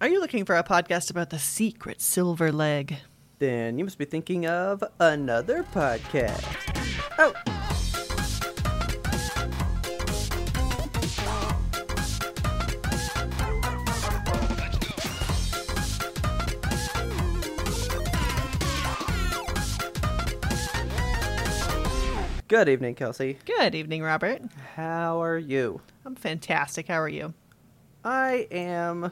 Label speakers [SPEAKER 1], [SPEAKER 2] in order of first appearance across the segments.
[SPEAKER 1] Are you looking for a podcast about the secret silver leg?
[SPEAKER 2] Then you must be thinking of another podcast. Oh, good evening, Kelsey.
[SPEAKER 1] Good evening, Robert.
[SPEAKER 2] How are you?
[SPEAKER 1] I'm fantastic. How are you?
[SPEAKER 2] I am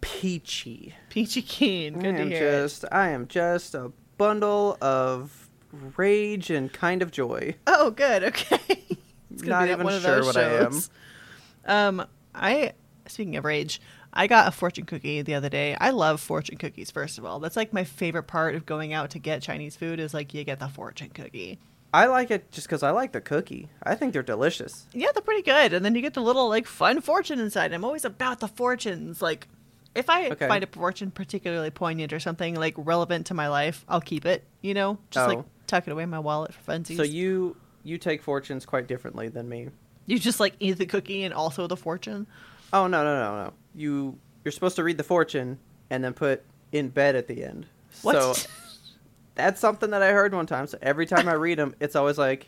[SPEAKER 2] peachy.
[SPEAKER 1] Peachy keen. Good
[SPEAKER 2] I
[SPEAKER 1] to
[SPEAKER 2] am
[SPEAKER 1] hear. it.
[SPEAKER 2] just I am just a bundle of rage and kind of joy.
[SPEAKER 1] Oh, good. Okay. it's
[SPEAKER 2] Not even sure what I am.
[SPEAKER 1] I am. Um, I speaking of rage, I got a fortune cookie the other day. I love fortune cookies. First of all, that's like my favorite part of going out to get Chinese food is like you get the fortune cookie.
[SPEAKER 2] I like it just because I like the cookie. I think they're delicious.
[SPEAKER 1] Yeah, they're pretty good. And then you get the little like fun fortune inside. I'm always about the fortunes. Like if I
[SPEAKER 2] Okay.
[SPEAKER 1] find a fortune particularly poignant or something like relevant to my life, I'll keep it. You know, just like
[SPEAKER 2] Oh.
[SPEAKER 1] tuck it away in my wallet for funsies.
[SPEAKER 2] So you you take fortunes quite differently than me.
[SPEAKER 1] you just like eat the cookie and also the fortune.
[SPEAKER 2] Oh no no no no! You you're supposed to read the fortune and then put in bed at the end.
[SPEAKER 1] What?
[SPEAKER 2] So that's something that I heard one time. So every time I read them, it's always like,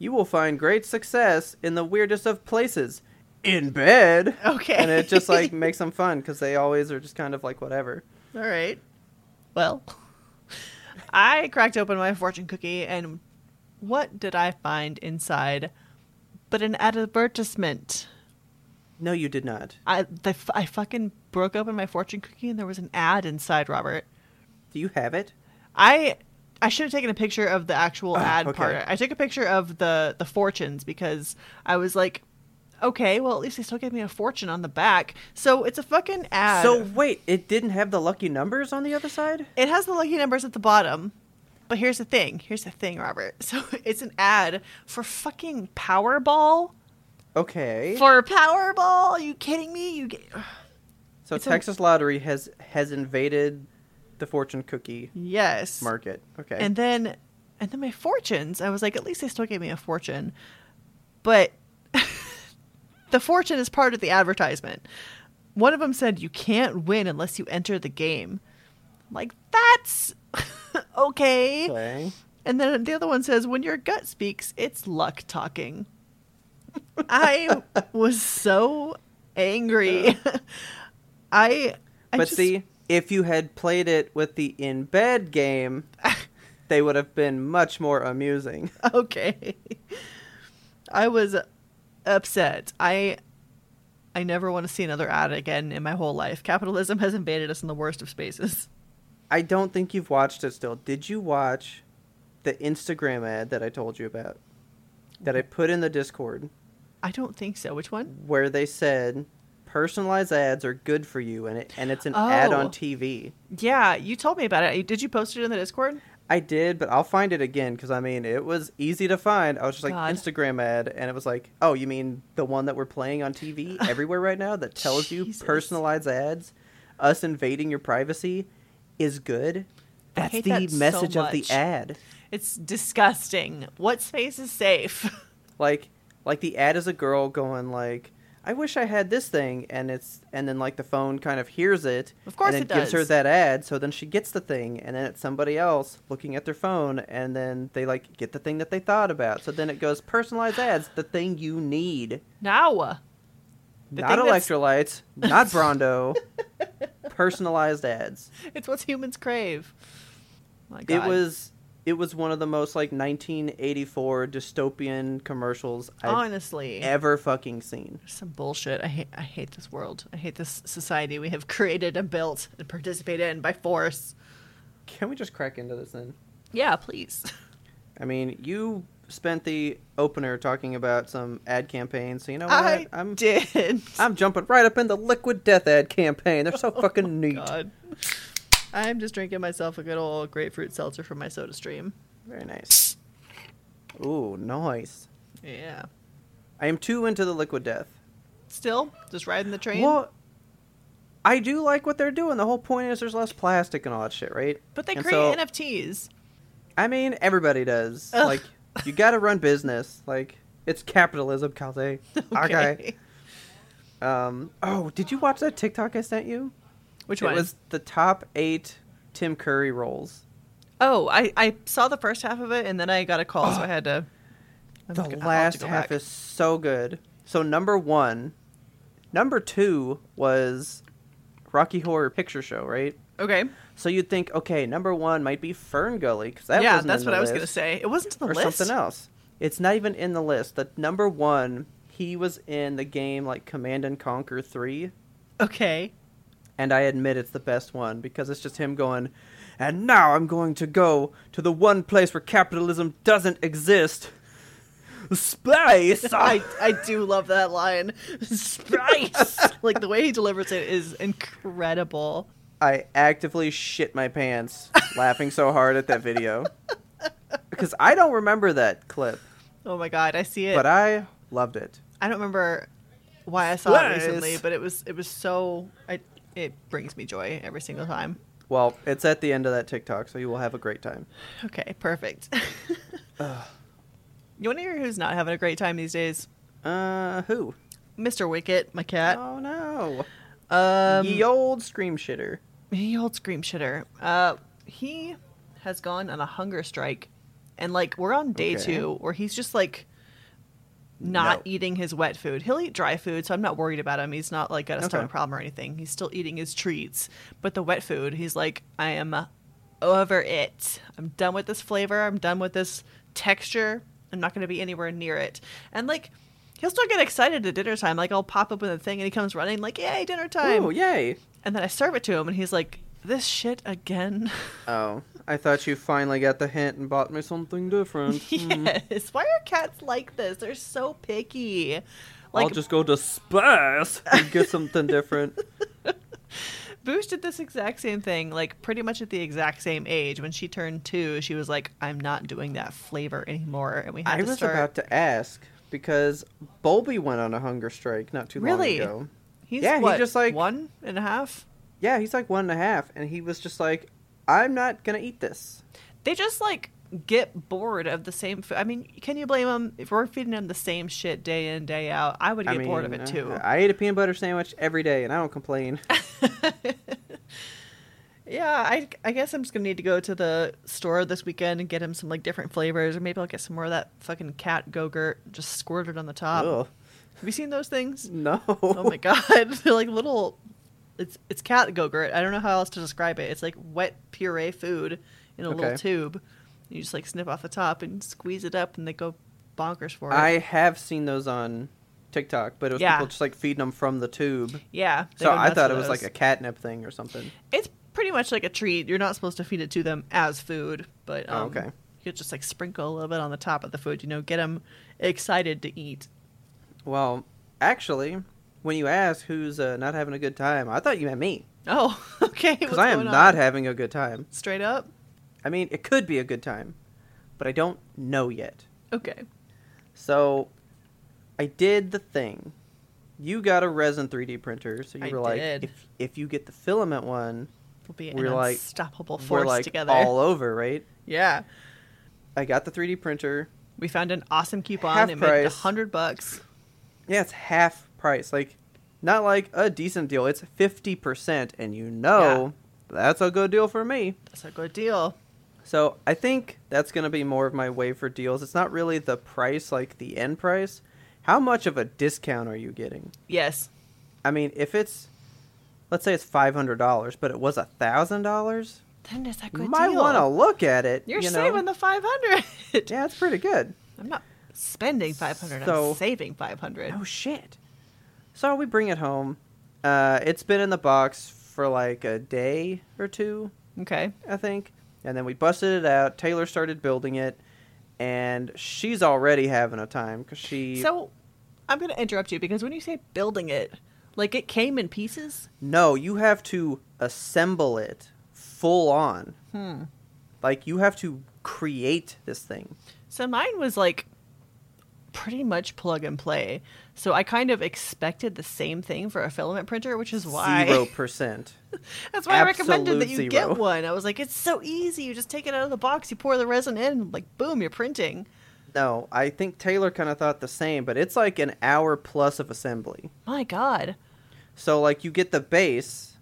[SPEAKER 2] "You will find great success in the weirdest of places, in bed."
[SPEAKER 1] Okay.
[SPEAKER 2] And it just like makes them fun because they always are just kind of like whatever.
[SPEAKER 1] All right. Well, I cracked open my fortune cookie, and what did I find inside? But an advertisement.
[SPEAKER 2] No, you did not.
[SPEAKER 1] I the, f- I fucking broke open my fortune cookie, and there was an ad inside. Robert,
[SPEAKER 2] Do you have it?
[SPEAKER 1] I I should have taken a picture of the actual ad
[SPEAKER 2] Ah, okay.
[SPEAKER 1] part. I took a picture of the the fortunes because I was like. Okay, well, at least they still gave me a fortune on the back. So it's a fucking ad.
[SPEAKER 2] So wait, it didn't have the lucky numbers on the other side.
[SPEAKER 1] It has the lucky numbers at the bottom. But here's the thing. Here's the thing, Robert. So it's an ad for fucking Powerball.
[SPEAKER 2] Okay.
[SPEAKER 1] For Powerball? Are you kidding me? You get...
[SPEAKER 2] so
[SPEAKER 1] it's a-
[SPEAKER 2] Texas Lottery has has invaded the fortune cookie
[SPEAKER 1] Yes.
[SPEAKER 2] market. Okay.
[SPEAKER 1] And then and then my fortunes. I was like, at least they still gave me a fortune. But the fortune is part of the advertisement. One of them said you can't win unless you enter the game. I'm like that's okay.
[SPEAKER 2] Okay.
[SPEAKER 1] And then the other one says, when your gut speaks, it's luck talking. I was so angry. I, I
[SPEAKER 2] but
[SPEAKER 1] just-
[SPEAKER 2] see, if you had played it with the in bed game, they would have been much more amusing.
[SPEAKER 1] okay. I was upset. I I never want to see another ad again in my whole life. Capitalism has invaded us in the worst of spaces.
[SPEAKER 2] I don't think you've watched it still. Did you watch the Instagram ad that I told you about? That I put in the Discord
[SPEAKER 1] I don't think so. Which one?
[SPEAKER 2] where they said personalized ads are good for you and it, and it's an ad
[SPEAKER 1] Oh.
[SPEAKER 2] on TV.
[SPEAKER 1] Yeah, you told me about it. Did you post it in the Discord?
[SPEAKER 2] I did, but I'll find it again because I mean it was easy to find. I was just like
[SPEAKER 1] God.
[SPEAKER 2] Instagram ad, and it was like, oh, you mean the one that we're playing on TV everywhere right now that tells
[SPEAKER 1] Jesus.
[SPEAKER 2] you personalized ads, us invading your privacy, is good.
[SPEAKER 1] I
[SPEAKER 2] That's the
[SPEAKER 1] hate that so
[SPEAKER 2] message of the
[SPEAKER 1] much.
[SPEAKER 2] ad.
[SPEAKER 1] It's disgusting. What space is safe?
[SPEAKER 2] Like, like the ad is a girl going like, I wish I had this thing, and it's and then like the phone kind of hears it,
[SPEAKER 1] Of course
[SPEAKER 2] and
[SPEAKER 1] it
[SPEAKER 2] it gives her
[SPEAKER 1] does.
[SPEAKER 2] that ad. So then she gets the thing, and then it's somebody else looking at their phone, and then they like get the thing that they thought about. So then it goes personalized ads, the thing you need,
[SPEAKER 1] Now. The
[SPEAKER 2] not
[SPEAKER 1] thing that's-
[SPEAKER 2] electrolytes, not Brondo, personalized ads.
[SPEAKER 1] It's what humans crave. My
[SPEAKER 2] It was it was one of the most like 1984 dystopian commercials I've
[SPEAKER 1] honestly
[SPEAKER 2] ever fucking seen.
[SPEAKER 1] some bullshit. I hate I hate this world. I hate this society we have created and built and participated in by force.
[SPEAKER 2] Can we just crack into this then?
[SPEAKER 1] Yeah, please.
[SPEAKER 2] I mean, you spent the opener talking about some ad campaigns. So you know what?
[SPEAKER 1] I
[SPEAKER 2] I'm
[SPEAKER 1] did.
[SPEAKER 2] I'm jumping right up in the liquid death ad campaign. They're so fucking neat.
[SPEAKER 1] Oh, God. I'm just drinking myself a good old grapefruit seltzer from my soda stream.
[SPEAKER 2] Very nice. Ooh, nice.
[SPEAKER 1] Yeah.
[SPEAKER 2] I am too into the liquid death.
[SPEAKER 1] Still, just riding the train.
[SPEAKER 2] Well, I do like what they're doing. The whole point is there's less plastic and all that shit, right?
[SPEAKER 1] but they
[SPEAKER 2] And
[SPEAKER 1] create
[SPEAKER 2] so-
[SPEAKER 1] NFTs.
[SPEAKER 2] I mean, everybody does.
[SPEAKER 1] Ugh.
[SPEAKER 2] Like, you got to run business. Like, it's capitalism, Calde. Okay. Um. Oh, did you watch that TikTok I sent you?
[SPEAKER 1] Which
[SPEAKER 2] it
[SPEAKER 1] one?
[SPEAKER 2] was the top eight Tim Curry roles.
[SPEAKER 1] oh, I, I saw the first half of it and then I got a call, so I had to. I'm gonna-
[SPEAKER 2] The
[SPEAKER 1] I'll have to
[SPEAKER 2] last
[SPEAKER 1] go
[SPEAKER 2] half
[SPEAKER 1] back.
[SPEAKER 2] is so good. So number one, number two was Rocky Horror Picture Show, right?
[SPEAKER 1] Okay.
[SPEAKER 2] So you'd think, okay, number one might be Fern Gully because that
[SPEAKER 1] yeah,
[SPEAKER 2] wasn't
[SPEAKER 1] that's
[SPEAKER 2] in
[SPEAKER 1] what
[SPEAKER 2] the
[SPEAKER 1] I was going to
[SPEAKER 2] list,
[SPEAKER 1] say. It wasn't to the
[SPEAKER 2] or
[SPEAKER 1] list.
[SPEAKER 2] something else. It's not even in the list. The number one, he was in the game like Command and Conquer Three.
[SPEAKER 1] Okay.
[SPEAKER 2] and I admit it's the best one because it's just him going, and now I'm going to go to the one place where capitalism doesn't exist. Space.
[SPEAKER 1] I, I do love that line. Spice! like the way he delivers it is incredible.
[SPEAKER 2] I actively shit my pants laughing so hard at that video because I don't remember that clip,
[SPEAKER 1] Oh my god, I see it.
[SPEAKER 2] but I loved it.
[SPEAKER 1] I don't remember why I saw it recently,
[SPEAKER 2] Slice.
[SPEAKER 1] but it was it was so I, it brings me joy every single time.
[SPEAKER 2] Well, it's at the end of that TikTok, so you will have a great time.
[SPEAKER 1] Okay, perfect. you want to hear who's not having a great time these days?
[SPEAKER 2] Uh, who?
[SPEAKER 1] Mr. Wicket, my cat.
[SPEAKER 2] Oh no,
[SPEAKER 1] Uh, Um,
[SPEAKER 2] the old scream shitter.
[SPEAKER 1] he old scream shitter. Uh, he has gone on a hunger strike, and like we're on day
[SPEAKER 2] Okay.
[SPEAKER 1] two, where he's just like not
[SPEAKER 2] No.
[SPEAKER 1] eating his wet food. He'll eat dry food, so I'm not worried about him. He's not like got a
[SPEAKER 2] Okay.
[SPEAKER 1] stomach problem or anything. He's still eating his treats, but the wet food, he's like, I am over it. I'm done with this flavor. I'm done with this texture. I'm not going to be anywhere near it. And like. He'll still get excited at dinner time. Like I'll pop up with a thing, and he comes running, like "Yay, dinner time!"
[SPEAKER 2] Oh yay!
[SPEAKER 1] And then I serve it to him, and he's like, "This shit again."
[SPEAKER 2] Oh, I thought you finally got the hint and bought me something different. Hmm.
[SPEAKER 1] yes. Why are cats like this? They're so picky. Like
[SPEAKER 2] I'll just go to space and get something different.
[SPEAKER 1] Boosh did this exact same thing, like pretty much at the exact same age. When she turned two, she was like, "I'm not doing that flavor anymore," and we had
[SPEAKER 2] I
[SPEAKER 1] to
[SPEAKER 2] was
[SPEAKER 1] start.
[SPEAKER 2] about to ask because Bulby went on a hunger strike not too
[SPEAKER 1] Really?
[SPEAKER 2] long ago.
[SPEAKER 1] He's
[SPEAKER 2] Yeah, he
[SPEAKER 1] what,
[SPEAKER 2] just, like-
[SPEAKER 1] one and a half.
[SPEAKER 2] Yeah, he's like one and a half, and he was just like, "I'm not gonna eat this."
[SPEAKER 1] They just like get bored of the same food. I mean, can you blame them? If we're feeding them the same shit day in day out, I would
[SPEAKER 2] I
[SPEAKER 1] get
[SPEAKER 2] mean,
[SPEAKER 1] bored of it
[SPEAKER 2] uh,
[SPEAKER 1] too.
[SPEAKER 2] I ate a peanut butter sandwich every day, and I don't complain.
[SPEAKER 1] Yeah, I, I guess I'm just gonna need to go to the store this weekend and get him some like different flavors, or maybe I'll get some more of that fucking cat gogurt just squirted on the top.
[SPEAKER 2] Ugh.
[SPEAKER 1] Have you seen those things?
[SPEAKER 2] No.
[SPEAKER 1] Um, Oh my god, they're like little. It's it's cat gogurt. I don't know how else to describe it. It's like wet puree food in a little um,
[SPEAKER 2] Okay. uh,
[SPEAKER 1] Oh,
[SPEAKER 2] Uh, and she's already having a time because she
[SPEAKER 1] So I'm going to interrupt you because when you say building it, like it came in pieces.
[SPEAKER 2] No, you have to assemble it full on. Hmm. Like you have to create this thing.
[SPEAKER 1] So mine was like pretty much plug and play. So I kind of expected the same thing for a filament printer, which is why
[SPEAKER 2] Zero percent.
[SPEAKER 1] that's why I recommended that you
[SPEAKER 2] absolute zero.
[SPEAKER 1] get one. I was like, it's so easy. You just take it out of the box, you pour the resin in, like boom, you're printing.
[SPEAKER 2] no, I think Taylor kind of thought the same, but it's like an hour plus of assembly.
[SPEAKER 1] My God.
[SPEAKER 2] So like you get the base,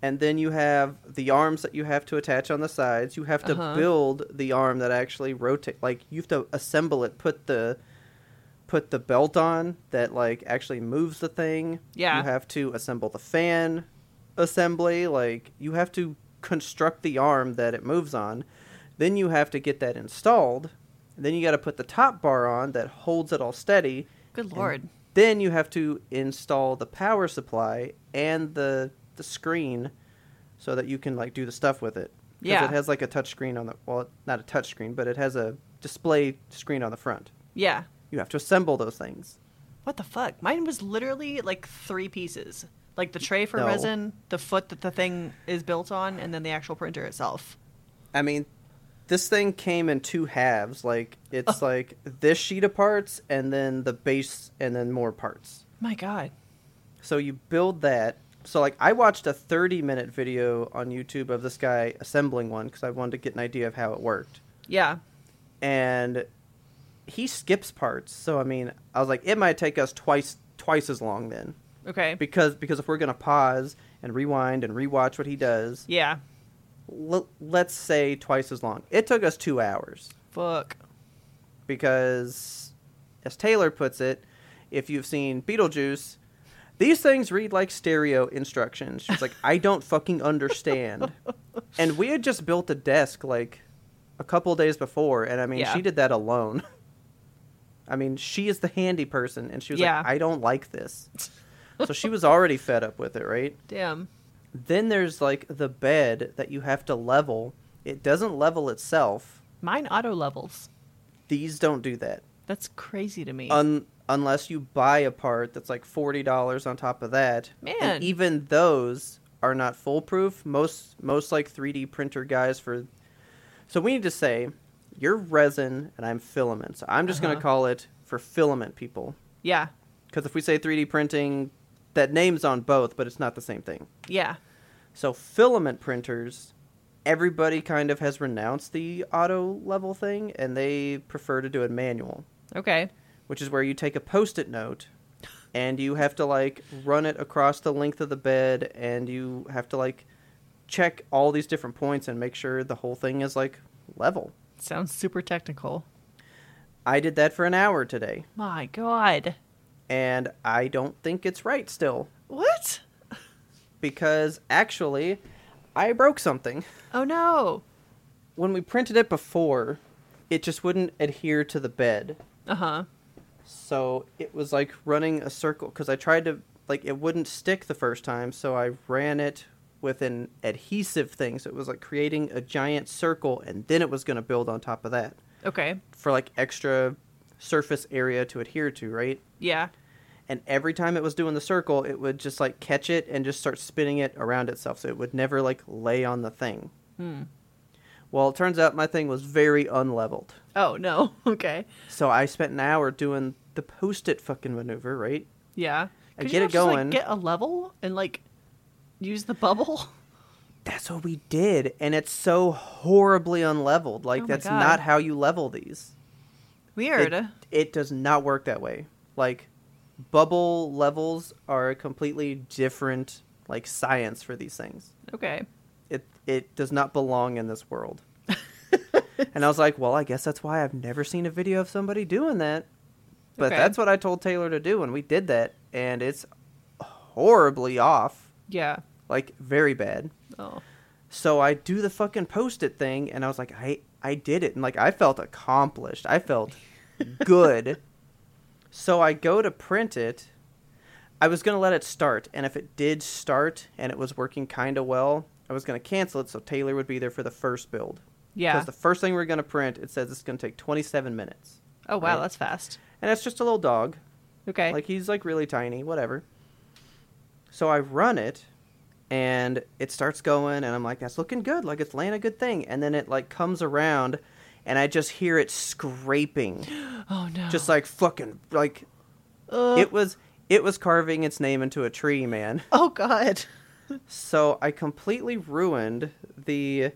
[SPEAKER 2] and then you have the arms that you have to attach on the sides. You have to
[SPEAKER 1] Uh-huh.
[SPEAKER 2] build the arm that actually rotate. Like you have to assemble it, put the put the belt on that like actually moves the thing.
[SPEAKER 1] Yeah.
[SPEAKER 2] You have to assemble the fan assembly. Like you have to construct the arm that it moves on. Then you have to get that installed. Then you got to put the top bar on that holds it all steady.
[SPEAKER 1] Good
[SPEAKER 2] And
[SPEAKER 1] Lord.
[SPEAKER 2] then you have to install the power supply and the the screen so that you can like do the stuff with it. 'Cause
[SPEAKER 1] Yeah.
[SPEAKER 2] It has like a touch screen on the well, not a touch screen, but it has a display screen on the front.
[SPEAKER 1] Yeah.
[SPEAKER 2] You have to assemble those things.
[SPEAKER 1] What the fuck? Mine was literally like three pieces. Like the tray for
[SPEAKER 2] No.
[SPEAKER 1] resin, the foot that the thing is built on, and then the actual printer itself.
[SPEAKER 2] I mean, this thing came in two halves. Like it's like this sheet of parts and then the base and then more parts.
[SPEAKER 1] My God.
[SPEAKER 2] So you build that. So like I watched a 30 minute video on YouTube of this guy assembling one cuz I wanted to get an idea of how it worked.
[SPEAKER 1] Yeah.
[SPEAKER 2] and he skips parts. So I mean, I was like, it might take us twice twice as long then,
[SPEAKER 1] Okay.
[SPEAKER 2] because because if we're gonna pause and rewind and rewatch what he does,
[SPEAKER 1] yeah.
[SPEAKER 2] l- let's say twice as long. It took us two hours
[SPEAKER 1] Fuck.
[SPEAKER 2] because, as Taylor puts it, if you've seen Beetlejuice. These things read like stereo instructions. She's like, I don't fucking understand. and we had just built a desk like a couple days before, and I mean,
[SPEAKER 1] Yeah.
[SPEAKER 2] she did that alone. I mean, she is the handy person, and she was
[SPEAKER 1] Yeah.
[SPEAKER 2] like, I don't like this. so she was already fed up with it, right?
[SPEAKER 1] Damn.
[SPEAKER 2] Then there's like the bed that you have to level. It doesn't level itself.
[SPEAKER 1] Mine auto levels.
[SPEAKER 2] These don't do that.
[SPEAKER 1] That's crazy to me.
[SPEAKER 2] un- unless you buy a part that's like forty dollars on top of that.
[SPEAKER 1] Man.
[SPEAKER 2] and even those are not foolproof. Most most like three D printer guys for. So we need to say, you're resin and I'm filament. So I'm just going
[SPEAKER 1] Uh-huh.
[SPEAKER 2] to call it for filament people
[SPEAKER 1] yeah.
[SPEAKER 2] because if we say three D printing, that name's on both, but it's not the same thing.
[SPEAKER 1] Yeah.
[SPEAKER 2] So filament printers, everybody kind of has renounced the auto level thing and they prefer to do it manual
[SPEAKER 1] Okay.
[SPEAKER 2] which is where you take a post-it note and you have to like run it across the length of the bed and you have to like check all these different points and make sure the whole thing is like level.
[SPEAKER 1] Sounds super technical.
[SPEAKER 2] I did that for an hour today
[SPEAKER 1] My God.
[SPEAKER 2] and I don't think it's right still
[SPEAKER 1] What?
[SPEAKER 2] because actually I broke something.
[SPEAKER 1] Oh no.
[SPEAKER 2] When we printed it before, it just wouldn't adhere to the bed.
[SPEAKER 1] Uh huh.
[SPEAKER 2] so it was like running a circle because i tried to like it wouldn't stick the first time so i ran it with an adhesive thing so it was like creating a giant circle and then it was going to build on top of that
[SPEAKER 1] Okay.
[SPEAKER 2] for like extra surface area to adhere to right
[SPEAKER 1] Yeah.
[SPEAKER 2] and every time it was doing the circle it would just like catch it and just start spinning it around itself so it would never like lay on the thing well it turns out my thing was very unleveled
[SPEAKER 1] Oh no. Okay.
[SPEAKER 2] so i spent an hour doing the post-it fucking maneuver right
[SPEAKER 1] Yeah.
[SPEAKER 2] I
[SPEAKER 1] Could
[SPEAKER 2] get
[SPEAKER 1] you
[SPEAKER 2] it
[SPEAKER 1] not just, like,
[SPEAKER 2] going.
[SPEAKER 1] get a level and like use the bubble.
[SPEAKER 2] That's what we did, and it's so horribly unleveled. Like
[SPEAKER 1] Oh my
[SPEAKER 2] that's
[SPEAKER 1] God.
[SPEAKER 2] not how you level these.
[SPEAKER 1] Weird.
[SPEAKER 2] It, it does not work that way. Like bubble levels are a completely different like science for these things.
[SPEAKER 1] Okay.
[SPEAKER 2] It it does not belong in this world. and I was like, well, I guess that's why I've never seen a video of somebody doing that. But
[SPEAKER 1] Okay.
[SPEAKER 2] that's what I told Taylor to do, and we did that, and it's horribly off,
[SPEAKER 1] Yeah.
[SPEAKER 2] like very bad.
[SPEAKER 1] Oh.
[SPEAKER 2] So I do the fucking post it thing, and I was like, I I did it, and like I felt accomplished. I felt good. So I go to print it. I was gonna let it start, and if it did start and it was working kind of well, I was gonna cancel it so Taylor would be there for the first build.
[SPEAKER 1] Yeah.
[SPEAKER 2] the first thing we're going to print, it says it's going to take 27 minutes.
[SPEAKER 1] oh wow,
[SPEAKER 2] right.
[SPEAKER 1] that's fast.
[SPEAKER 2] And it's just a little dog.
[SPEAKER 1] Okay.
[SPEAKER 2] Like he's like really tiny, whatever. So I run it and it starts going and I'm like, that's looking good, like it's laying a good thing. And then it like comes around and I just hear it scraping.
[SPEAKER 1] oh no.
[SPEAKER 2] Just like fucking like
[SPEAKER 1] Uh,
[SPEAKER 2] it was it was carving its name into a tree, man.
[SPEAKER 1] oh god.
[SPEAKER 2] So I completely ruined the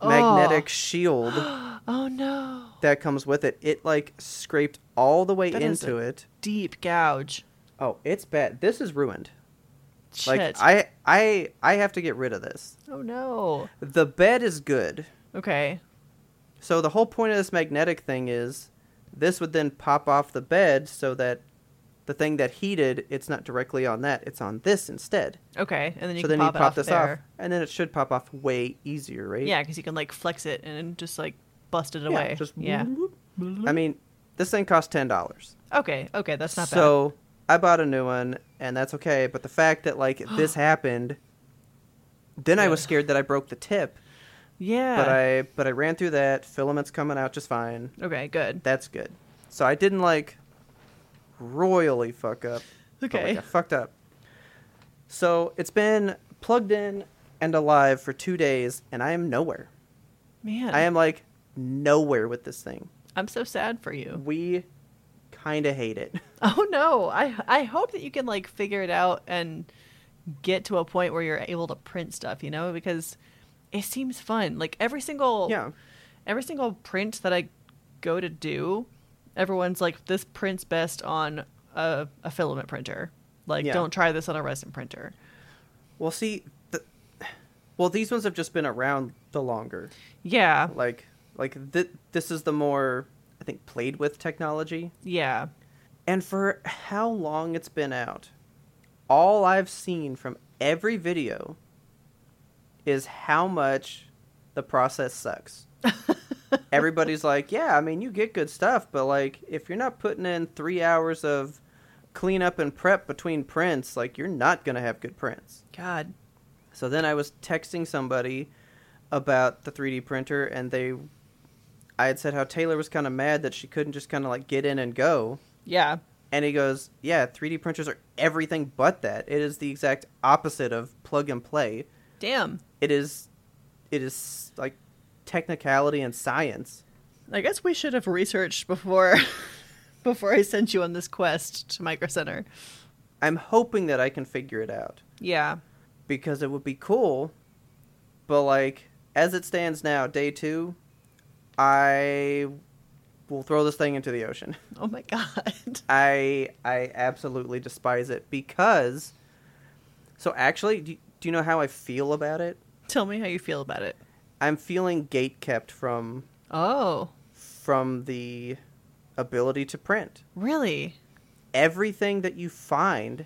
[SPEAKER 1] Oh.
[SPEAKER 2] magnetic shield
[SPEAKER 1] Oh no.
[SPEAKER 2] that comes with it. It like scraped all the way
[SPEAKER 1] That is
[SPEAKER 2] into
[SPEAKER 1] a-
[SPEAKER 2] it.
[SPEAKER 1] Deep gouge.
[SPEAKER 2] Oh, it's bad. This is ruined.
[SPEAKER 1] Shit.
[SPEAKER 2] Like I I I have to get rid of this.
[SPEAKER 1] oh no.
[SPEAKER 2] The bed is good.
[SPEAKER 1] Okay.
[SPEAKER 2] So the whole point of this magnetic thing is this would then pop off the bed so that the thing that heated it's not directly on that, it's on this instead.
[SPEAKER 1] Okay. And then you
[SPEAKER 2] so
[SPEAKER 1] can
[SPEAKER 2] then
[SPEAKER 1] pop
[SPEAKER 2] you
[SPEAKER 1] it
[SPEAKER 2] pop
[SPEAKER 1] off
[SPEAKER 2] this
[SPEAKER 1] there.
[SPEAKER 2] off and then it should pop off way easier, right?
[SPEAKER 1] Yeah, because you can like flex it and just like bust it
[SPEAKER 2] Yeah,
[SPEAKER 1] away.
[SPEAKER 2] Just
[SPEAKER 1] yeah.
[SPEAKER 2] I mean, this thing costs ten dollars.
[SPEAKER 1] Okay. Okay. That's not bad.
[SPEAKER 2] so I bought a new one, and that's okay. But the fact that like this happened, then I was
[SPEAKER 1] Yeah.
[SPEAKER 2] scared that I broke the tip.
[SPEAKER 1] Yeah.
[SPEAKER 2] But I but I ran through that. Filaments coming out just fine.
[SPEAKER 1] Okay. Good.
[SPEAKER 2] That's good. So I didn't like royally fuck up. but, like,
[SPEAKER 1] Okay.
[SPEAKER 2] I fucked up. So it's been plugged in and alive for two days, and I am nowhere.
[SPEAKER 1] Man.
[SPEAKER 2] I am like nowhere with this thing.
[SPEAKER 1] I'm so sad for you.
[SPEAKER 2] We kind of hate it.
[SPEAKER 1] Oh no. I I hope that you can like figure it out and get to a point where you're able to print stuff. You know, because it seems fun. Like every single
[SPEAKER 2] Yeah.
[SPEAKER 1] every single print that I go to do, everyone's like, this prints best on a, a filament printer. Like,
[SPEAKER 2] Yeah.
[SPEAKER 1] don't try this on a resin printer.
[SPEAKER 2] Well, see, the, well, these ones have just been around the longer.
[SPEAKER 1] Yeah.
[SPEAKER 2] Like, like th- this is the more I think played with technology.
[SPEAKER 1] Yeah.
[SPEAKER 2] And for how long it's been out, all I've seen from every video is how much the process sucks. Everybody's like, yeah, I mean, you get good stuff, but like, if you're not putting in three hours of cleanup and prep between prints, like, you're not gonna have good prints.
[SPEAKER 1] God.
[SPEAKER 2] So then I was texting somebody about the 3D printer, and they, I had said how Taylor was kind of mad that she couldn't just kind of like get in and go.
[SPEAKER 1] Yeah.
[SPEAKER 2] And he goes, Yeah, 3D printers are everything but that. It is the exact opposite of plug and play.
[SPEAKER 1] Damn.
[SPEAKER 2] It is, it is like technicality and science.
[SPEAKER 1] I guess we should have researched before before I sent you on this quest to Micro Center.
[SPEAKER 2] I'm hoping that I can figure it out
[SPEAKER 1] Yeah.
[SPEAKER 2] because it would be cool. But like, as it stands now, day two, I will throw this thing into the ocean.
[SPEAKER 1] Oh my god.
[SPEAKER 2] I I absolutely despise it because. So actually, do, do you know how I feel about it?
[SPEAKER 1] Tell me how you feel about it.
[SPEAKER 2] I'm feeling gate kept from
[SPEAKER 1] Oh,
[SPEAKER 2] from the ability to print.
[SPEAKER 1] really?
[SPEAKER 2] Everything that you find,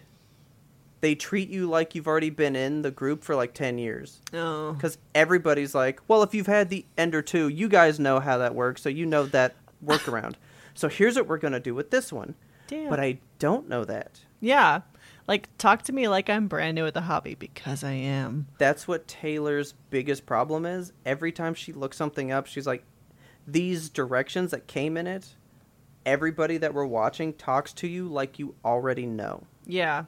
[SPEAKER 2] they treat you like you've already been in the group for like ten years.
[SPEAKER 1] No.
[SPEAKER 2] Because everybody's like, well, if you've had the Ender 2, you guys know how that works, so you know that workaround. so here's what we're going to do with this one.
[SPEAKER 1] Damn.
[SPEAKER 2] But I don't know that.
[SPEAKER 1] Yeah. Like talk to me like I'm brand new at the hobby because I am.
[SPEAKER 2] that's what Taylor's biggest problem is. Every time she looks something up, she's like, these directions that came in it, everybody that we're watching talks to you like you already know.
[SPEAKER 1] Yeah.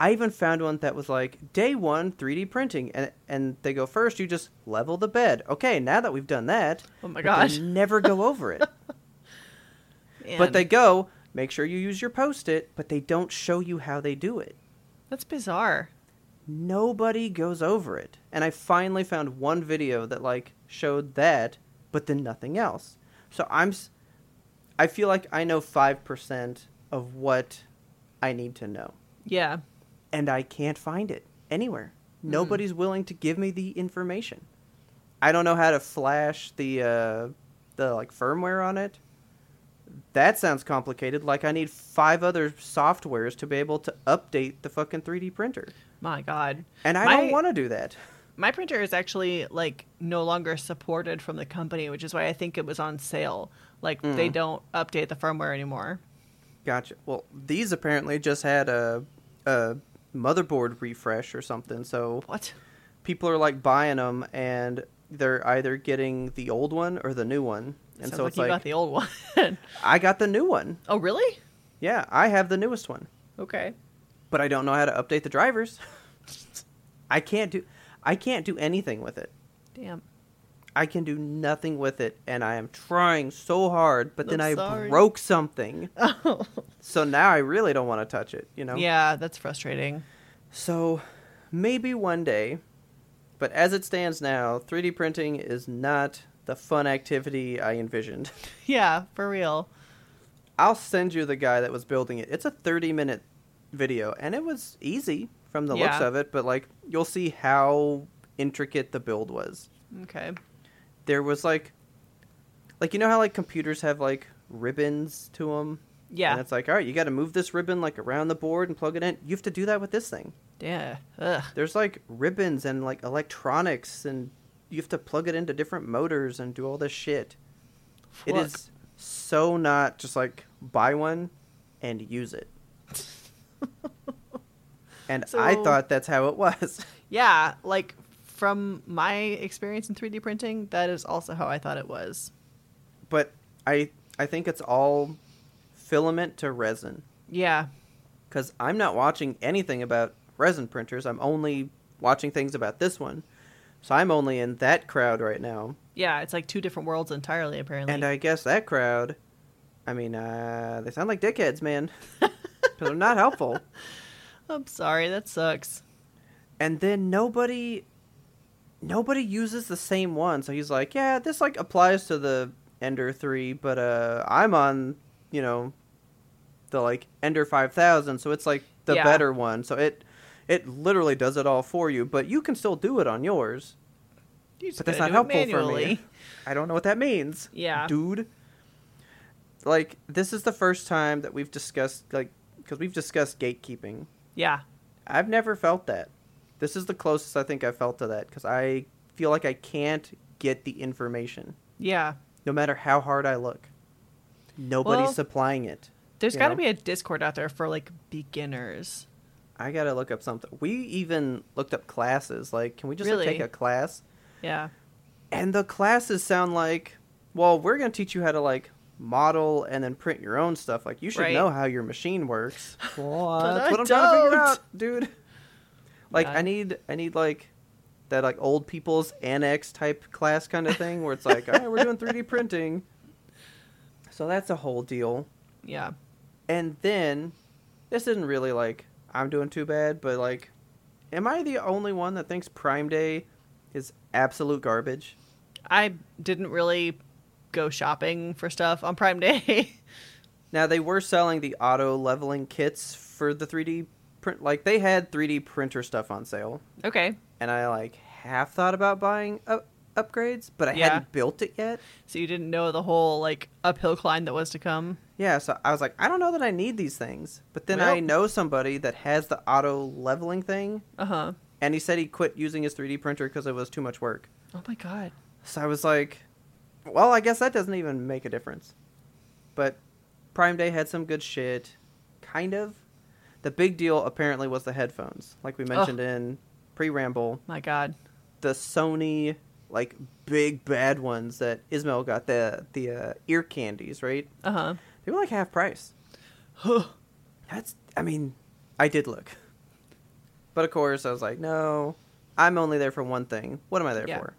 [SPEAKER 2] I even found one that was like day one 3D printing, and and they go first. You just level the bed. Okay, now that we've done that,
[SPEAKER 1] Oh my
[SPEAKER 2] but they
[SPEAKER 1] gosh.
[SPEAKER 2] never go over it. but
[SPEAKER 1] Man,
[SPEAKER 2] they go. Make sure you use your post it, but they don't show you how they do it.
[SPEAKER 1] That's bizarre.
[SPEAKER 2] nobody goes over it. And I finally found one video that like showed that, but then nothing else. So I'm s- I feel like I know 5% of what I need to know,
[SPEAKER 1] Yeah.
[SPEAKER 2] and I can't find it anywhere. Nobody's willing to give me the information. I don't know how to flash the uh the like firmware on it. That sounds complicated. Like I need five other softwares to be able to update the fucking 3D printer.
[SPEAKER 1] My god.
[SPEAKER 2] And I
[SPEAKER 1] My-
[SPEAKER 2] don't want to do that.
[SPEAKER 1] my printer is actually like no longer supported from the company, which is why I think it was on sale. Like
[SPEAKER 2] Hmm.
[SPEAKER 1] they don't update the firmware anymore.
[SPEAKER 2] Gotcha. Well, these apparently just had a, a motherboard refresh or something. So
[SPEAKER 1] What?
[SPEAKER 2] people are like buying them, and they're either getting the old one or the new one. And
[SPEAKER 1] Sounds
[SPEAKER 2] so
[SPEAKER 1] like
[SPEAKER 2] it's
[SPEAKER 1] you
[SPEAKER 2] like,
[SPEAKER 1] got the old one.
[SPEAKER 2] I got the new one.
[SPEAKER 1] oh, really?
[SPEAKER 2] Yeah, I have the newest one,
[SPEAKER 1] Okay.
[SPEAKER 2] but I don't know how to update the drivers. I can't do I can't do anything with it.
[SPEAKER 1] Damn.
[SPEAKER 2] I can do nothing with it and I am trying so hard, but then
[SPEAKER 1] I'm
[SPEAKER 2] I
[SPEAKER 1] sorry.
[SPEAKER 2] broke something.
[SPEAKER 1] Oh.
[SPEAKER 2] So now I really don't want to touch it, you know.
[SPEAKER 1] Yeah, that's frustrating.
[SPEAKER 2] So maybe one day, but as it stands now, 3D printing is not the fun activity I envisioned.
[SPEAKER 1] Yeah, for real.
[SPEAKER 2] I'll send you the guy that was building it. It's a 30 minute video, and it was easy from the looks
[SPEAKER 1] Yeah.
[SPEAKER 2] of it, but like you'll see how intricate the build was.
[SPEAKER 1] Okay.
[SPEAKER 2] There was like, like you know how like computers have like ribbons to them.
[SPEAKER 1] Yeah.
[SPEAKER 2] And it's like, all right, you got to move this ribbon like around the board and plug it in. You have to do that with this thing.
[SPEAKER 1] Yeah. Ugh.
[SPEAKER 2] There's like ribbons and like electronics, and you have to plug it into different motors and do all this shit. It
[SPEAKER 1] Fuck.
[SPEAKER 2] is so not just like buy one and use it. and I
[SPEAKER 1] So-
[SPEAKER 2] thought that's how it was.
[SPEAKER 1] Yeah, like from my experience in 3D printing, that is also how I thought it was.
[SPEAKER 2] But I I think it's all filament to resin
[SPEAKER 1] Yeah.
[SPEAKER 2] cuz I'm not watching anything about resin printers. I'm only watching things about this one. So I'm only in that crowd right now.
[SPEAKER 1] Yeah, it's like two different worlds entirely apparently.
[SPEAKER 2] And I guess that crowd I mean, uh, they sound like dickheads, man. 'Cause they're not helpful.
[SPEAKER 1] I'm sorry, that sucks.
[SPEAKER 2] and then nobody nobody uses the same one so he's like yeah this like applies to the ender 3 but uh i'm on you know the like ender 5000 so it's like the
[SPEAKER 1] Yeah.
[SPEAKER 2] better one so it it literally does it all for you but you can still do it on yours
[SPEAKER 1] You just
[SPEAKER 2] but that's
[SPEAKER 1] gotta
[SPEAKER 2] not
[SPEAKER 1] do it
[SPEAKER 2] helpful for me
[SPEAKER 1] manually.
[SPEAKER 2] i don't know what that means
[SPEAKER 1] Yeah.
[SPEAKER 2] dude like this is the first time that we've discussed like because we've discussed gatekeeping
[SPEAKER 1] Yeah.
[SPEAKER 2] I've never felt that. This is the closest I think I've felt to that because I feel like I can't get the information,
[SPEAKER 1] Yeah.
[SPEAKER 2] no matter how hard I look. Nobody's
[SPEAKER 1] Well-
[SPEAKER 2] supplying it.
[SPEAKER 1] There's
[SPEAKER 2] You
[SPEAKER 1] got to
[SPEAKER 2] know?
[SPEAKER 1] be a Discord out there for like beginners.
[SPEAKER 2] I gotta look up something. We even looked up classes. Like, can we just like,
[SPEAKER 1] Really?
[SPEAKER 2] take a class?
[SPEAKER 1] Yeah.
[SPEAKER 2] And the classes sound like, well, we're gonna teach you how to like model and then print your own stuff. Like, you should
[SPEAKER 1] Right.
[SPEAKER 2] know how your machine works. Well,
[SPEAKER 1] But
[SPEAKER 2] that's
[SPEAKER 1] I
[SPEAKER 2] what I'm trying to figure
[SPEAKER 1] don't.
[SPEAKER 2] out, dude. Like,
[SPEAKER 1] Yeah.
[SPEAKER 2] I need, I need like that like old people's annex type class kind of thing where it's like, all right, we're doing 3D printing. So that's a whole deal.
[SPEAKER 1] Yeah.
[SPEAKER 2] And then, this isn't really like I'm doing too bad, but like, am I the only one that thinks Prime Day is absolute garbage?
[SPEAKER 1] I didn't really go shopping for stuff on Prime Day.
[SPEAKER 2] Now they were selling the auto leveling kits for the 3D print. Like they had 3D printer stuff on sale,
[SPEAKER 1] okay.
[SPEAKER 2] and I like half thought about buying up- upgrades, but I
[SPEAKER 1] Yeah.
[SPEAKER 2] hadn't built it yet.
[SPEAKER 1] So you didn't know the whole like uphill climb that was to come.
[SPEAKER 2] Yeah, so I was like, I don't know that I need these things, but then I
[SPEAKER 1] Well-
[SPEAKER 2] know somebody that has the auto leveling thing,
[SPEAKER 1] Uh-huh.
[SPEAKER 2] and he said he quit using his 3D printer because it was too much work.
[SPEAKER 1] Oh my god.
[SPEAKER 2] So I was like, well, I guess that doesn't even make a difference. But Prime Day had some good shit, kind of. The big deal apparently was the headphones, like we mentioned in pre ramble.
[SPEAKER 1] My god.
[SPEAKER 2] The Sony, like big bad ones that Ismail got the the uh, ear candies, right?
[SPEAKER 1] Uh-huh.
[SPEAKER 2] They were like half price. That's, I mean, I did look, but of course I was like, no, I'm only there for one thing. What am I there
[SPEAKER 1] Yeah.
[SPEAKER 2] for?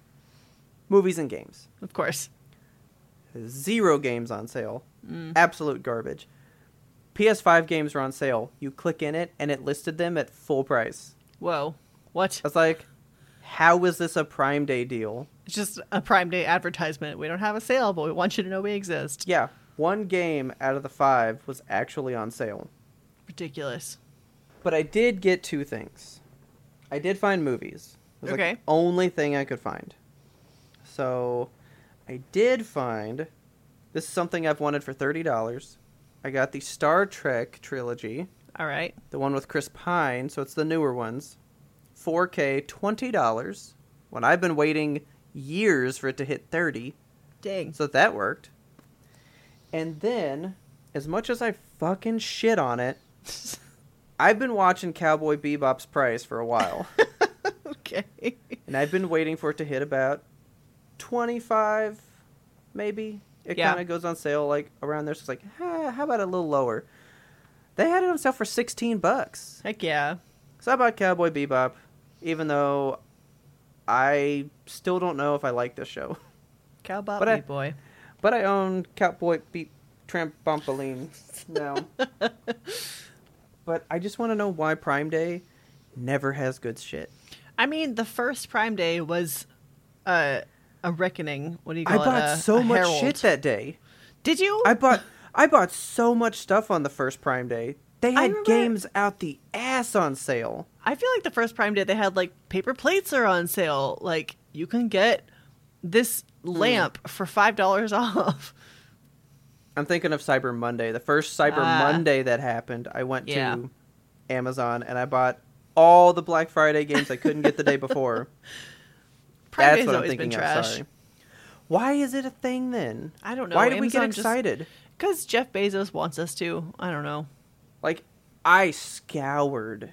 [SPEAKER 2] Movies and games
[SPEAKER 1] Of course.
[SPEAKER 2] zero games on sale. Absolute garbage. PS5 games were on sale. You click in it, and it listed them at full price.
[SPEAKER 1] Whoa. What?
[SPEAKER 2] I was like, how is this a Prime Day deal?
[SPEAKER 1] It's just a Prime Day advertisement. We don't have a sale, but we want you to know we exist.
[SPEAKER 2] Yeah, one game out of the five was actually on sale.
[SPEAKER 1] Ridiculous.
[SPEAKER 2] But I did get two things. I did find movies. It was
[SPEAKER 1] Okay.
[SPEAKER 2] Like the only thing I could find. So I did find this is something I've wanted for $30. I got the Star Trek trilogy.
[SPEAKER 1] All right.
[SPEAKER 2] the one with Chris Pine, so it's the newer ones. 4K, twenty dollars. When I've been waiting years for it to hit thirty,
[SPEAKER 1] Dang.
[SPEAKER 2] so that worked. And then, as much as I fucking shit on it, I've been watching Cowboy Bebop's price for a while,
[SPEAKER 1] okay.
[SPEAKER 2] and I've been waiting for it to hit about 25 maybe it
[SPEAKER 1] Yeah.
[SPEAKER 2] kind of goes on sale like around there so it's like "Ah, how about a little lower they had it on sale for 16 bucks
[SPEAKER 1] Heck yeah.
[SPEAKER 2] so i bought cowboy bebop even though i still don't know if i like this show
[SPEAKER 1] Cowbop
[SPEAKER 2] But I-
[SPEAKER 1] me boy.
[SPEAKER 2] but i own cowboy beep trampoline now but i just want to know why prime day never has good shit
[SPEAKER 1] I mean, the first Prime Day was uh, a reckoning. What do you
[SPEAKER 2] i
[SPEAKER 1] call it? A-
[SPEAKER 2] bought so
[SPEAKER 1] a
[SPEAKER 2] much
[SPEAKER 1] herald.
[SPEAKER 2] shit that day
[SPEAKER 1] Did you?
[SPEAKER 2] I bought I bought so much stuff on the first Prime Day. They
[SPEAKER 1] I
[SPEAKER 2] had
[SPEAKER 1] remember-
[SPEAKER 2] games out the ass on sale.
[SPEAKER 1] I feel like the first Prime Day they had like paper plates are on sale. Like you can get this
[SPEAKER 2] Hmm.
[SPEAKER 1] lamp for five dollars off.
[SPEAKER 2] I'm thinking of Cyber Monday. The first Cyber
[SPEAKER 1] Ah.
[SPEAKER 2] Monday that happened, I went
[SPEAKER 1] Yeah.
[SPEAKER 2] to Amazon and I bought all the Black Friday games I couldn't get the day before.
[SPEAKER 1] Prime
[SPEAKER 2] That's
[SPEAKER 1] Day's
[SPEAKER 2] what I'm
[SPEAKER 1] always
[SPEAKER 2] thinking
[SPEAKER 1] been
[SPEAKER 2] of.
[SPEAKER 1] trash.
[SPEAKER 2] Sorry. Why is it a thing then?
[SPEAKER 1] I don't know.
[SPEAKER 2] Why do we get
[SPEAKER 1] Amazon just-
[SPEAKER 2] excited?
[SPEAKER 1] Because Jeff Bezos wants us to. I don't know.
[SPEAKER 2] Like I scoured.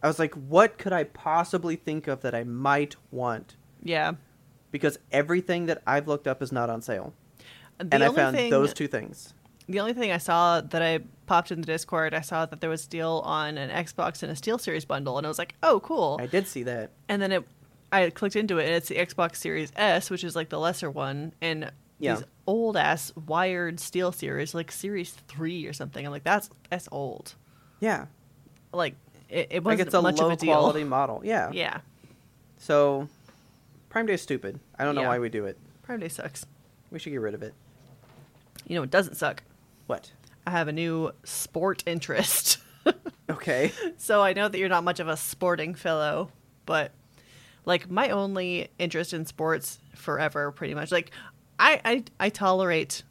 [SPEAKER 2] I was like, what could I possibly think of that I might want?
[SPEAKER 1] Yeah.
[SPEAKER 2] Because everything that I've looked up is not on sale.
[SPEAKER 1] The
[SPEAKER 2] and I
[SPEAKER 1] only
[SPEAKER 2] found
[SPEAKER 1] thing-
[SPEAKER 2] those two things.
[SPEAKER 1] The only thing I saw that I popped into Discord, I saw that there was a deal on an Xbox and a Steel Series bundle, and I was like, "Oh, cool!"
[SPEAKER 2] I did see that.
[SPEAKER 1] and then it, I clicked into it, and it's the Xbox Series S, which is like the lesser one, and
[SPEAKER 2] Yeah.
[SPEAKER 1] these old ass wired Steel Series, like Series Three or something. I'm like, "That's that's old."
[SPEAKER 2] Yeah,
[SPEAKER 1] Like it, it
[SPEAKER 2] like
[SPEAKER 1] wasn't
[SPEAKER 2] it's a
[SPEAKER 1] much
[SPEAKER 2] low
[SPEAKER 1] of a deal.
[SPEAKER 2] quality model. Yeah.
[SPEAKER 1] Yeah,
[SPEAKER 2] So, Prime Day is stupid. I don't know
[SPEAKER 1] Yeah.
[SPEAKER 2] why we do it.
[SPEAKER 1] Prime Day sucks.
[SPEAKER 2] We should get rid of it.
[SPEAKER 1] You know, it doesn't suck.
[SPEAKER 2] What?
[SPEAKER 1] I have a new sport interest.
[SPEAKER 2] Okay.
[SPEAKER 1] So I know that you're not much of a sporting fellow, but like my only interest in sports forever, pretty much. Like I I, I tolerate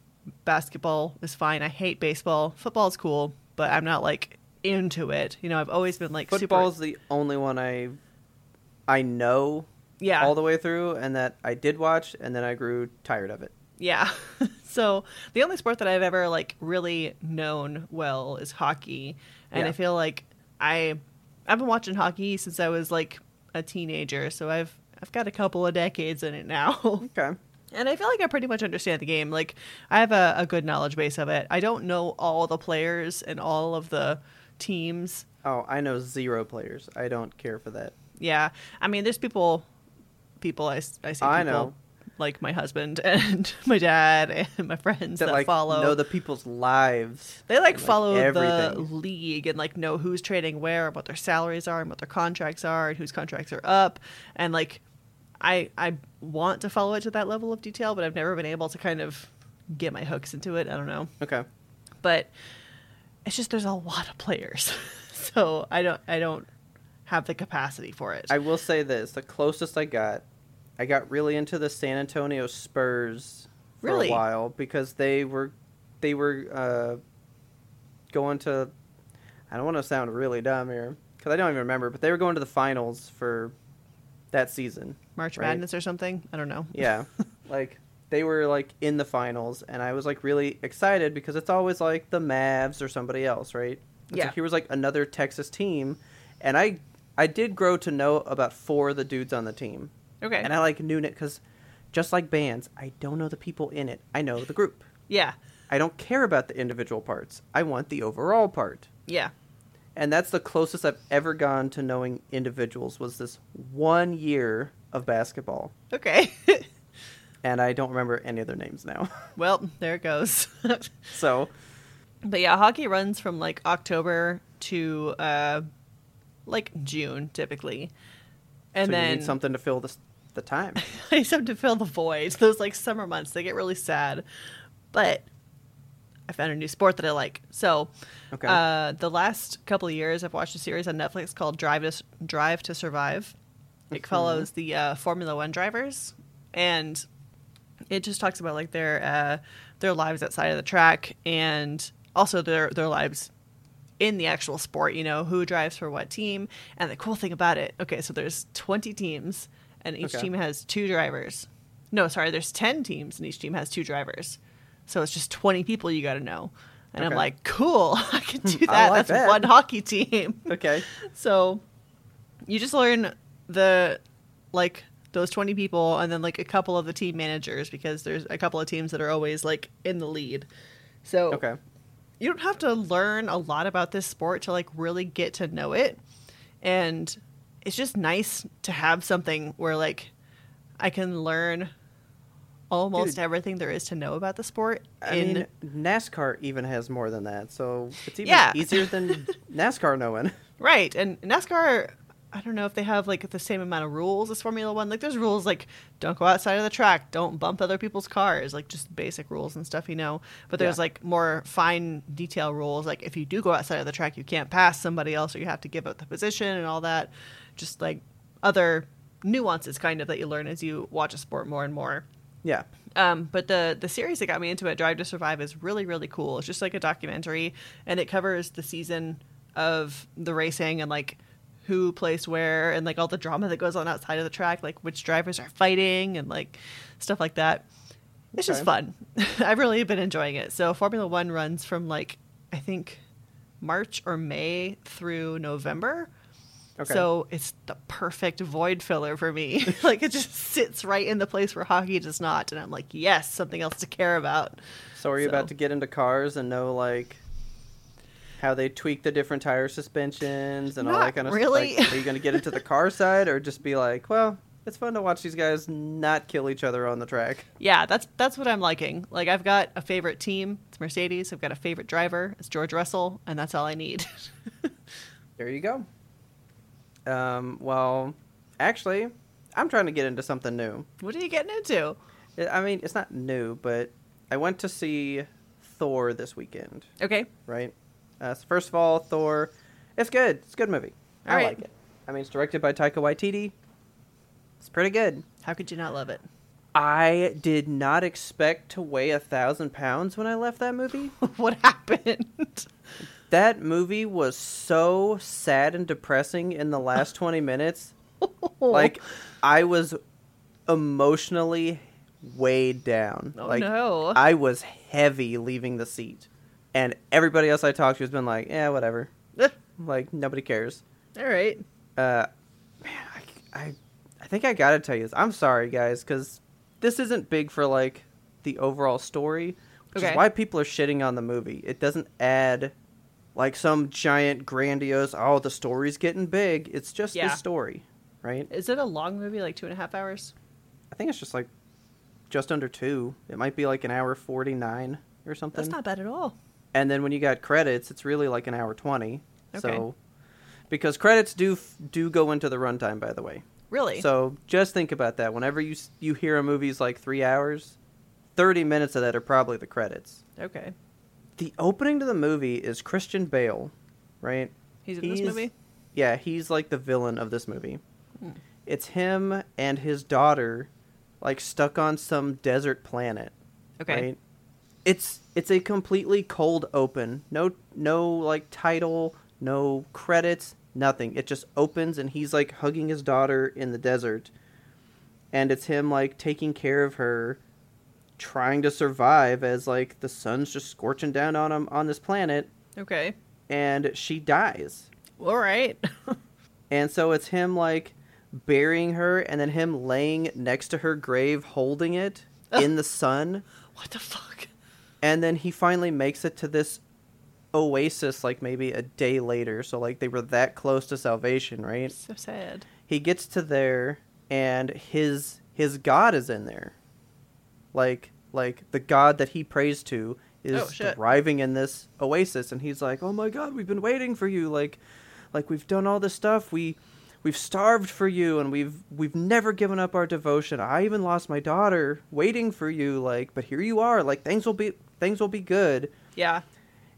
[SPEAKER 1] basketball is fine. I hate baseball. Football's cool, but I'm not like into it. You know, I've always been like
[SPEAKER 2] Football's
[SPEAKER 1] super
[SPEAKER 2] the only one I I know
[SPEAKER 1] yeah
[SPEAKER 2] all the way through, and that I did watch, and then I grew tired of it.
[SPEAKER 1] yeah. so the only sport that I've ever like really known well is hockey, and
[SPEAKER 2] Yeah.
[SPEAKER 1] I feel like I I've been watching hockey since I was like a teenager, so I've I've got a couple of decades in it now.
[SPEAKER 2] Okay.
[SPEAKER 1] And I feel like I pretty much understand the game. Like I have a, a good knowledge base of it. I don't know all the players and all of the teams.
[SPEAKER 2] Oh, I know zero players. I don't care for that.
[SPEAKER 1] Yeah, I mean, there's people, people I, s- I see. People
[SPEAKER 2] I know.
[SPEAKER 1] like my husband and my dad and my friends
[SPEAKER 2] that
[SPEAKER 1] that,
[SPEAKER 2] like
[SPEAKER 1] follow.
[SPEAKER 2] know the people's lives.
[SPEAKER 1] they like
[SPEAKER 2] and,
[SPEAKER 1] follow the
[SPEAKER 2] everything.
[SPEAKER 1] league and like know who's trading where and what their salaries are and what their contracts are and whose contracts are up and like i i want to follow it to that level of detail but i've never been able to kind of get my hooks into it i don't know
[SPEAKER 2] Okay.
[SPEAKER 1] but it's just there's a lot of players so i don't i don't have the capacity for it
[SPEAKER 2] I will say this: the closest I got, I got really into the San Antonio Spurs for
[SPEAKER 1] Really?
[SPEAKER 2] a while because they were, they were uh, going to. I don't want to sound really dumb here because I don't even remember, but they were going to the finals for that season.
[SPEAKER 1] march
[SPEAKER 2] right?
[SPEAKER 1] madness or something i don't know
[SPEAKER 2] Yeah, like they were like in the finals, and I was like really excited because it's always like the Mavs or somebody else, right? It's
[SPEAKER 1] Yeah.
[SPEAKER 2] Like, here was like another Texas team, and I I did grow to know about four of the dudes on the team,
[SPEAKER 1] okay
[SPEAKER 2] and I like knew it because just like bands, I don't know the people in it. I know the group.
[SPEAKER 1] yeah
[SPEAKER 2] I don't care about the individual parts. I want the overall part.
[SPEAKER 1] yeah
[SPEAKER 2] And that's the closest I've ever gone to knowing individuals was this one year of basketball.
[SPEAKER 1] okay
[SPEAKER 2] And I don't remember any of their names now.
[SPEAKER 1] well there it goes
[SPEAKER 2] So,
[SPEAKER 1] But yeah, hockey runs from like October to uh like June typically. And
[SPEAKER 2] so
[SPEAKER 1] then
[SPEAKER 2] you need something to fill this the time.
[SPEAKER 1] I need something to fill the void. Those like summer months, they get really sad. But I found a new sport that I like. So
[SPEAKER 2] Okay.
[SPEAKER 1] uh the last couple of years I've watched a series on Netflix called Drive to Drive to Survive. It follows the uh, Formula One drivers and it just talks about like their uh, their lives outside of the track and also their their lives in the actual sport. You know who drives for what team, and the cool thing about it. Okay, so there's 20 teams, and each
[SPEAKER 2] Okay.
[SPEAKER 1] team has two drivers. No, sorry, there's 10 teams, and each team has two drivers. So it's just 20 people you got to know. And I'm
[SPEAKER 2] Okay.
[SPEAKER 1] like, cool, I can do that.
[SPEAKER 2] like
[SPEAKER 1] That's
[SPEAKER 2] that.
[SPEAKER 1] one hockey team
[SPEAKER 2] okay.
[SPEAKER 1] so you just learn the like those 20 people and then like a couple of the team managers because there's a couple of teams that are always like in the lead. So
[SPEAKER 2] Okay.
[SPEAKER 1] you don't have to learn a lot about this sport to like really get to know it. And it's just nice to have something where like I can learn almost
[SPEAKER 2] Dude.
[SPEAKER 1] everything there is to know about the sport
[SPEAKER 2] I
[SPEAKER 1] in
[SPEAKER 2] mean, NASCAR even has more than that, so it's even
[SPEAKER 1] Yeah.
[SPEAKER 2] easier than NASCAR knowing.
[SPEAKER 1] Right. And NASCAR, I don't know if they have like the same amount of rules as Formula One. Like there's rules like don't go outside of the track, don't bump other people's cars, like just basic rules and stuff, you know. But there's
[SPEAKER 2] Yeah.
[SPEAKER 1] like more fine detail rules. Like if you do go outside of the track, you can't pass somebody else or you have to give up the position and all that. Just like other nuances kind of that you learn as you watch a sport more and more.
[SPEAKER 2] Yeah.
[SPEAKER 1] Um, but the the series that got me into it, Drive to Survive, is really really cool. It's just like a documentary, and it covers the season of the racing and like who placed where and like all the drama that goes on outside of the track, like which drivers are fighting and like stuff like that. It's just
[SPEAKER 2] Okay.
[SPEAKER 1] fun. I've really been enjoying it. So Formula One runs from like I think March or May through November.
[SPEAKER 2] Okay.
[SPEAKER 1] So it's the perfect void filler for me. like it just sits right in the place where hockey does not, and I'm like, yes, something else to care about.
[SPEAKER 2] So are you
[SPEAKER 1] So-
[SPEAKER 2] about to get into cars and know like how they tweak the different tire suspensions and all
[SPEAKER 1] Not
[SPEAKER 2] that kind of
[SPEAKER 1] really.
[SPEAKER 2] stuff? Like, are you going to get into the car side or just be like, well, it's fun to watch these guys not kill each other on the track?
[SPEAKER 1] Yeah, that's that's what I'm liking. Like I've got a favorite team, it's Mercedes. I've got a favorite driver, it's George Russell, and that's all I need.
[SPEAKER 2] There you go. Um, well, actually, I'm trying to get into something new.
[SPEAKER 1] what are you getting into?
[SPEAKER 2] I- I mean, it's not new, but I went to see Thor this weekend.
[SPEAKER 1] Okay,
[SPEAKER 2] right? Uh, so first of all, Thor, it's good. It's a good movie.
[SPEAKER 1] All
[SPEAKER 2] I
[SPEAKER 1] right.
[SPEAKER 2] like it. I mean, it's directed by Taika Waititi. It's pretty good.
[SPEAKER 1] how could you not love it?
[SPEAKER 2] I did not expect to weigh a thousand pounds when I left that movie.
[SPEAKER 1] what happened?
[SPEAKER 2] that movie was so sad and depressing in the last 20 minutes. Like, I was emotionally weighed down.
[SPEAKER 1] Oh,
[SPEAKER 2] like,
[SPEAKER 1] no.
[SPEAKER 2] I was heavy leaving the seat. And everybody else I talked to has been like, yeah, whatever.
[SPEAKER 1] all
[SPEAKER 2] Like, nobody cares.
[SPEAKER 1] right.
[SPEAKER 2] uh, man, I, I, I think I gotta tell you this. I'm sorry, guys, because this isn't big for like the overall story, which
[SPEAKER 1] Okay.
[SPEAKER 2] is why people are shitting on the movie. It doesn't add like some giant grandiose. Oh, the story's getting big. It's just
[SPEAKER 1] Yeah.
[SPEAKER 2] the story, right?
[SPEAKER 1] Is it a long movie, like two and a half hours?
[SPEAKER 2] I think it's just like just under two. It might be like an hour forty nine or something.
[SPEAKER 1] That's not bad at all.
[SPEAKER 2] and then when you got credits, it's really like an hour twenty.
[SPEAKER 1] Okay.
[SPEAKER 2] So, because credits do f- do go into the runtime, by the way.
[SPEAKER 1] Really?
[SPEAKER 2] So just think about that. Whenever you s- you hear a movie's like three hours, thirty minutes of that are probably the credits.
[SPEAKER 1] okay,
[SPEAKER 2] The opening to the movie is Christian Bale, right?
[SPEAKER 1] he's in this
[SPEAKER 2] He's-
[SPEAKER 1] movie. Hmm.
[SPEAKER 2] Yeah, he's like the villain of this movie. It's him and his daughter, like stuck on some desert planet.
[SPEAKER 1] Okay.
[SPEAKER 2] Right? It's it's a completely cold open. No no like title, no credits, nothing. It just opens and he's like hugging his daughter in the desert. And it's him like taking care of her, trying to survive as like the sun's just scorching down on him on this planet
[SPEAKER 1] Okay,
[SPEAKER 2] and she dies.
[SPEAKER 1] all right.
[SPEAKER 2] And so it's him like burying her and then him laying next to her grave holding it in the sun.
[SPEAKER 1] what the fuck?
[SPEAKER 2] And then he finally makes it to this oasis like maybe a day later. So like they were that close to salvation, right?
[SPEAKER 1] So sad.
[SPEAKER 2] He gets to there and his his god is in there. Like like the god that he prays to
[SPEAKER 1] Oh,
[SPEAKER 2] is
[SPEAKER 1] shit.
[SPEAKER 2] arriving in this oasis and he's like, "Oh my god, we've been waiting for you. Like like we've done all this stuff. We we've starved for you and we've we've never given up our devotion. I even lost my daughter waiting for you like, but here you are. Like things will be things will be good."
[SPEAKER 1] Yeah.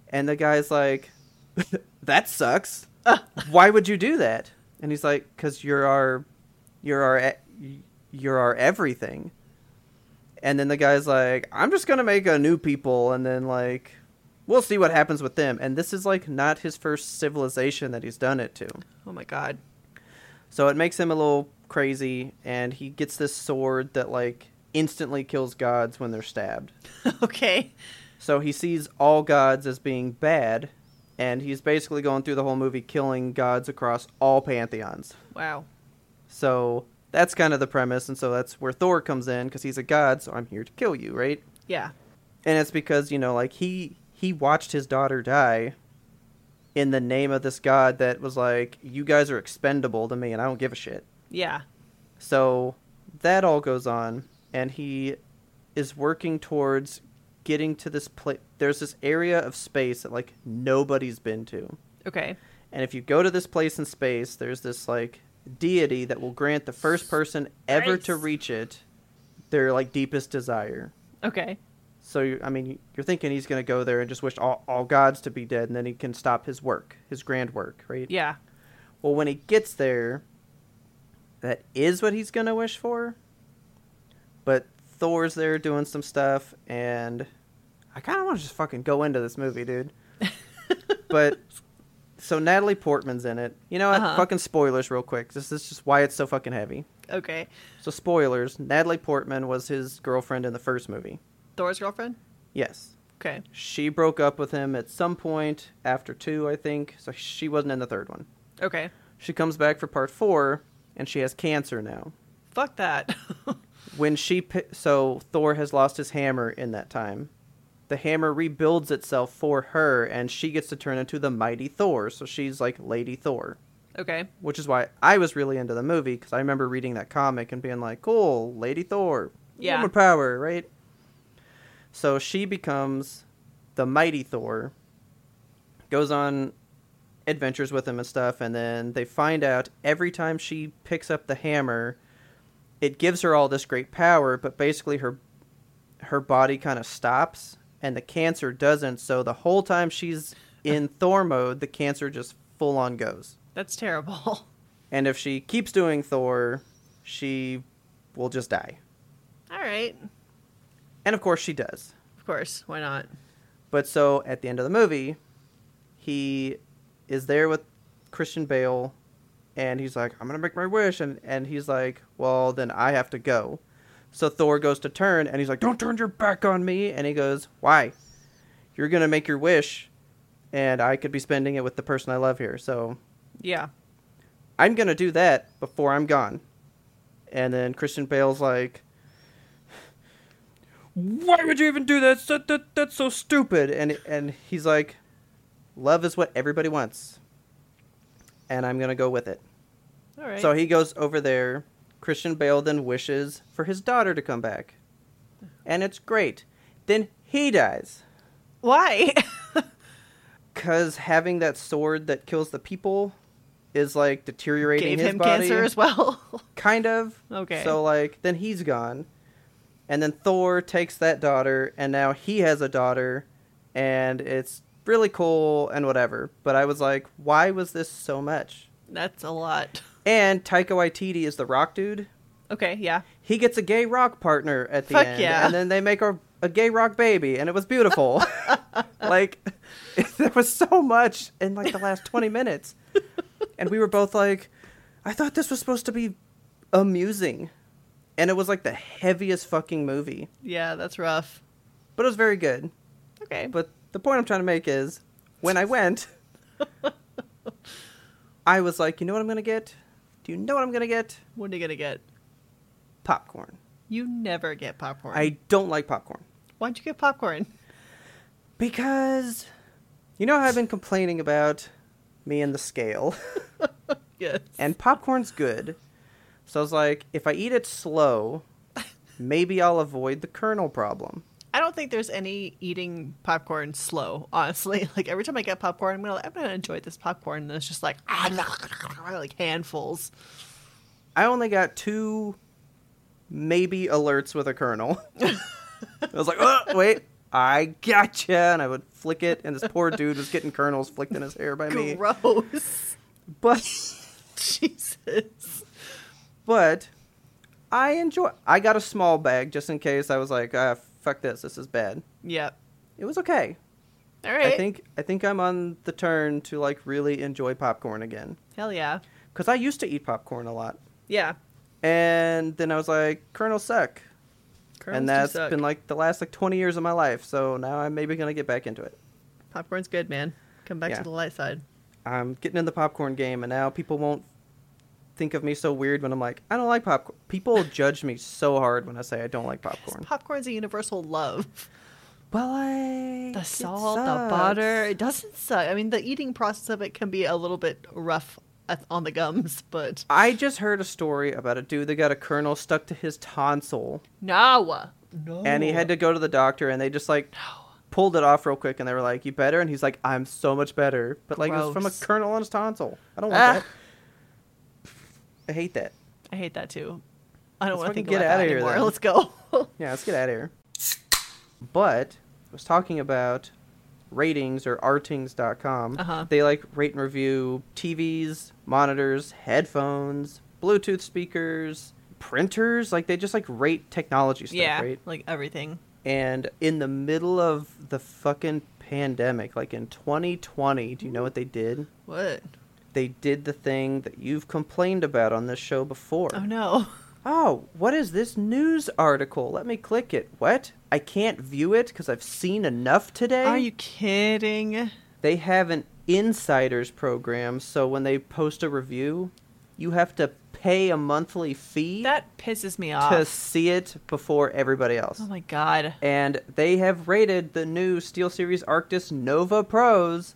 [SPEAKER 2] And the guy's like, "That sucks. Why would you do that?" And he's like, "Cause you're our, you're our, e- you're our everything." And then the guy's like, "I'm just gonna make a new people, and then like, we'll see what happens with them." And this is like not his first civilization that he's done it to,
[SPEAKER 1] Oh my god.
[SPEAKER 2] so it makes him a little crazy. And he gets this sword that like instantly kills gods when they're stabbed.
[SPEAKER 1] okay.
[SPEAKER 2] So he sees all gods as being bad, and he's basically going through the whole movie killing gods across all pantheons.
[SPEAKER 1] Wow.
[SPEAKER 2] So That's kind of the premise, and so that's where Thor comes in because he's a god, so I'm here to kill you, right?
[SPEAKER 1] Yeah.
[SPEAKER 2] and it's because you know like he he watched his daughter die in the name of this god that was like you guys are expendable to me and i don't give a shit
[SPEAKER 1] Yeah.
[SPEAKER 2] so that all goes on and he is working towards getting to this place there's this area of space that like nobody's been to
[SPEAKER 1] Okay.
[SPEAKER 2] and if you go to this place in space there's this like deity that will grant the first person ever to
[SPEAKER 1] Nice.
[SPEAKER 2] reach it their like deepest desire
[SPEAKER 1] Okay.
[SPEAKER 2] so you- I mean, you're thinking he's going to go there and just wish all, all gods to be dead, and then he can stop his work, his grand work, right?
[SPEAKER 1] Yeah.
[SPEAKER 2] Well, when he gets there, that is what he's going to wish for. But Thor's there doing some stuff, and I kind of want to just fucking go into this movie, dude. but so Natalie Portman's in it. You know what?
[SPEAKER 1] Uh-huh.
[SPEAKER 2] Fucking spoilers, real quick. This is just why it's so fucking heavy.
[SPEAKER 1] Okay.
[SPEAKER 2] So spoilers. Natalie Portman was his girlfriend in the first movie.
[SPEAKER 1] Thor's girlfriend?
[SPEAKER 2] Yes.
[SPEAKER 1] Okay.
[SPEAKER 2] She broke up with him at some point after two, I think. So she wasn't in the third one.
[SPEAKER 1] Okay.
[SPEAKER 2] She comes back for part four, and she has cancer now.
[SPEAKER 1] Fuck that.
[SPEAKER 2] When she pi- so Thor has lost his hammer in that time. The hammer rebuilds itself for her, and she gets to turn into the mighty Thor. So she's like Lady Thor,
[SPEAKER 1] okay.
[SPEAKER 2] which is why I was really into the movie because I remember reading that comic and being like, "Cool, Lady Thor,
[SPEAKER 1] Yeah.
[SPEAKER 2] woman power, right?" So she becomes the mighty Thor, goes on adventures with him and stuff, and then they find out every time she picks up the hammer, it gives her all this great power, but basically her her body kind of stops and the cancer doesn't. So the whole time she's in Thor mode, the cancer just full on goes.
[SPEAKER 1] That's terrible.
[SPEAKER 2] And if she keeps doing Thor, she will just die.
[SPEAKER 1] All right.
[SPEAKER 2] And of course she does.
[SPEAKER 1] Of course. Why not?
[SPEAKER 2] But so at the end of the movie, he is there with Christian Bale and he's like, I'm gonna make my wish and, and he's like, Well then I have to go. So Thor goes to turn and he's like, Don't turn your back on me and he goes, Why? You're gonna make your wish and I could be spending it with the person I love here, so
[SPEAKER 1] Yeah.
[SPEAKER 2] I'm gonna do that before I'm gone. And then Christian Bale's like, Why would you even do that? That, that- That's so stupid. And and he's like, Love is what everybody wants, and I'm gonna go with it.
[SPEAKER 1] All right.
[SPEAKER 2] So he goes over there. Christian Bale then wishes for his daughter to come back, and it's great. Then he dies
[SPEAKER 1] Why?
[SPEAKER 2] because having that sword that kills the people is like deteriorating
[SPEAKER 1] Gave
[SPEAKER 2] his
[SPEAKER 1] him
[SPEAKER 2] body.
[SPEAKER 1] cancer as well.
[SPEAKER 2] kind of
[SPEAKER 1] Okay.
[SPEAKER 2] so like then he's gone and then thor takes that daughter and now he has a daughter and it's really cool and whatever but i was like why was this so much
[SPEAKER 1] That's a lot.
[SPEAKER 2] and taika waititi is the rock dude
[SPEAKER 1] Okay. Yeah.
[SPEAKER 2] he gets a gay rock partner at the
[SPEAKER 1] Fuck
[SPEAKER 2] end
[SPEAKER 1] yeah.
[SPEAKER 2] and then they make a, a gay rock baby and it was beautiful like there was so much in like the last 20 minutes and we were both like i thought this was supposed to be amusing and it was like the heaviest fucking movie
[SPEAKER 1] Yeah. That's rough.
[SPEAKER 2] but it was very good
[SPEAKER 1] Okay.
[SPEAKER 2] but the point i'm trying to make is when i went i was like you know what i'm gonna get do you know what i'm gonna get
[SPEAKER 1] what are you gonna get?
[SPEAKER 2] popcorn
[SPEAKER 1] You never get popcorn.
[SPEAKER 2] i don't like popcorn
[SPEAKER 1] Why'd you get popcorn?
[SPEAKER 2] Because you know how I've been complaining about me and the scale,
[SPEAKER 1] Yes.
[SPEAKER 2] and popcorn's good. So I was like, if I eat it slow, maybe I'll avoid the kernel problem.
[SPEAKER 1] I don't think there's any eating popcorn slow, honestly. Like every time I get popcorn, I'm gonna I'm gonna enjoy this popcorn, and it's just like ah, like handfuls.
[SPEAKER 2] I only got two, maybe alerts with a kernel. I was like, oh, wait, I gotcha, and I would flick it, and this poor dude was getting kernels flicked in his hair by me.
[SPEAKER 1] Gross.
[SPEAKER 2] But
[SPEAKER 1] Jesus.
[SPEAKER 2] but I enjoy. I got a small bag just in case I was like, ah, fuck this, this is bad.
[SPEAKER 1] Yep.
[SPEAKER 2] It was okay.
[SPEAKER 1] All right.
[SPEAKER 2] I think I think I'm on the turn to like really enjoy popcorn again
[SPEAKER 1] Hell yeah.
[SPEAKER 2] because I used to eat popcorn a lot,
[SPEAKER 1] Yeah.
[SPEAKER 2] and then I was like, Colonel suck, and that's been like the last like 20 years of my life. So now I'm maybe gonna get back into it.
[SPEAKER 1] popcorn's good, man. Come back
[SPEAKER 2] Yeah.
[SPEAKER 1] to the light side.
[SPEAKER 2] I'm getting in the popcorn game, and now people won't. think of me so weird when I'm like, I don't like popcorn. People judge me so hard when I say I don't like popcorn.
[SPEAKER 1] Popcorn's a universal love.
[SPEAKER 2] Well, I
[SPEAKER 1] The salt, the butter, it doesn't suck. I mean, the eating process of it can be a little bit rough at- on the gums, but
[SPEAKER 2] I just heard a story about a dude that got a kernel stuck to his tonsil,
[SPEAKER 1] no, no.
[SPEAKER 2] and he had to go to the doctor, and they just like pulled it off real quick, and they were like, "You better?" And he's like, "I'm so much better," but like it was from a
[SPEAKER 1] Gross.
[SPEAKER 2] kernel on his tonsil. I don't want
[SPEAKER 1] Ah.
[SPEAKER 2] that. I hate that.
[SPEAKER 1] I hate that too. I don't want to
[SPEAKER 2] Let's fucking
[SPEAKER 1] think
[SPEAKER 2] get
[SPEAKER 1] about
[SPEAKER 2] outta
[SPEAKER 1] that
[SPEAKER 2] here,
[SPEAKER 1] anymore.
[SPEAKER 2] then.
[SPEAKER 1] Let's go.
[SPEAKER 2] Yeah, let's get out of here. But I was talking about ratings or rtings.com.
[SPEAKER 1] Uh-huh.
[SPEAKER 2] They like rate and review TVs, monitors, headphones, Bluetooth speakers, printers. Like they just like rate technology stuff, right?
[SPEAKER 1] like everything.
[SPEAKER 2] And in the middle of the fucking pandemic, like in 2020, do you know what they did?
[SPEAKER 1] What?
[SPEAKER 2] They did the thing that you've complained about on this show before.
[SPEAKER 1] Oh no.
[SPEAKER 2] Oh, what is this news article? Let me click it. What? I can't view it because I've seen enough today?
[SPEAKER 1] Are you kidding?
[SPEAKER 2] They have an insiders program, so when they post a review, you have to pay a monthly fee
[SPEAKER 1] That pisses me off.
[SPEAKER 2] to see it before everybody else.
[SPEAKER 1] Oh my god.
[SPEAKER 2] and they have rated the new Steel Series Arctis Nova Pros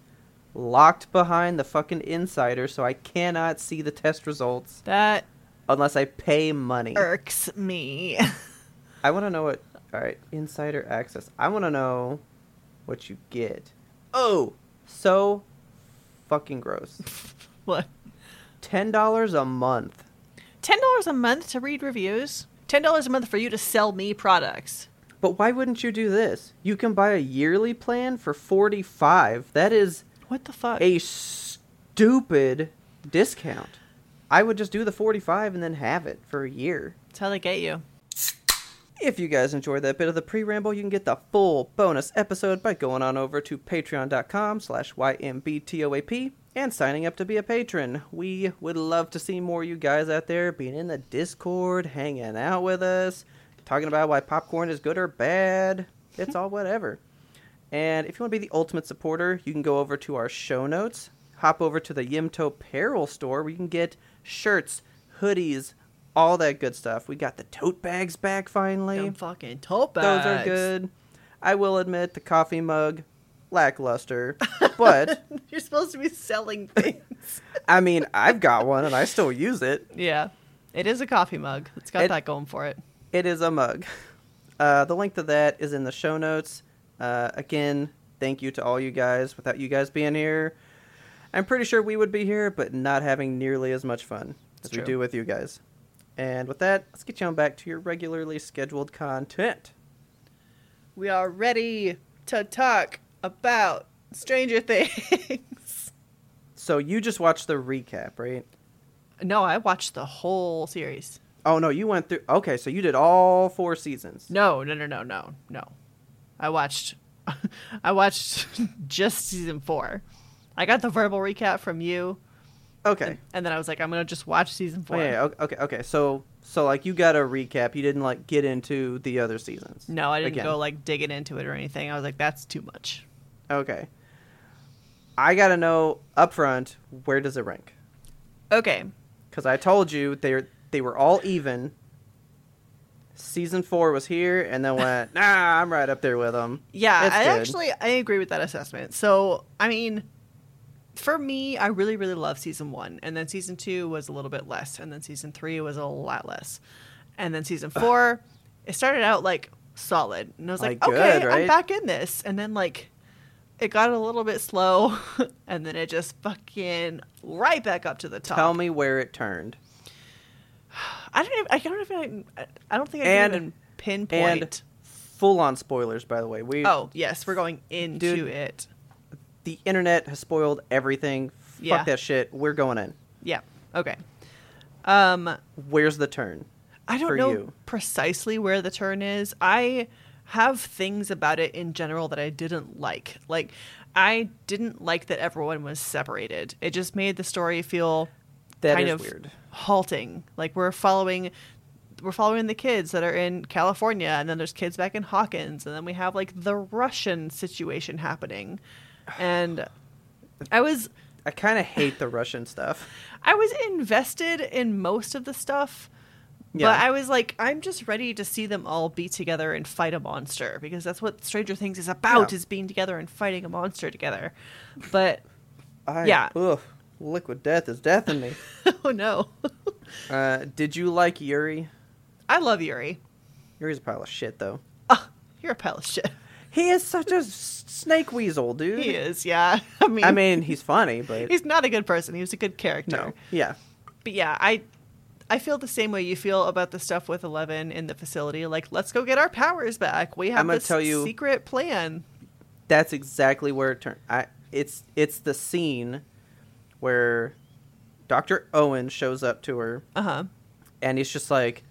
[SPEAKER 2] locked behind the fucking insider, so I cannot see the test results
[SPEAKER 1] That
[SPEAKER 2] unless I pay money.
[SPEAKER 1] irks me.
[SPEAKER 2] I want to know what. All right, insider access. I want to know what you get. Oh, so fucking gross.
[SPEAKER 1] what?
[SPEAKER 2] Ten dollars a month.
[SPEAKER 1] Ten dollars a month to read reviews? Ten dollars a month for you to sell me products.
[SPEAKER 2] But why wouldn't you do this? You can buy a yearly plan for forty-five. That is
[SPEAKER 1] What the fuck?
[SPEAKER 2] a stupid discount. I would just do the forty-five and then have it for a year.
[SPEAKER 1] That's how they get you.
[SPEAKER 2] If you guys enjoyed that bit of the pre-ramble, you can get the full bonus episode by going on over to patreon.com slash ymbtoap and signing up to be a patron. We would love to see more of you guys out there being in the Discord, hanging out with us, talking about why popcorn is good or bad. It's all whatever. And if you want to be the ultimate supporter, you can go over to our show notes, hop over to the Yimto Apparel store where you can get shirts, hoodies, all that good stuff. We got the tote bags back finally.
[SPEAKER 1] Them fucking tote
[SPEAKER 2] Those are
[SPEAKER 1] bags.
[SPEAKER 2] good. I will admit the coffee mug, lackluster, but
[SPEAKER 1] You're supposed to be selling things.
[SPEAKER 2] I mean I've got one and I still use it.
[SPEAKER 1] yeah. It is a coffee mug. It's got
[SPEAKER 2] It-
[SPEAKER 1] that going for it.
[SPEAKER 2] It is a mug. Uh, the length of that is in the show notes. Uh, again, thank you to all you guys. Without you guys being here, I'm pretty sure we would be here, but not having nearly as much fun as we
[SPEAKER 1] true.
[SPEAKER 2] do with you guys. And with that, let's get you on back to your regularly scheduled content.
[SPEAKER 1] We are ready to talk about Stranger Things.
[SPEAKER 2] So you just watched the recap, right?
[SPEAKER 1] no, I watched the whole series.
[SPEAKER 2] Oh no, you went through. Okay, so you did all four seasons.
[SPEAKER 1] No, no, no, no, no, no. I watched, I watched just season four. I got the verbal recap from you,
[SPEAKER 2] Okay.
[SPEAKER 1] and then I was like, I'm gonna just watch season
[SPEAKER 2] Oh,
[SPEAKER 1] four.
[SPEAKER 2] yeah, yeah, o- Okay. Okay. So so like you got a recap. You didn't like get into the other seasons.
[SPEAKER 1] No, I didn't
[SPEAKER 2] again.
[SPEAKER 1] go like digging into it or anything. I was like, that's too much.
[SPEAKER 2] Okay. I gotta know up front where does it rank?
[SPEAKER 1] Okay,
[SPEAKER 2] Because I told you they they were all even. Season four was here, and then went. nah, I'm right up there with them.
[SPEAKER 1] Yeah,
[SPEAKER 2] It's
[SPEAKER 1] I
[SPEAKER 2] good.
[SPEAKER 1] actually I agree with that assessment. So I mean, for me, I really really love season one, and then season two was a little bit less, and then season three was a lot less, and then season four, it started out like solid, and I was like,
[SPEAKER 2] Like, good,
[SPEAKER 1] okay, I'm
[SPEAKER 2] right?
[SPEAKER 1] back in this, and then like. It got a little bit slow, and then it just fucking right back up to the top.
[SPEAKER 2] Tell me where it turned.
[SPEAKER 1] I don't. Even, I don't even. I don't think I
[SPEAKER 2] And-
[SPEAKER 1] can even pinpoint.
[SPEAKER 2] And full on spoilers, by the way. We
[SPEAKER 1] oh yes, we're going into
[SPEAKER 2] Dude.
[SPEAKER 1] it.
[SPEAKER 2] the internet has spoiled everything. Fuck
[SPEAKER 1] Yeah.
[SPEAKER 2] that shit. We're going in.
[SPEAKER 1] Yeah. Okay. Um,
[SPEAKER 2] Where's the turn?
[SPEAKER 1] I
[SPEAKER 2] for
[SPEAKER 1] don't know
[SPEAKER 2] you?
[SPEAKER 1] precisely where the turn is. I have things about it in general that I didn't like. Like, I didn't like that everyone was separated. It just made the story feel
[SPEAKER 2] That
[SPEAKER 1] kind
[SPEAKER 2] is
[SPEAKER 1] of
[SPEAKER 2] weird.
[SPEAKER 1] halting. Like we're following. We're following the kids that are in California, and then there's kids back in Hawkins, and then we have like the Russian situation happening. And I was
[SPEAKER 2] I kind of hate the Russian stuff.
[SPEAKER 1] I was invested in most of the stuff,
[SPEAKER 2] Yeah.
[SPEAKER 1] but I was like, I'm just ready to see them all be together and fight a monster because that's what Stranger Things is about:
[SPEAKER 2] Yeah.
[SPEAKER 1] is being together and fighting a monster together. But
[SPEAKER 2] I,
[SPEAKER 1] yeah.
[SPEAKER 2] Ugh, liquid death is death in me.
[SPEAKER 1] oh no,
[SPEAKER 2] Uh, did you like Yuri?
[SPEAKER 1] I love Yuri.
[SPEAKER 2] Yuri's a pile of shit, though.
[SPEAKER 1] Oh, you're a pile of shit.
[SPEAKER 2] He is such a s- snake weasel, dude.
[SPEAKER 1] He is, yeah. I mean,
[SPEAKER 2] I mean, he's funny, but
[SPEAKER 1] he's not a good person. He was a good character.
[SPEAKER 2] no, yeah,
[SPEAKER 1] But yeah, I I feel the same way you feel about the stuff with Eleven in the facility. Like, let's go get our powers back. We have
[SPEAKER 2] I'm gonna
[SPEAKER 1] this
[SPEAKER 2] tell you-
[SPEAKER 1] secret plan.
[SPEAKER 2] that's exactly where it turned. I, it's it's the scene where Doctor Owen shows up to her,
[SPEAKER 1] Uh huh.
[SPEAKER 2] and he's just like,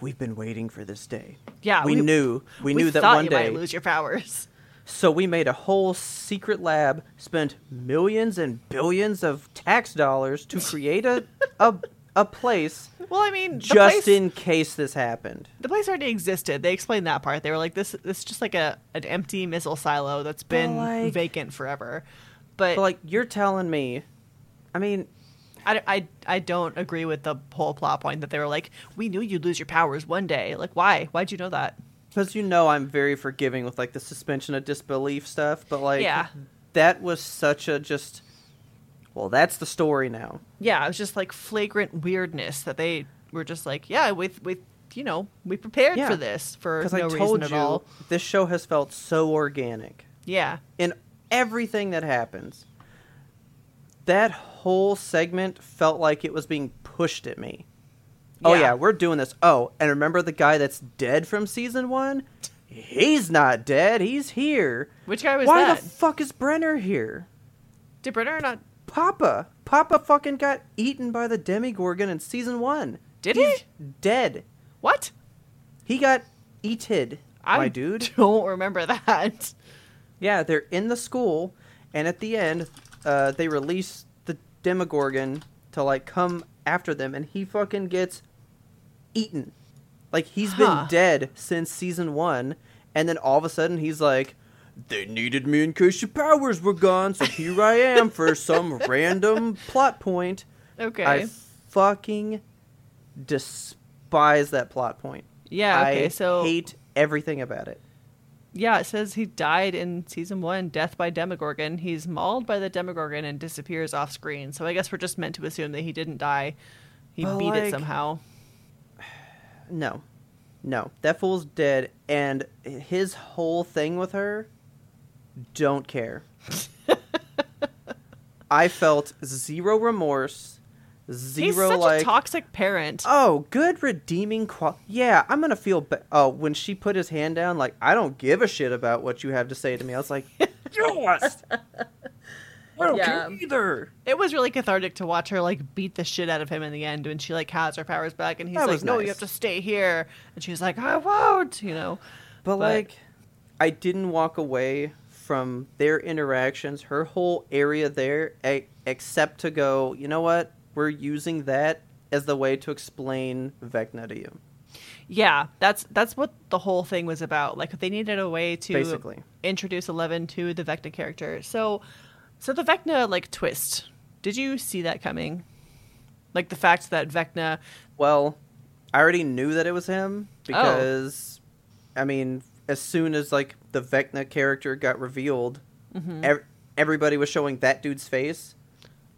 [SPEAKER 2] "We've been waiting for this day.
[SPEAKER 1] Yeah,
[SPEAKER 2] we,
[SPEAKER 1] we-
[SPEAKER 2] knew, we, knew that
[SPEAKER 1] thought
[SPEAKER 2] one
[SPEAKER 1] you
[SPEAKER 2] day.
[SPEAKER 1] might lose your powers.
[SPEAKER 2] So we made a whole secret lab, spent millions and billions of tax dollars to create a a, a place
[SPEAKER 1] Well, I mean, the
[SPEAKER 2] just
[SPEAKER 1] place,
[SPEAKER 2] in case this happened.
[SPEAKER 1] the place already existed. They explained that part. They were like, this this is just like a an empty missile silo that's been
[SPEAKER 2] like-
[SPEAKER 1] vacant forever. But,
[SPEAKER 2] But like you're telling me, I mean,
[SPEAKER 1] I, I, I don't agree with the whole plot point that they were like, we knew you'd lose your powers one day. Like, why? Why'd you know that?
[SPEAKER 2] because you know I'm very forgiving with like the suspension of disbelief stuff, but like
[SPEAKER 1] Yeah.
[SPEAKER 2] that was such a just. Well, that's the story now.
[SPEAKER 1] yeah, it was just like flagrant weirdness that they were just like, yeah, with with you know, we prepared
[SPEAKER 2] Yeah.
[SPEAKER 1] for this for
[SPEAKER 2] Because
[SPEAKER 1] no
[SPEAKER 2] I
[SPEAKER 1] reason
[SPEAKER 2] told
[SPEAKER 1] at
[SPEAKER 2] you
[SPEAKER 1] all.
[SPEAKER 2] this show has felt so organic.
[SPEAKER 1] Yeah,
[SPEAKER 2] in everything that happens. That whole segment felt like it was being pushed at me. Oh
[SPEAKER 1] Yeah.
[SPEAKER 2] yeah, we're doing this. Oh, and remember the guy that's dead from season one? He's not dead. He's here.
[SPEAKER 1] which guy was
[SPEAKER 2] Why
[SPEAKER 1] that?
[SPEAKER 2] the fuck is Brenner here?
[SPEAKER 1] Did Brenner not?
[SPEAKER 2] Papa. Papa fucking got eaten by the Demigorgon in season one.
[SPEAKER 1] Did
[SPEAKER 2] He's
[SPEAKER 1] he?
[SPEAKER 2] Dead.
[SPEAKER 1] What?
[SPEAKER 2] He got eated.
[SPEAKER 1] I
[SPEAKER 2] my dude.
[SPEAKER 1] don't remember that.
[SPEAKER 2] Yeah, they're in the school, and at the end, uh, they release the Demogorgon to like come after them, and he fucking gets eaten. Like he's
[SPEAKER 1] Huh.
[SPEAKER 2] been dead since season one, and then all of a sudden he's like, "They needed me in case your powers were gone, so here I am for some random plot point."
[SPEAKER 1] Okay.
[SPEAKER 2] I fucking despise that plot point.
[SPEAKER 1] yeah. Okay.
[SPEAKER 2] I
[SPEAKER 1] so
[SPEAKER 2] hate everything about it.
[SPEAKER 1] yeah, it says he died in season one, death by Demogorgon. He's mauled by the Demogorgon and disappears off screen. So I guess we're just meant to assume that he didn't die. He
[SPEAKER 2] But,
[SPEAKER 1] beat it
[SPEAKER 2] like,
[SPEAKER 1] somehow.
[SPEAKER 2] No. No. That fool's dead and his whole thing with her don't care. I felt zero remorse, zero
[SPEAKER 1] He's such
[SPEAKER 2] like
[SPEAKER 1] a toxic parent.
[SPEAKER 2] Oh, good redeeming qual. Yeah, I'm gonna feel. Ba- oh, when she put his hand down, like I don't give a shit about what you have to say to me. I was like, yes, I don't
[SPEAKER 1] Yeah.
[SPEAKER 2] care either.
[SPEAKER 1] it was really cathartic to watch her like beat the shit out of him in the end when she like has her powers back and he's
[SPEAKER 2] That
[SPEAKER 1] like
[SPEAKER 2] was
[SPEAKER 1] no you
[SPEAKER 2] nice.
[SPEAKER 1] have to stay here and she's like i won't you know But-
[SPEAKER 2] But, like, I didn't walk away from their interactions, her whole area there, e- except to go, you know what? We're using that as the way to explain Vecna to you.
[SPEAKER 1] yeah that's that's what the whole thing was about like they needed a way to
[SPEAKER 2] Basically.
[SPEAKER 1] introduce eleven to the vecna character so so the vecna like twist did you see that coming like the fact that vecna
[SPEAKER 2] Well, I already knew that it was him
[SPEAKER 1] Oh.
[SPEAKER 2] because, I mean, as soon as like the Vecna character got revealed,
[SPEAKER 1] Mm-hmm.
[SPEAKER 2] ev- everybody was showing that dude's face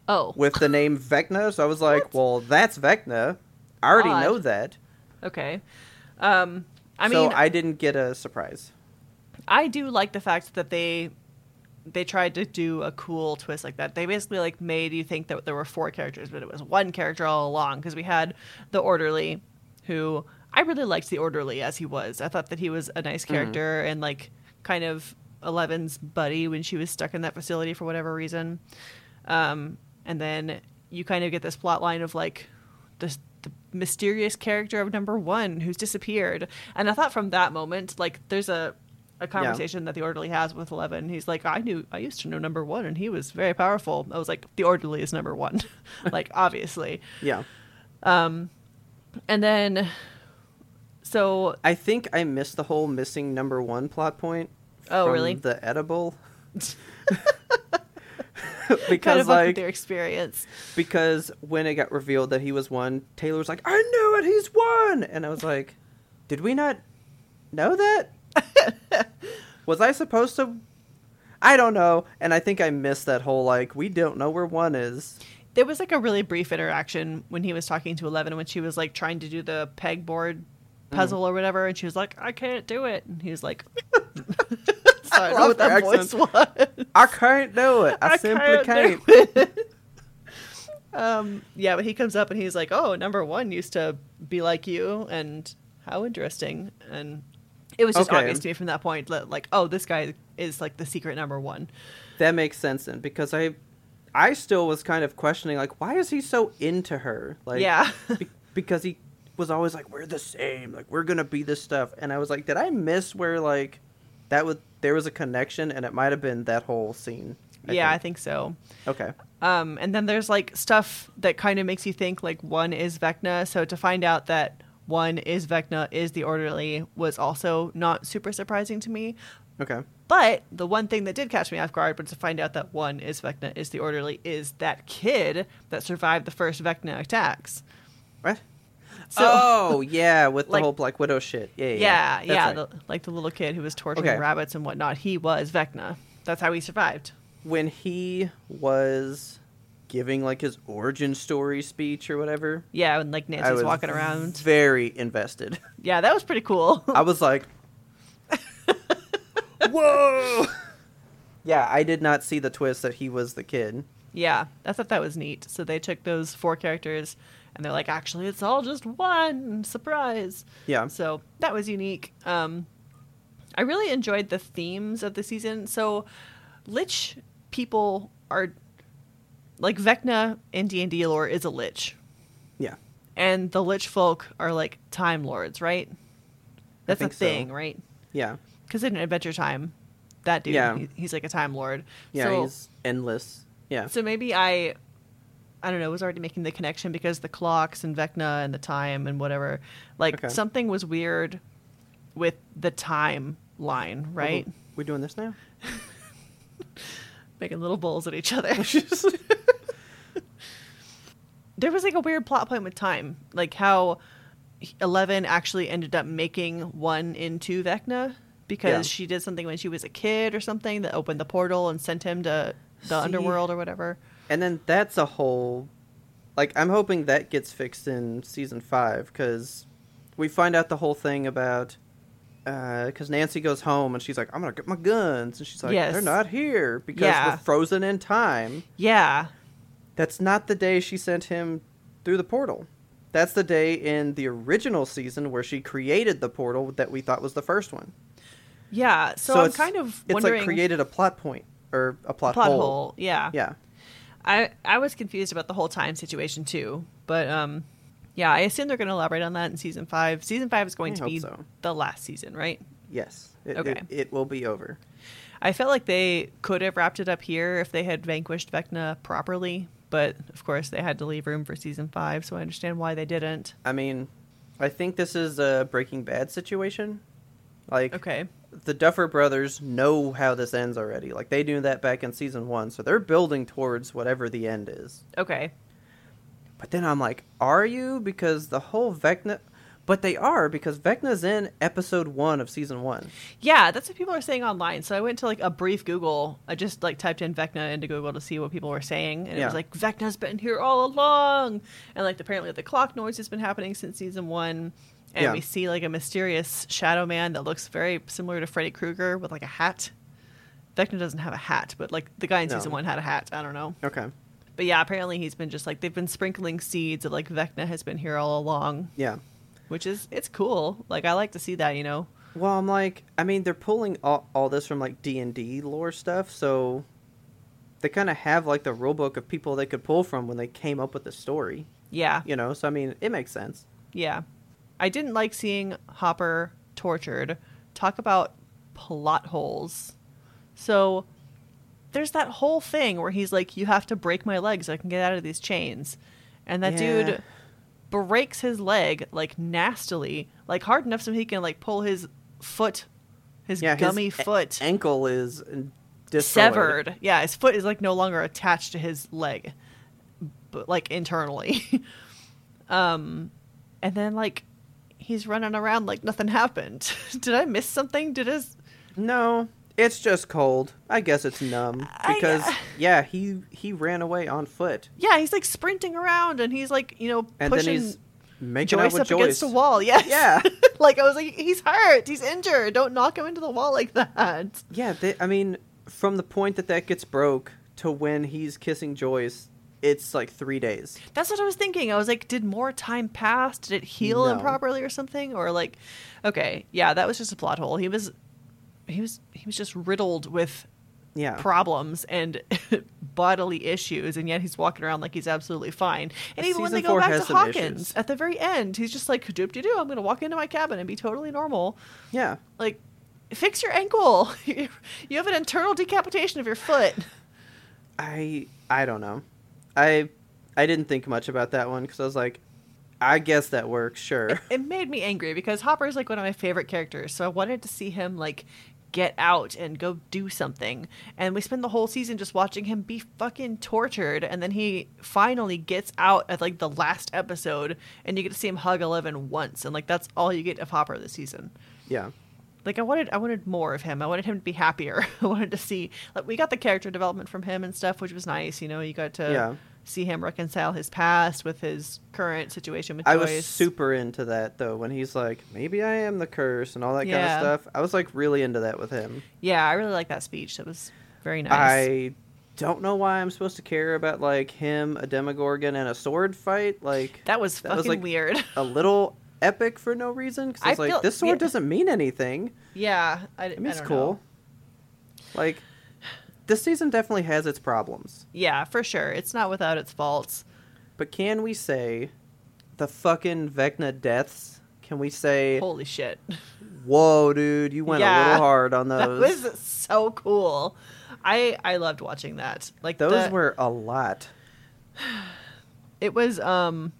[SPEAKER 1] oh
[SPEAKER 2] with the name Vecna. So I was like, well, that's Vecna. I already
[SPEAKER 1] Odd.
[SPEAKER 2] know that.
[SPEAKER 1] okay um i
[SPEAKER 2] so
[SPEAKER 1] mean
[SPEAKER 2] I didn't get a surprise.
[SPEAKER 1] I do like the fact that they they tried to do a cool twist like that. They basically like made you think that there were four characters, but it was one character all along because we had the orderly who I really liked the orderly as he was. I thought that he was a nice character and like kind of Eleven's buddy when she was stuck in that facility for whatever reason. Um, and then you kind of get this plot line of like this the mysterious character of number one who's disappeared. And I thought from that moment, like there's a a conversation that the orderly has with Eleven. He's like, I knew I used to know number one and he was very powerful. I was like, the orderly is number one. like obviously.
[SPEAKER 2] Yeah.
[SPEAKER 1] And then so
[SPEAKER 2] I think I missed the whole missing number one plot point.
[SPEAKER 1] Oh,
[SPEAKER 2] from
[SPEAKER 1] really?
[SPEAKER 2] The edible. because
[SPEAKER 1] kind of like
[SPEAKER 2] like
[SPEAKER 1] their experience.
[SPEAKER 2] because when it got revealed that he was one, Taylor was like, "I knew it, he's one," and I was like, "Did we not know that? was I supposed to?" I don't know, and I think I missed that whole like we don't know where one is.
[SPEAKER 1] There was like a really brief interaction when he was talking to Eleven when she was like trying to do the pegboard
[SPEAKER 2] Mm.
[SPEAKER 1] puzzle or whatever, and she was like, "I can't do it," and he was like, "Sorry,
[SPEAKER 2] love
[SPEAKER 1] what that
[SPEAKER 2] their
[SPEAKER 1] voice was."
[SPEAKER 2] I can't do it. I, simply can't.
[SPEAKER 1] do it. um, yeah, but he comes up and he's like, "Oh, number one used to be like you," and how interesting. And it was just
[SPEAKER 2] Okay.
[SPEAKER 1] obvious to me from that point that, like, oh, this guy is like the secret number one.
[SPEAKER 2] That makes sense then, because I, I still was kind of questioning like, why is he so into her? Like,
[SPEAKER 1] Yeah.
[SPEAKER 2] be- because he was always like, we're the same, like we're gonna be this stuff, and I was like, did I miss where like that was there was a connection, and it might have been that whole scene.
[SPEAKER 1] yeah, I think so.
[SPEAKER 2] Okay.
[SPEAKER 1] Um, and then there's like stuff that kind of makes you think like one is Vecna. So to find out that one is Vecna is the orderly was also not super surprising to me.
[SPEAKER 2] Okay.
[SPEAKER 1] But the one thing that did catch me off guard was to find out that one is Vecna is the orderly is that kid that survived the first Vecna attacks.
[SPEAKER 2] Right.
[SPEAKER 1] So-
[SPEAKER 2] oh yeah, with the
[SPEAKER 1] Like-
[SPEAKER 2] whole Black Widow shit. Yeah. Yeah.
[SPEAKER 1] Yeah, yeah,
[SPEAKER 2] That's right.
[SPEAKER 1] the, like the little kid who was torturing
[SPEAKER 2] Okay.
[SPEAKER 1] rabbits and whatnot. He was Vecna. That's how he survived.
[SPEAKER 2] when he was giving like his origin story speech or whatever.
[SPEAKER 1] Yeah, and like
[SPEAKER 2] I
[SPEAKER 1] Nancy's
[SPEAKER 2] was
[SPEAKER 1] walking around.
[SPEAKER 2] Very invested.
[SPEAKER 1] Yeah, that was pretty cool.
[SPEAKER 2] I was like, whoa. Yeah, I did not see the twist that he was the kid.
[SPEAKER 1] Yeah, I thought that was neat. So they took those four characters and they're like, actually, it's all just one surprise.
[SPEAKER 2] Yeah.
[SPEAKER 1] So that was unique. Um, I really enjoyed the themes of the season. So lich people are like Vecna in D and D lore is a lich,
[SPEAKER 2] Yeah.
[SPEAKER 1] and the lich folk are like time lords, right? That's a
[SPEAKER 2] think so.
[SPEAKER 1] thing, right?
[SPEAKER 2] Yeah.
[SPEAKER 1] Because in Adventure Time, that dude,
[SPEAKER 2] Yeah.
[SPEAKER 1] he- he's like a time lord.
[SPEAKER 2] Yeah,
[SPEAKER 1] So-
[SPEAKER 2] he's endless. Yeah.
[SPEAKER 1] so maybe I, I don't know, was already making the connection because the clocks and Vecna and the time and whatever, like
[SPEAKER 2] Okay.
[SPEAKER 1] something was weird with the timeline, right?
[SPEAKER 2] We're Uh-huh. doing this now?
[SPEAKER 1] Making little bowls at each other. there was like a weird plot point with time, like how Eleven actually ended up making one into Vecna because
[SPEAKER 2] Yeah.
[SPEAKER 1] she did something when she was a kid or something that opened the portal and sent him to the
[SPEAKER 2] See?
[SPEAKER 1] underworld or whatever.
[SPEAKER 2] And then that's a whole. Like, I'm hoping that gets fixed in season five because we find out the whole thing about. Because Nancy goes home and she's like, I'm going to get my guns. And she's like,
[SPEAKER 1] Yes.
[SPEAKER 2] they're not here because
[SPEAKER 1] Yeah.
[SPEAKER 2] we're frozen in time.
[SPEAKER 1] Yeah,
[SPEAKER 2] That's not the day she sent him through the portal. That's the day in the original season where she created the portal that we thought was the first one.
[SPEAKER 1] Yeah, so, I'm
[SPEAKER 2] it's-
[SPEAKER 1] kind of
[SPEAKER 2] it's
[SPEAKER 1] wondering
[SPEAKER 2] like created a plot point or a plot,
[SPEAKER 1] plot
[SPEAKER 2] hole.
[SPEAKER 1] hole. Yeah.
[SPEAKER 2] Yeah,
[SPEAKER 1] I I was confused about the whole time situation too, but um, yeah, I assume they're going to elaborate on that in season five. Season five is going
[SPEAKER 2] I
[SPEAKER 1] to
[SPEAKER 2] hope
[SPEAKER 1] be
[SPEAKER 2] so.
[SPEAKER 1] the last season, right?
[SPEAKER 2] yes. It,
[SPEAKER 1] Okay.
[SPEAKER 2] It, it will be over.
[SPEAKER 1] I felt like they could have wrapped it up here if they had vanquished Vecna properly, but of course they had to leave room for season five, so I understand why they didn't.
[SPEAKER 2] I mean, I think this is a Breaking Bad situation. Like,
[SPEAKER 1] Okay,
[SPEAKER 2] the Duffer brothers know how this ends already. Like, they knew that back in season one, so they're building towards whatever the end is.
[SPEAKER 1] okay,
[SPEAKER 2] But then I'm like, are you? Because the whole Vecna. But they are, because Vecna's in episode one of season one.
[SPEAKER 1] yeah, that's what people are saying online. So I went to like a brief Google. I just like typed in Vecna into Google to see what people were saying, and it
[SPEAKER 2] Yeah.
[SPEAKER 1] was like Vecna's been here all along, and like apparently the clock noise has been happening since season one, and
[SPEAKER 2] Yeah.
[SPEAKER 1] we see like a mysterious shadow man that looks very similar to Freddy Krueger with like a hat. Vecna doesn't have a hat, but like the guy in
[SPEAKER 2] No.
[SPEAKER 1] season one had a hat. I don't know,
[SPEAKER 2] Okay.
[SPEAKER 1] but yeah, apparently he's been just like they've been sprinkling seeds of like Vecna has been here all along,
[SPEAKER 2] Yeah.
[SPEAKER 1] which is it's cool. Like I like to see that, you know.
[SPEAKER 2] Well, I'm like, I mean, they're pulling all, all this from like D and D lore stuff, so they kind of have like the rule book of people they could pull from when they came up with the story,
[SPEAKER 1] Yeah,
[SPEAKER 2] you know. So I mean, it makes sense.
[SPEAKER 1] Yeah. I didn't like seeing Hopper tortured. Talk about plot holes. So there's that whole thing where he's like, You have to break my leg so I can get out of these chains. And that
[SPEAKER 2] Yeah.
[SPEAKER 1] dude breaks his leg like nastily, like hard enough so he can like pull his foot, his
[SPEAKER 2] Yeah, his
[SPEAKER 1] gummy
[SPEAKER 2] a-
[SPEAKER 1] foot.
[SPEAKER 2] ankle is in Dislocated.
[SPEAKER 1] severed. Yeah, his foot is like no longer attached to his leg, but like internally. um, and then like he's running around like nothing happened. Did I miss something? Did his
[SPEAKER 2] No, it's just cold. I guess it's numb
[SPEAKER 1] I- uh,
[SPEAKER 2] because yeah, he he ran away on foot
[SPEAKER 1] yeah? He's like sprinting around and he's like you know
[SPEAKER 2] and
[SPEAKER 1] pushing
[SPEAKER 2] then he's making
[SPEAKER 1] Joyce
[SPEAKER 2] out
[SPEAKER 1] up
[SPEAKER 2] with
[SPEAKER 1] against
[SPEAKER 2] Joyce.
[SPEAKER 1] a wall. Yes.
[SPEAKER 2] Yeah.
[SPEAKER 1] like I was like, he's hurt. He's injured. Don't knock him into the wall like that.
[SPEAKER 2] Yeah, they, I mean, from the point that that gets broke to when he's kissing Joyce, it's like three days.
[SPEAKER 1] That's what I was thinking. I was like, did more time pass? Did it heal
[SPEAKER 2] No.
[SPEAKER 1] improperly or something? Or like, okay, yeah, that was just a plot hole. He was, he was, he was just riddled with
[SPEAKER 2] Yeah,
[SPEAKER 1] problems and bodily issues, and yet he's walking around like he's absolutely fine. And even when
[SPEAKER 2] Season
[SPEAKER 1] they go
[SPEAKER 2] four
[SPEAKER 1] back
[SPEAKER 2] has
[SPEAKER 1] to
[SPEAKER 2] some
[SPEAKER 1] Hawkins
[SPEAKER 2] issues.
[SPEAKER 1] at the very end, he's just like, doop de doo, I'm going to walk into my cabin and be totally normal.
[SPEAKER 2] yeah.
[SPEAKER 1] Like, fix your ankle. you have an internal decapitation of your foot.
[SPEAKER 2] I I don't know. I I didn't think much about that one because I was like, I guess that works. Sure.
[SPEAKER 1] it made me angry because Hopper is like one of my favorite characters, so I wanted to see him like get out and go do something. And we spend the whole season just watching him be fucking tortured, and then he finally gets out at like the last episode, and you get to see him hug Eleven once, and like that's all you get of Hopper this season.
[SPEAKER 2] yeah.
[SPEAKER 1] Like I wanted, I wanted more of him. I wanted him to be happier. I wanted to see like we got the character development from him and stuff, which was nice. You know, you got to
[SPEAKER 2] Yeah.
[SPEAKER 1] see him reconcile his past with his current situation with
[SPEAKER 2] I
[SPEAKER 1] Joyce.
[SPEAKER 2] was super into that though when he's like, maybe I am the curse and all that
[SPEAKER 1] Yeah.
[SPEAKER 2] kind of stuff. I was like really into that with him.
[SPEAKER 1] Yeah, I really like that speech. That was very nice.
[SPEAKER 2] I don't know why I'm supposed to care about like him, a Demogorgon, and a sword fight. Like
[SPEAKER 1] that was
[SPEAKER 2] that
[SPEAKER 1] fucking
[SPEAKER 2] was, like,
[SPEAKER 1] weird.
[SPEAKER 2] a little epic for no reason because
[SPEAKER 1] I
[SPEAKER 2] it's like
[SPEAKER 1] feel-
[SPEAKER 2] this sword
[SPEAKER 1] yeah.
[SPEAKER 2] doesn't mean anything.
[SPEAKER 1] yeah, I,
[SPEAKER 2] I mean,
[SPEAKER 1] I
[SPEAKER 2] it's
[SPEAKER 1] don't
[SPEAKER 2] cool.
[SPEAKER 1] know.
[SPEAKER 2] Like this season definitely has its problems,
[SPEAKER 1] Yeah, for sure. It's not without its faults.
[SPEAKER 2] but can we say the fucking Vecna deaths? Can we say,
[SPEAKER 1] Holy shit,
[SPEAKER 2] whoa, dude, you went a
[SPEAKER 1] Yeah.
[SPEAKER 2] little hard on
[SPEAKER 1] that
[SPEAKER 2] those?
[SPEAKER 1] was so cool. I I loved watching that. Like
[SPEAKER 2] those
[SPEAKER 1] the-
[SPEAKER 2] were a lot.
[SPEAKER 1] it was um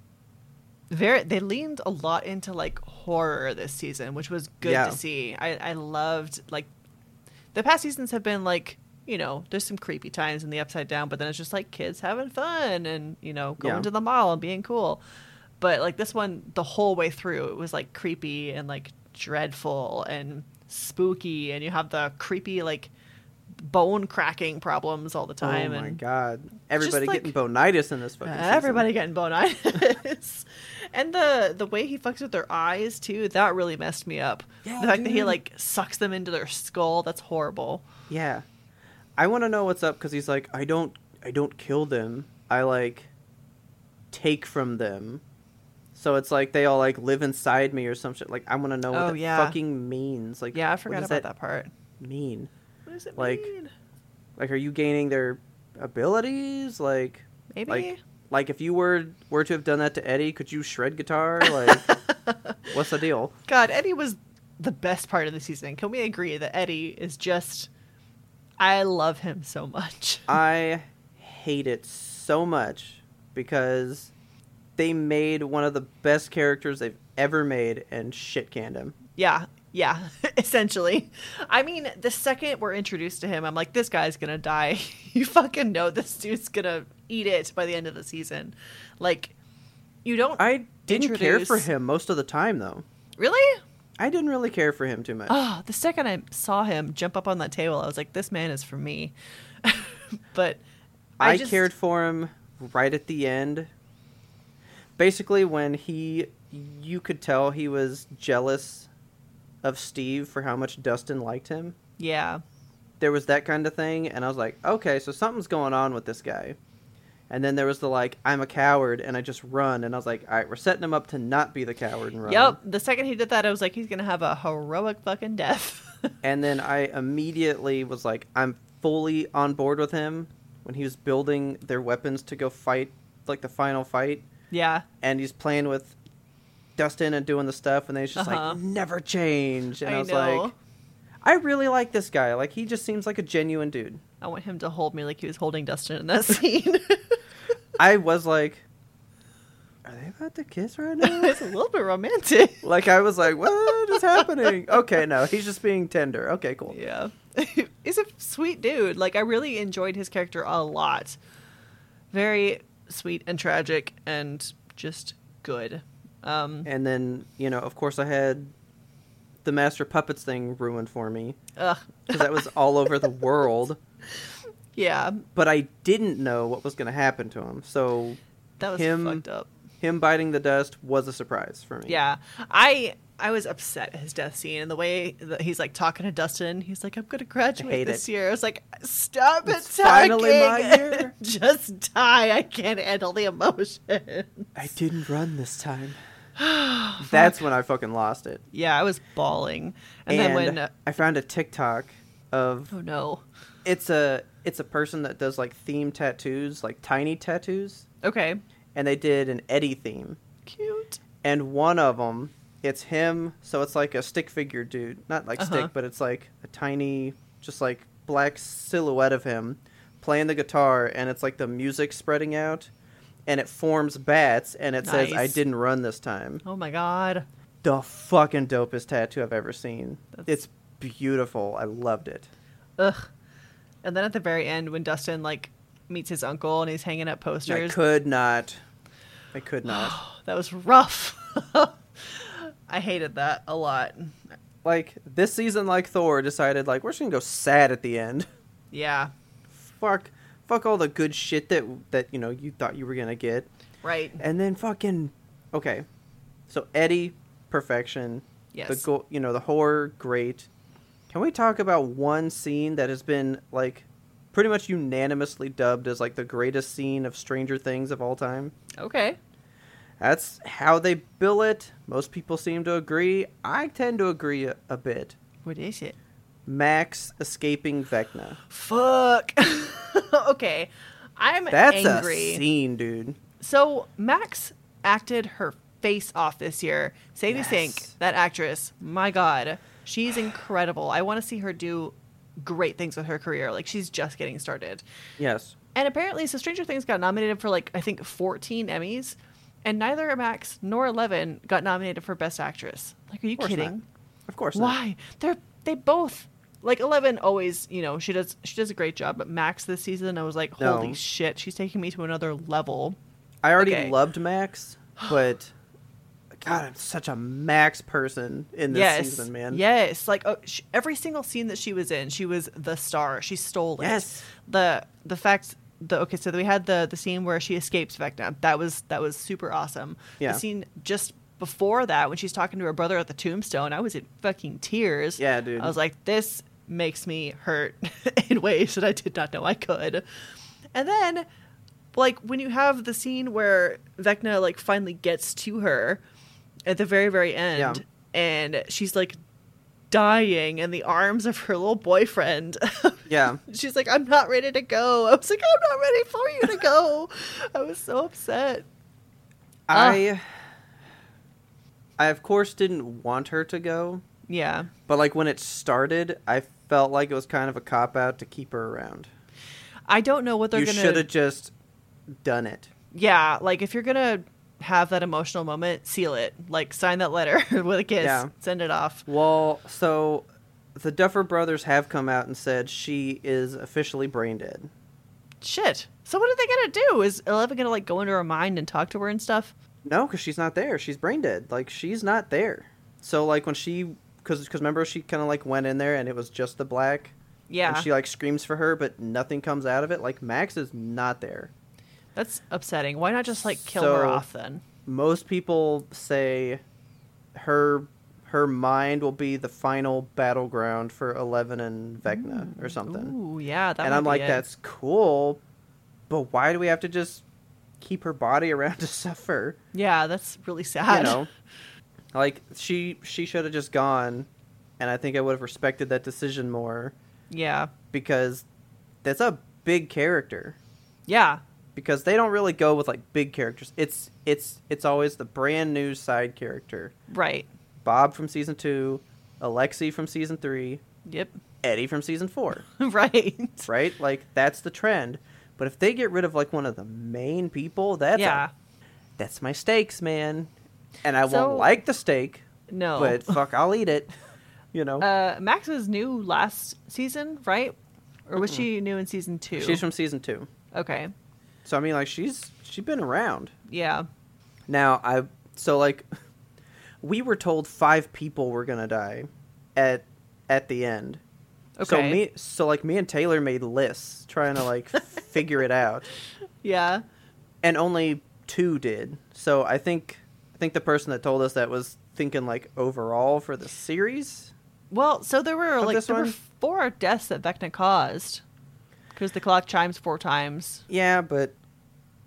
[SPEAKER 1] very they leaned a lot into like horror this season which was good
[SPEAKER 2] Yeah.
[SPEAKER 1] to see I, I loved like the past seasons have been like you know there's some creepy times in the upside down but then it's just like kids having fun and you know going
[SPEAKER 2] Yeah.
[SPEAKER 1] to the mall and being cool but like this one the whole way through it was like creepy and like dreadful and spooky and you have the creepy like bone cracking problems all the time
[SPEAKER 2] oh my
[SPEAKER 1] and
[SPEAKER 2] god! Everybody
[SPEAKER 1] like-
[SPEAKER 2] getting bonitis in this fucking.
[SPEAKER 1] uh,
[SPEAKER 2] season.
[SPEAKER 1] everybody getting bonitis. and the the way he fucks with their eyes too, that really messed me up.
[SPEAKER 2] Yeah,
[SPEAKER 1] the fact that he
[SPEAKER 2] dude.
[SPEAKER 1] like sucks them into their skull, that's horrible.
[SPEAKER 2] Yeah, I want to know what's up because he's like, I don't, I don't kill them. I like take from them. So it's like they all like live inside me or some shit. Like I want to know what
[SPEAKER 1] Oh,
[SPEAKER 2] that
[SPEAKER 1] yeah.
[SPEAKER 2] fucking means. Like
[SPEAKER 1] Yeah, I
[SPEAKER 2] what
[SPEAKER 1] forgot
[SPEAKER 2] does
[SPEAKER 1] about that, part.
[SPEAKER 2] Mean
[SPEAKER 1] What does it
[SPEAKER 2] like-
[SPEAKER 1] mean?
[SPEAKER 2] like are you gaining their abilities? Like
[SPEAKER 1] Maybe.
[SPEAKER 2] like like if you were were to have done that to Eddie, could you shred guitar? Like what's the deal?
[SPEAKER 1] God, Eddie was the best part of the season. Can we agree that Eddie is just I love him so much.
[SPEAKER 2] I hate it so much because they made one of the best characters they've ever made and shit canned him.
[SPEAKER 1] Yeah, yeah, essentially. I mean, the second we're introduced to him, I'm like, this guy's gonna die. you fucking know this dude's gonna eat it by the end of the season. Like, you don't
[SPEAKER 2] I didn't care for
[SPEAKER 1] Introduce-
[SPEAKER 2] him most of the time though.
[SPEAKER 1] really.
[SPEAKER 2] I didn't really care for him too much.
[SPEAKER 1] Oh, the second I saw him jump up on that table, I was like, this man is for me. but
[SPEAKER 2] I,
[SPEAKER 1] I, just,
[SPEAKER 2] cared for him right at the end. Basically when he you could tell he was jealous of Steve for how much Dustin liked him.
[SPEAKER 1] Yeah,
[SPEAKER 2] there was that kind of thing and i was like okay so something's going on with this guy and then there was the like i'm a coward and i just run and i was like all right we're setting him up to not be the coward and run
[SPEAKER 1] yep. The second he did that, I was like, he's gonna have a heroic fucking death.
[SPEAKER 2] and then i immediately was like i'm fully on board with him when he was building their weapons to go fight like the final fight
[SPEAKER 1] yeah,
[SPEAKER 2] and he's playing with dustin and doing the stuff and then he's just
[SPEAKER 1] Uh-huh.
[SPEAKER 2] like never change and
[SPEAKER 1] I
[SPEAKER 2] i, was like
[SPEAKER 1] know.
[SPEAKER 2] i really like this guy like he just seems like a genuine dude
[SPEAKER 1] I want him to hold me like he was holding Dustin in that scene.
[SPEAKER 2] I was like, "Are they about to kiss right now?"
[SPEAKER 1] it's a little bit romantic.
[SPEAKER 2] like I was like, "What is happening?" Okay, no, he's just being tender. Okay, cool.
[SPEAKER 1] Yeah. is a sweet dude. Like I really enjoyed his character a lot. Very sweet and tragic and just good. Um
[SPEAKER 2] And then, you know, of course, I had the Master Puppets thing ruined for me
[SPEAKER 1] ugh,
[SPEAKER 2] because that was all over the world.
[SPEAKER 1] yeah,
[SPEAKER 2] But I didn't know what was going to happen to him. So
[SPEAKER 1] that was
[SPEAKER 2] Him-
[SPEAKER 1] fucked up.
[SPEAKER 2] him biting the dust was a surprise for me.
[SPEAKER 1] Yeah. I I was upset at his death scene and the way that he's like talking to Dustin, he's like, I'm gonna graduate
[SPEAKER 2] hate
[SPEAKER 1] this
[SPEAKER 2] it.
[SPEAKER 1] year. I was like, Stop
[SPEAKER 2] It's
[SPEAKER 1] attacking.
[SPEAKER 2] finally my year.
[SPEAKER 1] Just die. I can't handle the emotion.
[SPEAKER 2] I didn't run this time. That's when I fucking lost it.
[SPEAKER 1] Yeah, I was bawling. And, then when uh,
[SPEAKER 2] I found a TikTok of
[SPEAKER 1] oh no.
[SPEAKER 2] it's a it's a person that does like theme tattoos, like tiny tattoos,
[SPEAKER 1] Okay.
[SPEAKER 2] and they did an Eddie theme.
[SPEAKER 1] Cute.
[SPEAKER 2] And one of them, it's him, so it's like a stick figure dude, not like
[SPEAKER 1] Uh-huh.
[SPEAKER 2] stick, but it's like a tiny just like black silhouette of him playing the guitar and it's like the music spreading out and it forms bats and it says I
[SPEAKER 1] Nice.
[SPEAKER 2] didn't run this time.
[SPEAKER 1] Oh my god.
[SPEAKER 2] the fucking dopest tattoo I've ever seen.
[SPEAKER 1] That's-
[SPEAKER 2] It's beautiful. I loved it.
[SPEAKER 1] Ugh. And then at the very end when Dustin like meets his uncle and he's hanging up
[SPEAKER 2] I
[SPEAKER 1] posters. Oh,
[SPEAKER 2] could not. I could not.
[SPEAKER 1] That was rough. I hated that a lot.
[SPEAKER 2] like this season, like Thor decided, like we're just gonna go sad at the end.
[SPEAKER 1] Yeah.
[SPEAKER 2] Fuck, fuck all the good shit that that you know you thought you were gonna get,
[SPEAKER 1] Right.
[SPEAKER 2] and then fucking okay. So Eddie, perfection. The
[SPEAKER 1] Yes.
[SPEAKER 2] go- you know the horror, great. Can we talk about one scene that has been like pretty much unanimously dubbed as like the greatest scene of Stranger Things of all time?
[SPEAKER 1] Okay.
[SPEAKER 2] That's how they bill it. Most people seem to agree. I tend to agree a, a bit.
[SPEAKER 1] What is it?
[SPEAKER 2] Max escaping Vecna.
[SPEAKER 1] Fuck. okay. I'm
[SPEAKER 2] That's
[SPEAKER 1] angry.
[SPEAKER 2] a scene, dude.
[SPEAKER 1] So Max acted her face off this year. Sadie
[SPEAKER 2] Yes.
[SPEAKER 1] Sink, that actress, my God, she's incredible. I want to see her do great things with her career. Like she's just getting started.
[SPEAKER 2] Yes.
[SPEAKER 1] And apparently, so Stranger Things got nominated for like I think 14 Emmys, and neither Max nor Eleven got nominated for Best Actress. Like, are you
[SPEAKER 2] Of course
[SPEAKER 1] kidding?
[SPEAKER 2] not. Of course not.
[SPEAKER 1] Why? They're they both like Eleven always, you know, she does she does a great job, but Max this season I was like,
[SPEAKER 2] No.
[SPEAKER 1] holy shit, she's taking me to another level.
[SPEAKER 2] I already
[SPEAKER 1] Okay.
[SPEAKER 2] loved Max, but God, I'm such a Max person in this
[SPEAKER 1] yes,
[SPEAKER 2] season, man.
[SPEAKER 1] yes, like oh, sh every single scene that she was in, she was the star. She stole it.
[SPEAKER 2] Yes.
[SPEAKER 1] the the fact the okay, so we had the the scene where she escapes Vecna. That was that was super awesome.
[SPEAKER 2] Yeah.
[SPEAKER 1] The scene just before that when she's talking to her brother at the tombstone, I was in fucking tears.
[SPEAKER 2] Yeah, dude.
[SPEAKER 1] I was like, this makes me hurt in ways that I did not know I could. And then, like, when you have the scene where Vecna, like, finally gets to her at the very, very end,
[SPEAKER 2] Yeah.
[SPEAKER 1] and she's, like, dying in the arms of her little boyfriend.
[SPEAKER 2] Yeah.
[SPEAKER 1] she's like, I'm not ready to go. I was like, I'm not ready for you to go. I was so upset. Ah.
[SPEAKER 2] I I of course didn't want her to go,
[SPEAKER 1] Yeah.
[SPEAKER 2] but like when it started, I felt like it was kind of a cop out to keep her around.
[SPEAKER 1] I don't know what they're
[SPEAKER 2] you
[SPEAKER 1] going
[SPEAKER 2] should
[SPEAKER 1] to
[SPEAKER 2] have just done it.
[SPEAKER 1] yeah, like if you're gonna have that emotional moment, seal it. Like sign that letter with a kiss,
[SPEAKER 2] Yeah.
[SPEAKER 1] send it off.
[SPEAKER 2] Well, so the Duffer brothers have come out and said she is officially brain dead.
[SPEAKER 1] Shit. So what are they gonna do? Is Eleven gonna like go into her mind and talk to her and stuff?
[SPEAKER 2] No, because she's not there. She's brain dead. Like she's not there. So like when she, because because remember she kind of like went in there and it was just the black.
[SPEAKER 1] Yeah,
[SPEAKER 2] And she like screams for her, but nothing comes out of it. Like Max is not there.
[SPEAKER 1] that's upsetting. Why not just like kill her
[SPEAKER 2] So-
[SPEAKER 1] off then?
[SPEAKER 2] Most people say her her mind will be the final battleground for Eleven and Vecna or something.
[SPEAKER 1] Mm, Ooh, yeah, that.
[SPEAKER 2] and
[SPEAKER 1] might
[SPEAKER 2] I'm
[SPEAKER 1] be
[SPEAKER 2] like,
[SPEAKER 1] it.
[SPEAKER 2] that's cool, but why do we have to just keep her body around to suffer?
[SPEAKER 1] yeah, that's really sad.
[SPEAKER 2] You know, like she she should have just gone, and I think I would have respected that decision more
[SPEAKER 1] yeah,
[SPEAKER 2] because that's a big character.
[SPEAKER 1] yeah,
[SPEAKER 2] Because they don't really go with like big characters. It's it's it's always the brand new side character,
[SPEAKER 1] right.
[SPEAKER 2] Bob from season two, Alexi from season three,
[SPEAKER 1] Yep,
[SPEAKER 2] Eddie from season four.
[SPEAKER 1] right.
[SPEAKER 2] right? Like that's the trend. But if they get rid of like one of the main people, that's
[SPEAKER 1] yeah,
[SPEAKER 2] that's my steaks, man. And I
[SPEAKER 1] So-
[SPEAKER 2] won't like the steak,
[SPEAKER 1] no.
[SPEAKER 2] but fuck, I'll eat it. You know,
[SPEAKER 1] Uh, Max was new last season, right? Or was she new in season two?
[SPEAKER 2] she's from season two,
[SPEAKER 1] Okay.
[SPEAKER 2] so I mean, like she's she's been around.
[SPEAKER 1] Yeah.
[SPEAKER 2] Now I so like we were told five people were gonna die at at the end. So
[SPEAKER 1] Okay.
[SPEAKER 2] me so like me and Taylor made lists trying to like figure it out.
[SPEAKER 1] Yeah.
[SPEAKER 2] And only two did. So I think I think the person that told us that was thinking like overall for the series.
[SPEAKER 1] Well, so there were
[SPEAKER 2] Of
[SPEAKER 1] like
[SPEAKER 2] this
[SPEAKER 1] there were
[SPEAKER 2] one?
[SPEAKER 1] four deaths that Vecna caused because the clock chimes four times.
[SPEAKER 2] Yeah, but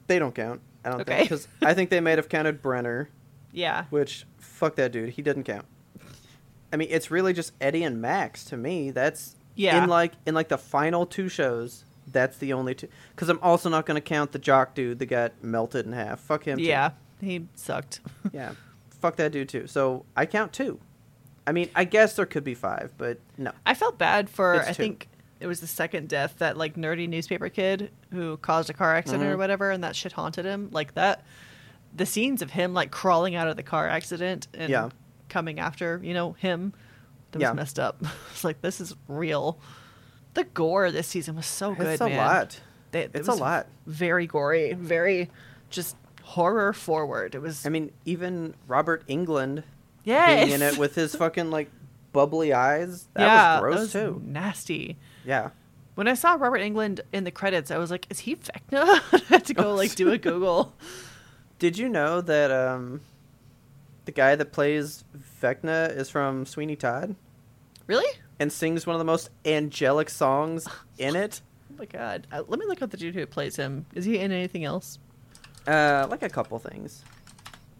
[SPEAKER 2] they don't count. I don't
[SPEAKER 1] Okay.
[SPEAKER 2] think because I think they might have counted Brenner,
[SPEAKER 1] Yeah.
[SPEAKER 2] which fuck that dude. He didn't count. I mean, it's really just Eddie and Max to me. That's
[SPEAKER 1] Yeah.
[SPEAKER 2] In like in like the final two shows, that's the only two. Because I'm also not going to count the jock dude that got melted in half. Fuck him. too.
[SPEAKER 1] Yeah. He sucked.
[SPEAKER 2] Yeah. Fuck that dude too. So I count two. I mean, I guess there could be five, but no.
[SPEAKER 1] I felt bad for
[SPEAKER 2] It's
[SPEAKER 1] I
[SPEAKER 2] two.
[SPEAKER 1] think it was the second death that like nerdy newspaper kid who caused a car accident
[SPEAKER 2] Mm-hmm.
[SPEAKER 1] or whatever and that shit haunted him like that the scenes of him like crawling out of the car accident and
[SPEAKER 2] Yeah.
[SPEAKER 1] coming after you know him that
[SPEAKER 2] Yeah.
[SPEAKER 1] was messed up it's like this is real the gore this season was so Oh, good
[SPEAKER 2] it's a
[SPEAKER 1] man.
[SPEAKER 2] lot.
[SPEAKER 1] They- it
[SPEAKER 2] It's a
[SPEAKER 1] was
[SPEAKER 2] lot.
[SPEAKER 1] very gory very just horror forward it was
[SPEAKER 2] I mean, even Robert England being in
[SPEAKER 1] Yes.
[SPEAKER 2] it with his fucking like bubbly eyes. That
[SPEAKER 1] yeah,
[SPEAKER 2] was gross
[SPEAKER 1] that was
[SPEAKER 2] too.
[SPEAKER 1] nasty
[SPEAKER 2] Yeah.
[SPEAKER 1] When I saw Robert England in the credits, I was like, "Is he Vecna?" I had to go like do a Google.
[SPEAKER 2] Did you know that um the guy that plays Vecna is from Sweeney Todd?
[SPEAKER 1] really?
[SPEAKER 2] and sings one of the most angelic songs in it.
[SPEAKER 1] Oh my god! Uh, let me look up the dude who plays him. Is he in anything else?
[SPEAKER 2] Uh, like a couple things.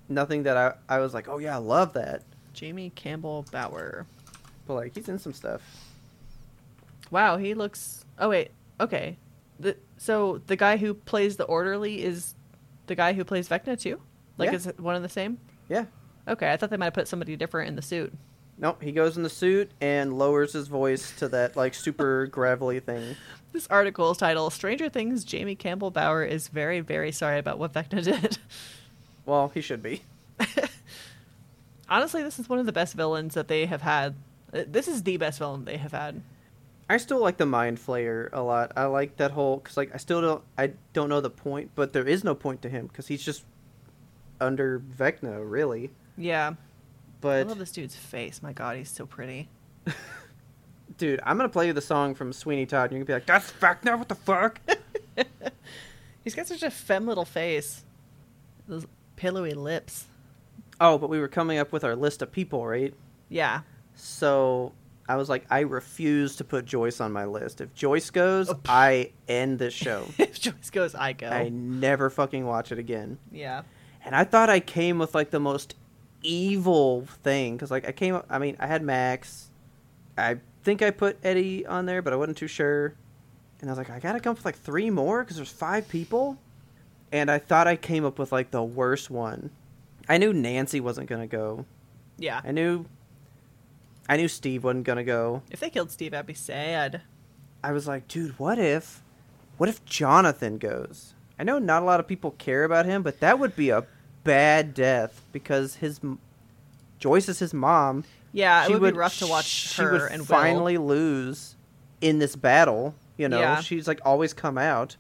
[SPEAKER 2] Nothing that I, I was like, oh yeah, I love that.
[SPEAKER 1] Jamie Campbell Bauer.
[SPEAKER 2] But like, he's in some stuff.
[SPEAKER 1] Wow, he looks. Oh wait, okay. The, so the guy who plays the orderly is the guy who plays Vecna too. Like,
[SPEAKER 2] Yeah.
[SPEAKER 1] is it one and the same?
[SPEAKER 2] Yeah.
[SPEAKER 1] Okay, I thought they might have put somebody different in the suit.
[SPEAKER 2] Nope, he goes in the suit and lowers his voice to that like super gravelly thing.
[SPEAKER 1] This article is titled "Stranger Things." Jamie Campbell Bauer is very, very sorry about what Vecna did.
[SPEAKER 2] Well, he should be.
[SPEAKER 1] Honestly, this is one of the best villains that they have had. Uh, This is the best villain they have had.
[SPEAKER 2] I still like the mind flayer a lot. I like that whole because like I still don't I don't know the point, but there is no point to him because he's just under Vecna really.
[SPEAKER 1] Yeah. I
[SPEAKER 2] But
[SPEAKER 1] love this dude's face. My god, he's so pretty.
[SPEAKER 2] Dude, I'm gonna play you the song from Sweeney Todd. and You're gonna be like, "That's back now. What the fuck?"
[SPEAKER 1] He's got such a femme little face. Those pillowy lips.
[SPEAKER 2] oh, but we were coming up with our list of people, right?
[SPEAKER 1] Yeah.
[SPEAKER 2] So I was like, I refuse to put Joyce on my list. If Joyce goes, I end this show.
[SPEAKER 1] if Joyce goes, I go.
[SPEAKER 2] I never fucking watch it again.
[SPEAKER 1] Yeah.
[SPEAKER 2] And I thought I came with like the most evil thing because like I came. I mean, I had Max. I think I put Eddie on there, but I wasn't too sure. And I was like, I gotta come up with like three more because there's five people. And I thought I came up with like the worst one. I knew Nancy wasn't gonna go.
[SPEAKER 1] Yeah.
[SPEAKER 2] I knew. I knew Steve wasn't gonna go.
[SPEAKER 1] If they killed Steve, I'd be sad.
[SPEAKER 2] I was like, dude, what if, what if Jonathan goes? I know not a lot of people care about him, but that would be a bad death because his m- Joyce is his mom.
[SPEAKER 1] Yeah, it would, be rough to watch
[SPEAKER 2] She
[SPEAKER 1] her
[SPEAKER 2] would
[SPEAKER 1] and Will.
[SPEAKER 2] finally lose in this battle. You know,
[SPEAKER 1] Yeah.
[SPEAKER 2] she's like always come out.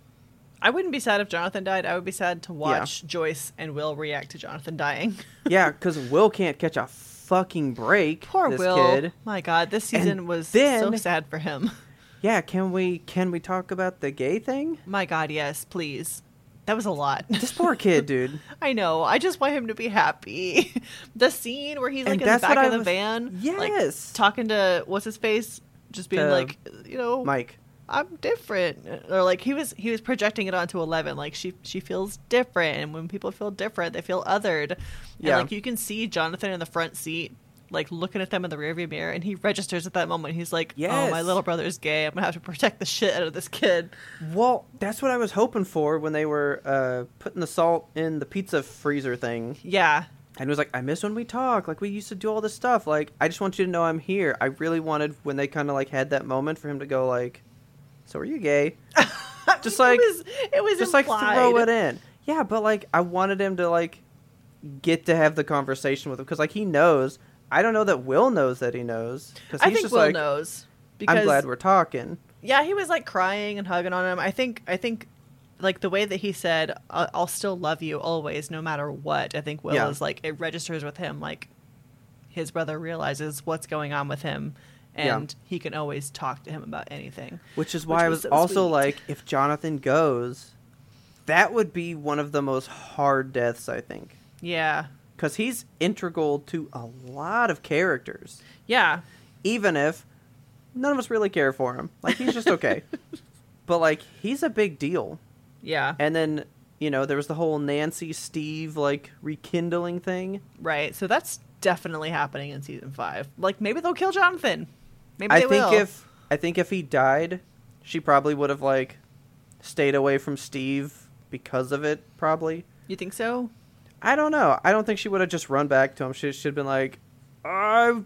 [SPEAKER 1] I wouldn't be sad if Jonathan died. I would be sad to watch Joyce and Will react to Jonathan dying.
[SPEAKER 2] Yeah, because Will can't catch a fucking break.
[SPEAKER 1] Poor
[SPEAKER 2] this
[SPEAKER 1] Will.
[SPEAKER 2] kid.
[SPEAKER 1] My god, this
[SPEAKER 2] And
[SPEAKER 1] season was so
[SPEAKER 2] then-
[SPEAKER 1] sad for him.
[SPEAKER 2] Yeah, can we can we talk about the gay thing?
[SPEAKER 1] My God, yes, please. That was a lot.
[SPEAKER 2] This poor kid, dude.
[SPEAKER 1] I know. I just want him to be happy. the scene where he's like
[SPEAKER 2] And
[SPEAKER 1] in the
[SPEAKER 2] that's
[SPEAKER 1] back
[SPEAKER 2] what
[SPEAKER 1] of
[SPEAKER 2] I
[SPEAKER 1] the
[SPEAKER 2] was-
[SPEAKER 1] van, like,
[SPEAKER 2] Yes.
[SPEAKER 1] talking to what's his face, just being
[SPEAKER 2] The-
[SPEAKER 1] like, you know,
[SPEAKER 2] Mike.
[SPEAKER 1] I'm different, or like he was he was projecting it onto Eleven, like she she feels different, and when people feel different, they feel othered.
[SPEAKER 2] Yeah.
[SPEAKER 1] And like you can see Jonathan in the front seat, like looking at them in the rearview mirror, and he registers at that moment. He's like, "Oh, my
[SPEAKER 2] Yes.
[SPEAKER 1] little brother's gay. I'm gonna have to protect the shit out of this kid."
[SPEAKER 2] Well, that's what I was hoping for when they were uh, putting the salt in the pizza freezer thing.
[SPEAKER 1] Yeah,
[SPEAKER 2] And it was like, I miss when we talk. Like, we used to do all this stuff. Like, I just want you to know I'm here. I really wanted when they kind of like had that moment for him to go, like, So are you gay? just like,
[SPEAKER 1] it was, it was
[SPEAKER 2] just like
[SPEAKER 1] implied.
[SPEAKER 2] throw it in. Yeah, but like, I wanted him to like get to have the conversation with him because like he knows I don't know that Will knows that he knows because
[SPEAKER 1] I
[SPEAKER 2] he's
[SPEAKER 1] think
[SPEAKER 2] just
[SPEAKER 1] Will
[SPEAKER 2] like,
[SPEAKER 1] knows because
[SPEAKER 2] I'm glad we're talking.
[SPEAKER 1] yeah, he was like crying and hugging on him. I think I think like the way that he said, "I- "I'll still love you always, no matter what." I think Will
[SPEAKER 2] Yeah.
[SPEAKER 1] is like it registers with him. Like his brother realizes what's going on with him,
[SPEAKER 2] Yeah.
[SPEAKER 1] and he can always talk to him about anything.
[SPEAKER 2] Which is
[SPEAKER 1] Which
[SPEAKER 2] why I
[SPEAKER 1] was
[SPEAKER 2] was
[SPEAKER 1] so
[SPEAKER 2] also
[SPEAKER 1] sweet.
[SPEAKER 2] like, if Jonathan goes, that would be one of the most hard deaths, I think.
[SPEAKER 1] Yeah,
[SPEAKER 2] Because he's integral to a lot of characters,
[SPEAKER 1] yeah,
[SPEAKER 2] even if none of us really care for him. Like, he's just okay. but, like, he's a big deal.
[SPEAKER 1] yeah.
[SPEAKER 2] And then, you know, there was the whole Nancy Steve, like, rekindling thing.
[SPEAKER 1] right. So that's definitely happening in season five. Like maybe they'll kill Jonathan. Maybe
[SPEAKER 2] I
[SPEAKER 1] they
[SPEAKER 2] think
[SPEAKER 1] will.
[SPEAKER 2] if I think if he died, she probably would have like stayed away from Steve because of it. Probably.
[SPEAKER 1] you think so.
[SPEAKER 2] I don't know. I don't think she would have just run back to him. She should have been like, I,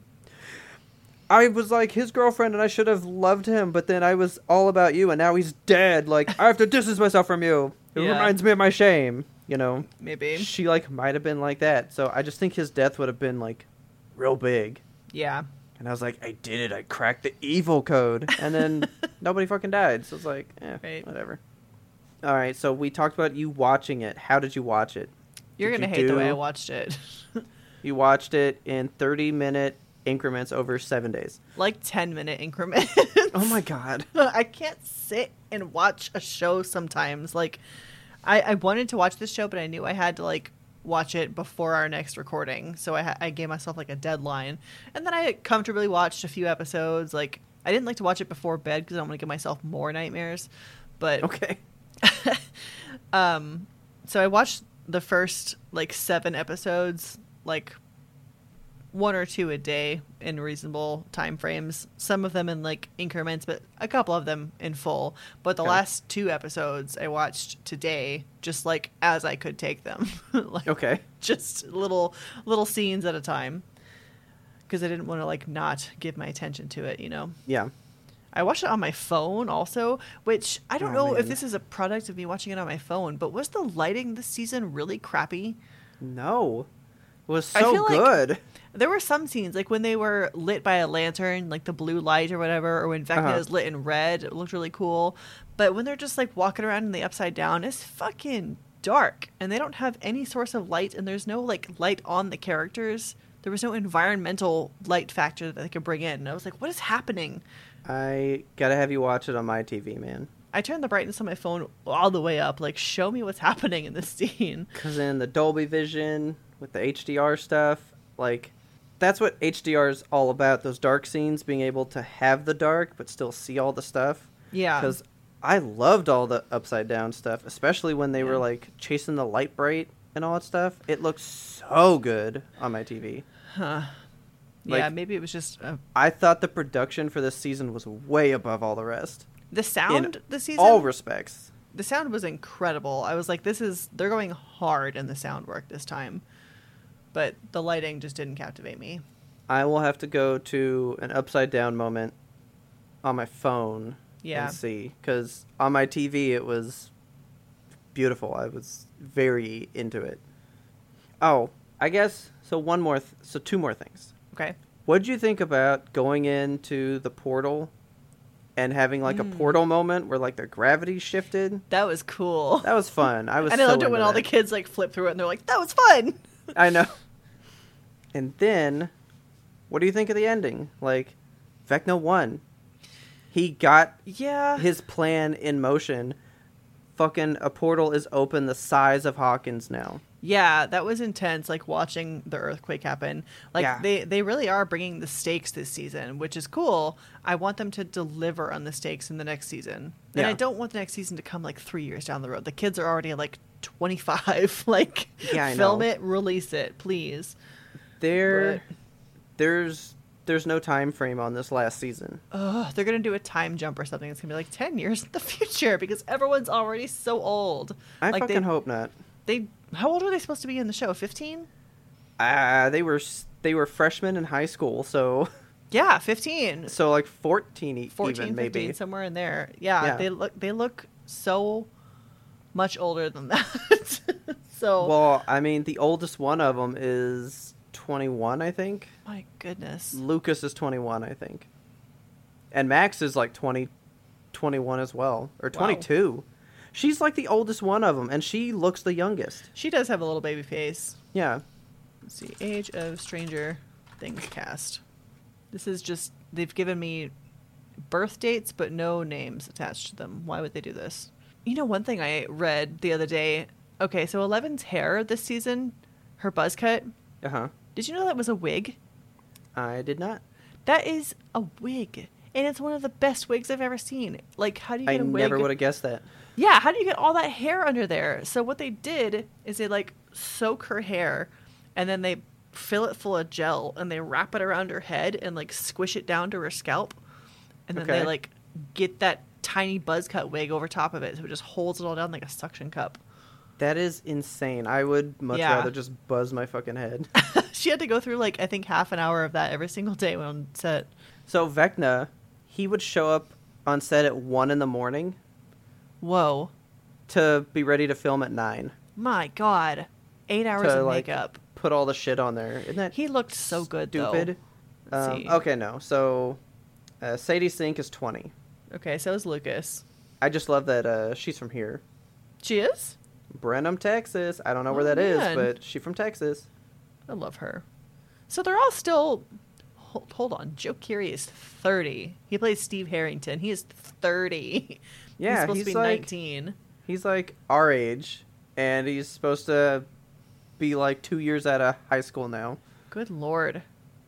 [SPEAKER 2] I was like his girlfriend, and I should have loved him. But then I was all about you, and now he's dead. Like I have to distance myself from you. It
[SPEAKER 1] Yeah.
[SPEAKER 2] reminds me of my shame. You know.
[SPEAKER 1] Maybe.
[SPEAKER 2] She like might have been like that. So I just think his death would have been like real big.
[SPEAKER 1] Yeah.
[SPEAKER 2] And I was like, I did it. I cracked the evil code. And then nobody fucking died. So it's like, eh,
[SPEAKER 1] Right.
[SPEAKER 2] whatever. All right. So we talked about you watching it. How did you watch it?
[SPEAKER 1] You're
[SPEAKER 2] Did
[SPEAKER 1] gonna
[SPEAKER 2] you
[SPEAKER 1] hate the way I
[SPEAKER 2] do-
[SPEAKER 1] watched it.
[SPEAKER 2] You watched it in 30 minute increments over seven days.
[SPEAKER 1] like 10 minute increments.
[SPEAKER 2] Oh my God.
[SPEAKER 1] I can't sit and watch a show sometimes. Like, I, I wanted to watch this show, but I knew I had to, like, watch it before our next recording. So I, ha- I gave myself, like, a deadline. And then I comfortably watched a few episodes. Like, I didn't like to watch it before bed because I don't want to give myself more nightmares. But
[SPEAKER 2] Okay.
[SPEAKER 1] um so i watched the first like seven episodes like one or two a day in reasonable time frames some of them in like increments but a couple of them in full but the
[SPEAKER 2] Okay.
[SPEAKER 1] last two episodes i watched today just like as i could take them like
[SPEAKER 2] Okay.
[SPEAKER 1] just little little scenes at a time because i didn't want to like not give my attention to it you know
[SPEAKER 2] Yeah.
[SPEAKER 1] I watched it on my phone also, which I don't
[SPEAKER 2] Oh,
[SPEAKER 1] know if
[SPEAKER 2] man.
[SPEAKER 1] this is a product of me watching it on my phone, but was the lighting this season really crappy?
[SPEAKER 2] No. It was
[SPEAKER 1] I
[SPEAKER 2] so
[SPEAKER 1] feel like-
[SPEAKER 2] good.
[SPEAKER 1] There were some scenes, like when they were lit by a lantern, like the blue light or whatever, or when Vecna
[SPEAKER 2] Uh-huh.
[SPEAKER 1] is lit in red, it looked really cool. But when they're just like walking around in the upside down, it's fucking dark and they don't have any source of light and there's no like light on the characters. There was no environmental light factor that they could bring in. And I was like, what is happening?
[SPEAKER 2] I got to have you watch it on my TV, man.
[SPEAKER 1] I turned the brightness on my phone all the way up. Like, show me what's happening in this scene.
[SPEAKER 2] Because in the Dolby Vision with the HDR stuff, like that's what HDR is all about. Those dark scenes, being able to have the dark but still see all the stuff.
[SPEAKER 1] Yeah.
[SPEAKER 2] Because I loved all the upside down stuff, especially when they
[SPEAKER 1] Yeah.
[SPEAKER 2] were like chasing the light bright and all that stuff. It looked so good on my TV.
[SPEAKER 1] yeah,
[SPEAKER 2] like-
[SPEAKER 1] maybe it was just uh,
[SPEAKER 2] I thought the production for this season was way above all the rest.
[SPEAKER 1] the sound. The season,
[SPEAKER 2] All respects.
[SPEAKER 1] the sound was incredible. I was like, this is they're going hard in the sound work this time, but the lighting just didn't captivate me.
[SPEAKER 2] I will have to go to an upside down moment on my phone
[SPEAKER 1] Yeah.
[SPEAKER 2] and see because on my TV it was beautiful. I was very into it. Oh, I guess so. One more, th- so two more things.
[SPEAKER 1] Okay.
[SPEAKER 2] What would you think about going into the portal and having like
[SPEAKER 1] Hmm.
[SPEAKER 2] a portal moment where like the gravity shifted?
[SPEAKER 1] That was cool.
[SPEAKER 2] That was fun. I was.
[SPEAKER 1] and I
[SPEAKER 2] so
[SPEAKER 1] loved it when
[SPEAKER 2] into
[SPEAKER 1] all the
[SPEAKER 2] that.
[SPEAKER 1] kids like flip through it and they're like, that was fun.
[SPEAKER 2] I know. And then, what do you think of the ending? Like, Vecna won. He got
[SPEAKER 1] Yeah.
[SPEAKER 2] his plan in motion. Fucking a portal is open the size of Hawkins now.
[SPEAKER 1] Yeah, that was intense. Like watching the earthquake happen. Like
[SPEAKER 2] Yeah.
[SPEAKER 1] they they really are bringing the stakes this season, which is cool. I want them to deliver on the stakes in the next season, and I
[SPEAKER 2] Yeah.
[SPEAKER 1] don't want the next season to come like three years down the road. The kids are already like twenty five. like,
[SPEAKER 2] Yeah, I
[SPEAKER 1] film
[SPEAKER 2] know.
[SPEAKER 1] it, release it, please.
[SPEAKER 2] There, there's there's no time frame on this last season.
[SPEAKER 1] Ugh, they're gonna do a time jump or something. It's gonna be like ten years in the future because everyone's already so old.
[SPEAKER 2] I
[SPEAKER 1] like
[SPEAKER 2] fucking
[SPEAKER 1] they,
[SPEAKER 2] hope not.
[SPEAKER 1] they. How old were they supposed to be in the show? Fifteen.
[SPEAKER 2] Ah, they were s- they were freshmen in high school, so
[SPEAKER 1] Yeah, fifteen.
[SPEAKER 2] so like 14 e-
[SPEAKER 1] 14
[SPEAKER 2] even maybe.
[SPEAKER 1] 15 somewhere in there yeah,
[SPEAKER 2] Yeah.
[SPEAKER 1] they look they look so much older than that so
[SPEAKER 2] Well, I mean, the oldest one of them is tw- 21, I think.
[SPEAKER 1] My goodness.
[SPEAKER 2] Lucas is 21, I think. And Max is like 20, 21 as well, or 22. She's like the oldest one of them, and she looks the youngest.
[SPEAKER 1] She does have a little baby face.
[SPEAKER 2] Yeah.
[SPEAKER 1] Let's see. Age of Stranger Things cast. This is just, they've given me birth dates, but no names attached to them. Why would they do this? You know, one thing I read the other day. Okay, so Eleven's hair this season, her buzz cut.
[SPEAKER 2] Uh huh.
[SPEAKER 1] Did you know that was a wig?
[SPEAKER 2] I did not.
[SPEAKER 1] That is a wig. And it's one of the best wigs I've ever seen. Like, how do you
[SPEAKER 2] I
[SPEAKER 1] get a wig?
[SPEAKER 2] never would have guessed that.
[SPEAKER 1] Yeah, how do you get all that hair under there? So what they did is they like soak her hair and then they fill it full of gel and they wrap it around her head and like squish it down to her scalp. And then
[SPEAKER 2] Okay.
[SPEAKER 1] they like get that tiny buzz cut wig over top of it so it just holds it all down like a suction cup.
[SPEAKER 2] That is insane. I would much
[SPEAKER 1] Yeah.
[SPEAKER 2] rather just buzz my fucking head.
[SPEAKER 1] she had to go through like I think half an hour of that every single day when on set.
[SPEAKER 2] so Vecna, he would show up on set at one in the morning
[SPEAKER 1] Whoa.
[SPEAKER 2] to be ready to film at nine.
[SPEAKER 1] My god. 8 hours
[SPEAKER 2] to
[SPEAKER 1] of
[SPEAKER 2] like
[SPEAKER 1] makeup.
[SPEAKER 2] put all the shit on there. Isn't that
[SPEAKER 1] He looked so Oh, good
[SPEAKER 2] stupid?
[SPEAKER 1] though. Let's
[SPEAKER 2] Um,
[SPEAKER 1] see.
[SPEAKER 2] okay, no. So uh, Sadie Sink is twenty.
[SPEAKER 1] though. Okay, so is Lucas.
[SPEAKER 2] I just love that uh, she's from here,
[SPEAKER 1] She is?
[SPEAKER 2] Brenham, Texas. I don't know where
[SPEAKER 1] Oh,
[SPEAKER 2] that is,
[SPEAKER 1] man.
[SPEAKER 2] but she's from Texas.
[SPEAKER 1] I love her. So they're all still. Hold, hold on. Joe Keery is 30. He plays Steve Harrington. He is 30.
[SPEAKER 2] Yeah,
[SPEAKER 1] he's supposed
[SPEAKER 2] he's
[SPEAKER 1] to be
[SPEAKER 2] like-
[SPEAKER 1] 19.
[SPEAKER 2] He's like our age, and he's supposed to be like two years out of high school now.
[SPEAKER 1] Good lord.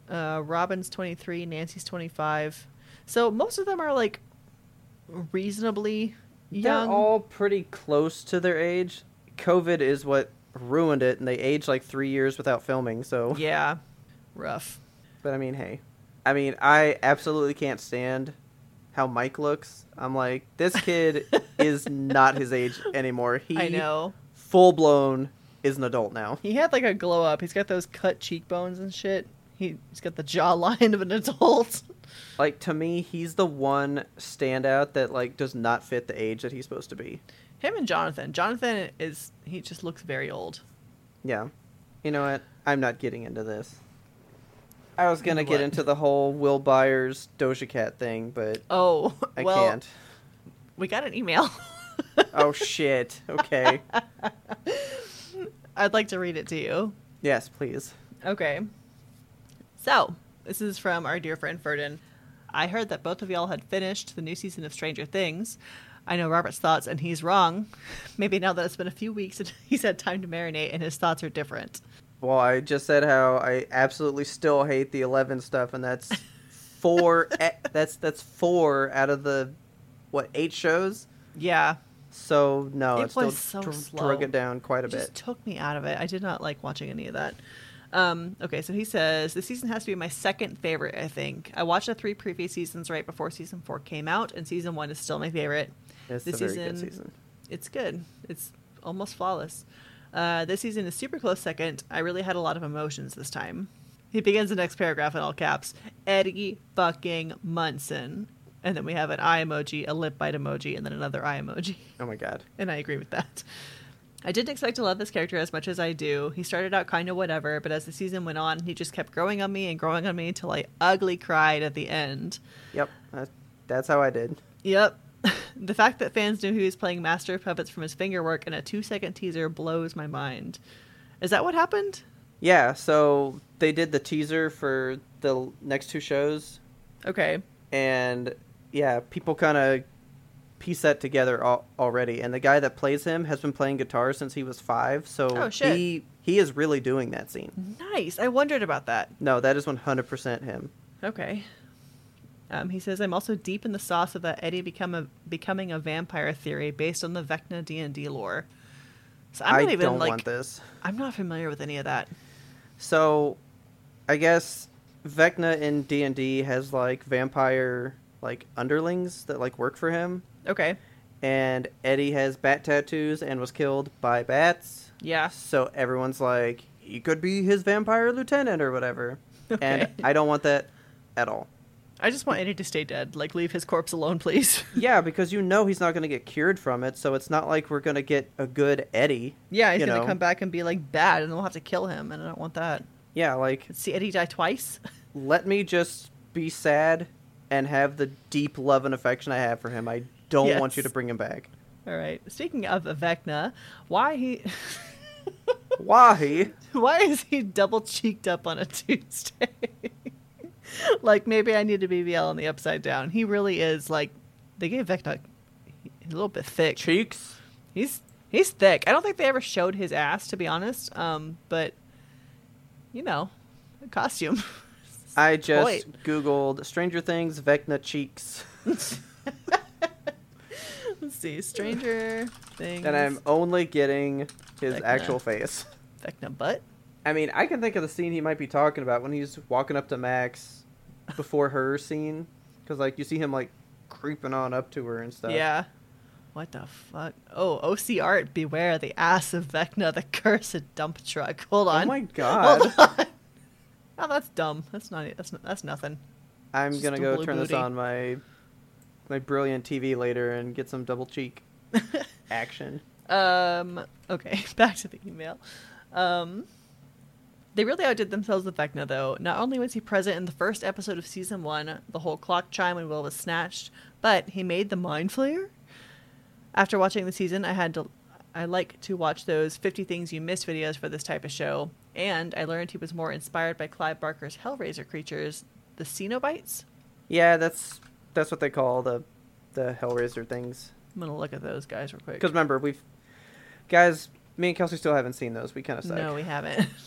[SPEAKER 1] Uh, Robin's 23. Nancy's 25. So most of them are like reasonably young.
[SPEAKER 2] They're all pretty close to their age. COVID is what ruined it, and they aged like three years without filming. So,
[SPEAKER 1] Yeah. Rough.
[SPEAKER 2] but I mean, hey, I mean, I absolutely can't stand how Mike looks. I'm like, this kid is not his age anymore. He
[SPEAKER 1] I know.
[SPEAKER 2] full blown is an adult now.
[SPEAKER 1] He had like a glow up. He's got those cut cheekbones and shit. He, he's got the jawline of an adult.
[SPEAKER 2] Like to me, he's the one standout that like does not fit the age that he's supposed to be.
[SPEAKER 1] Him and Jonathan. Jonathan is he just looks very old.
[SPEAKER 2] Yeah. You know what? I'm not getting into this. I was gonna
[SPEAKER 1] What?
[SPEAKER 2] get into the whole Will Byers Doja Cat thing, but
[SPEAKER 1] Oh,
[SPEAKER 2] I
[SPEAKER 1] well,
[SPEAKER 2] can't.
[SPEAKER 1] we got an email.
[SPEAKER 2] Oh shit. Okay.
[SPEAKER 1] I'd like to read it to you.
[SPEAKER 2] yes, please.
[SPEAKER 1] Okay. So, this is from our dear friend Ferdin. I heard that both of y'all had finished the new season of Stranger Things. I know Robert's thoughts, and he's wrong. Maybe now that it's been a few weeks and he's had time to marinate, and his thoughts are different.
[SPEAKER 2] Well, I just said how I absolutely still hate the Eleven stuff, and that's four. e- that's that's four out of the what eight shows.
[SPEAKER 1] Yeah,
[SPEAKER 2] So no,
[SPEAKER 1] It
[SPEAKER 2] it,
[SPEAKER 1] was so
[SPEAKER 2] still dr-
[SPEAKER 1] slow.
[SPEAKER 2] drug it down quite a
[SPEAKER 1] It just
[SPEAKER 2] bit.
[SPEAKER 1] took me out of it. I did not like watching any of that. Um, okay, so he says the season has to be my second favorite. I think I watched the three previous seasons right before season four came out, and season one is still my favorite.
[SPEAKER 2] It's
[SPEAKER 1] this
[SPEAKER 2] a very good
[SPEAKER 1] season-
[SPEAKER 2] season.
[SPEAKER 1] It's good. It's almost flawless. Uh, this season is super close second. I really had a lot of emotions this time. He begins the next paragraph in all caps. Eddie fucking Munson, and then we have an eye emoji, a lip bite emoji, and then another eye emoji
[SPEAKER 2] Oh my god.
[SPEAKER 1] and I agree with that. I didn't expect to love this character as much as I do. He started out kind of whatever, but as the season went on, he just kept growing on me and growing on me until I ugly cried at the end.
[SPEAKER 2] Yep. That, that's how I did.
[SPEAKER 1] Yep. the fact that fans knew he was playing Master of Puppets from his fingerwork in a two second teaser blows my mind. Is that what happened?
[SPEAKER 2] Yeah, so they did the teaser for the l- next two shows,
[SPEAKER 1] Okay.
[SPEAKER 2] and yeah, people kind of piece that together al- already. And the guy that plays him has been playing guitar since he was five, so
[SPEAKER 1] Oh, shit.
[SPEAKER 2] he he is really doing that scene.
[SPEAKER 1] Nice. I wondered about that.
[SPEAKER 2] No, that is one hundred percent him.
[SPEAKER 1] Okay. Um, he says, "I'm also deep in the sauce of that Eddie become a, becoming a vampire theory based on the Vecna D and D lore." So I'm
[SPEAKER 2] I
[SPEAKER 1] not even
[SPEAKER 2] don't
[SPEAKER 1] like
[SPEAKER 2] want this.
[SPEAKER 1] I'm not familiar with any of that.
[SPEAKER 2] So, I guess Vecna in D and D has like vampire like underlings that like work for him,
[SPEAKER 1] Okay.
[SPEAKER 2] and Eddie has bat tattoos and was killed by bats.
[SPEAKER 1] Yeah.
[SPEAKER 2] So everyone's like, he could be his vampire lieutenant or whatever. And
[SPEAKER 1] Okay.
[SPEAKER 2] I don't want that at all.
[SPEAKER 1] I just want Eddie to stay dead. Like, leave his corpse alone, please.
[SPEAKER 2] Yeah, because you know he's not going to get cured from it, so it's not like we're going to get a good Eddie.
[SPEAKER 1] yeah, he's
[SPEAKER 2] you
[SPEAKER 1] gonna
[SPEAKER 2] know?
[SPEAKER 1] come back and be like bad, and then we'll have to kill him, and I don't want that.
[SPEAKER 2] Yeah, like
[SPEAKER 1] See Eddie die twice.
[SPEAKER 2] let me just be sad and have the deep love and affection I have for him. I don't want you
[SPEAKER 1] Yes.
[SPEAKER 2] to bring him back.
[SPEAKER 1] All right. Speaking of Vecna, why he
[SPEAKER 2] Why?
[SPEAKER 1] why is he double cheeked up on a Tuesday? like maybe I need to BBL on the upside down. He really is like they gave Vecna a little bit thick.
[SPEAKER 2] Cheeks?
[SPEAKER 1] He's he's thick. I don't think they ever showed his ass to be honest. Um, but you know, a costume.
[SPEAKER 2] I just
[SPEAKER 1] Wait.
[SPEAKER 2] googled Stranger Things Vecna cheeks,
[SPEAKER 1] Let's see, Stranger Things.
[SPEAKER 2] and I'm only getting his
[SPEAKER 1] Vecna.
[SPEAKER 2] actual face.
[SPEAKER 1] Vecna butt.
[SPEAKER 2] I mean, I can think of the scene he might be talking about when he's walking up to Max before her scene, because like you see him like creeping on up to her and stuff.
[SPEAKER 1] Yeah. What the fuck? Oh, OC art, beware the ass of Vecna, the cursed dump truck. Hold on.
[SPEAKER 2] Oh my god.
[SPEAKER 1] Oh, that's dumb. That's not. That's not, that's nothing.
[SPEAKER 2] I'm
[SPEAKER 1] Just
[SPEAKER 2] gonna
[SPEAKER 1] a
[SPEAKER 2] go
[SPEAKER 1] blue
[SPEAKER 2] turn this
[SPEAKER 1] booty.
[SPEAKER 2] on my my brilliant TV later and get some double cheek action.
[SPEAKER 1] Um. Okay. Back to the email. Um. They really outdid themselves with Vecna, though. Not only was he present in the first episode of season one, the whole clock chime when Will was snatched, but he made the mind flayer. After watching the season, I had to. I like to watch those 50 things you missed videos for this type of show, and I learned he was more inspired by Clive Barker's Hellraiser creatures, the Cenobites.
[SPEAKER 2] Yeah, that's that's what they call the the Hellraiser things.
[SPEAKER 1] I'm gonna look at those guys real quick.
[SPEAKER 2] Because remember, we've guys, me and Kelsey still haven't seen those. We kind of suck.
[SPEAKER 1] No, we haven't.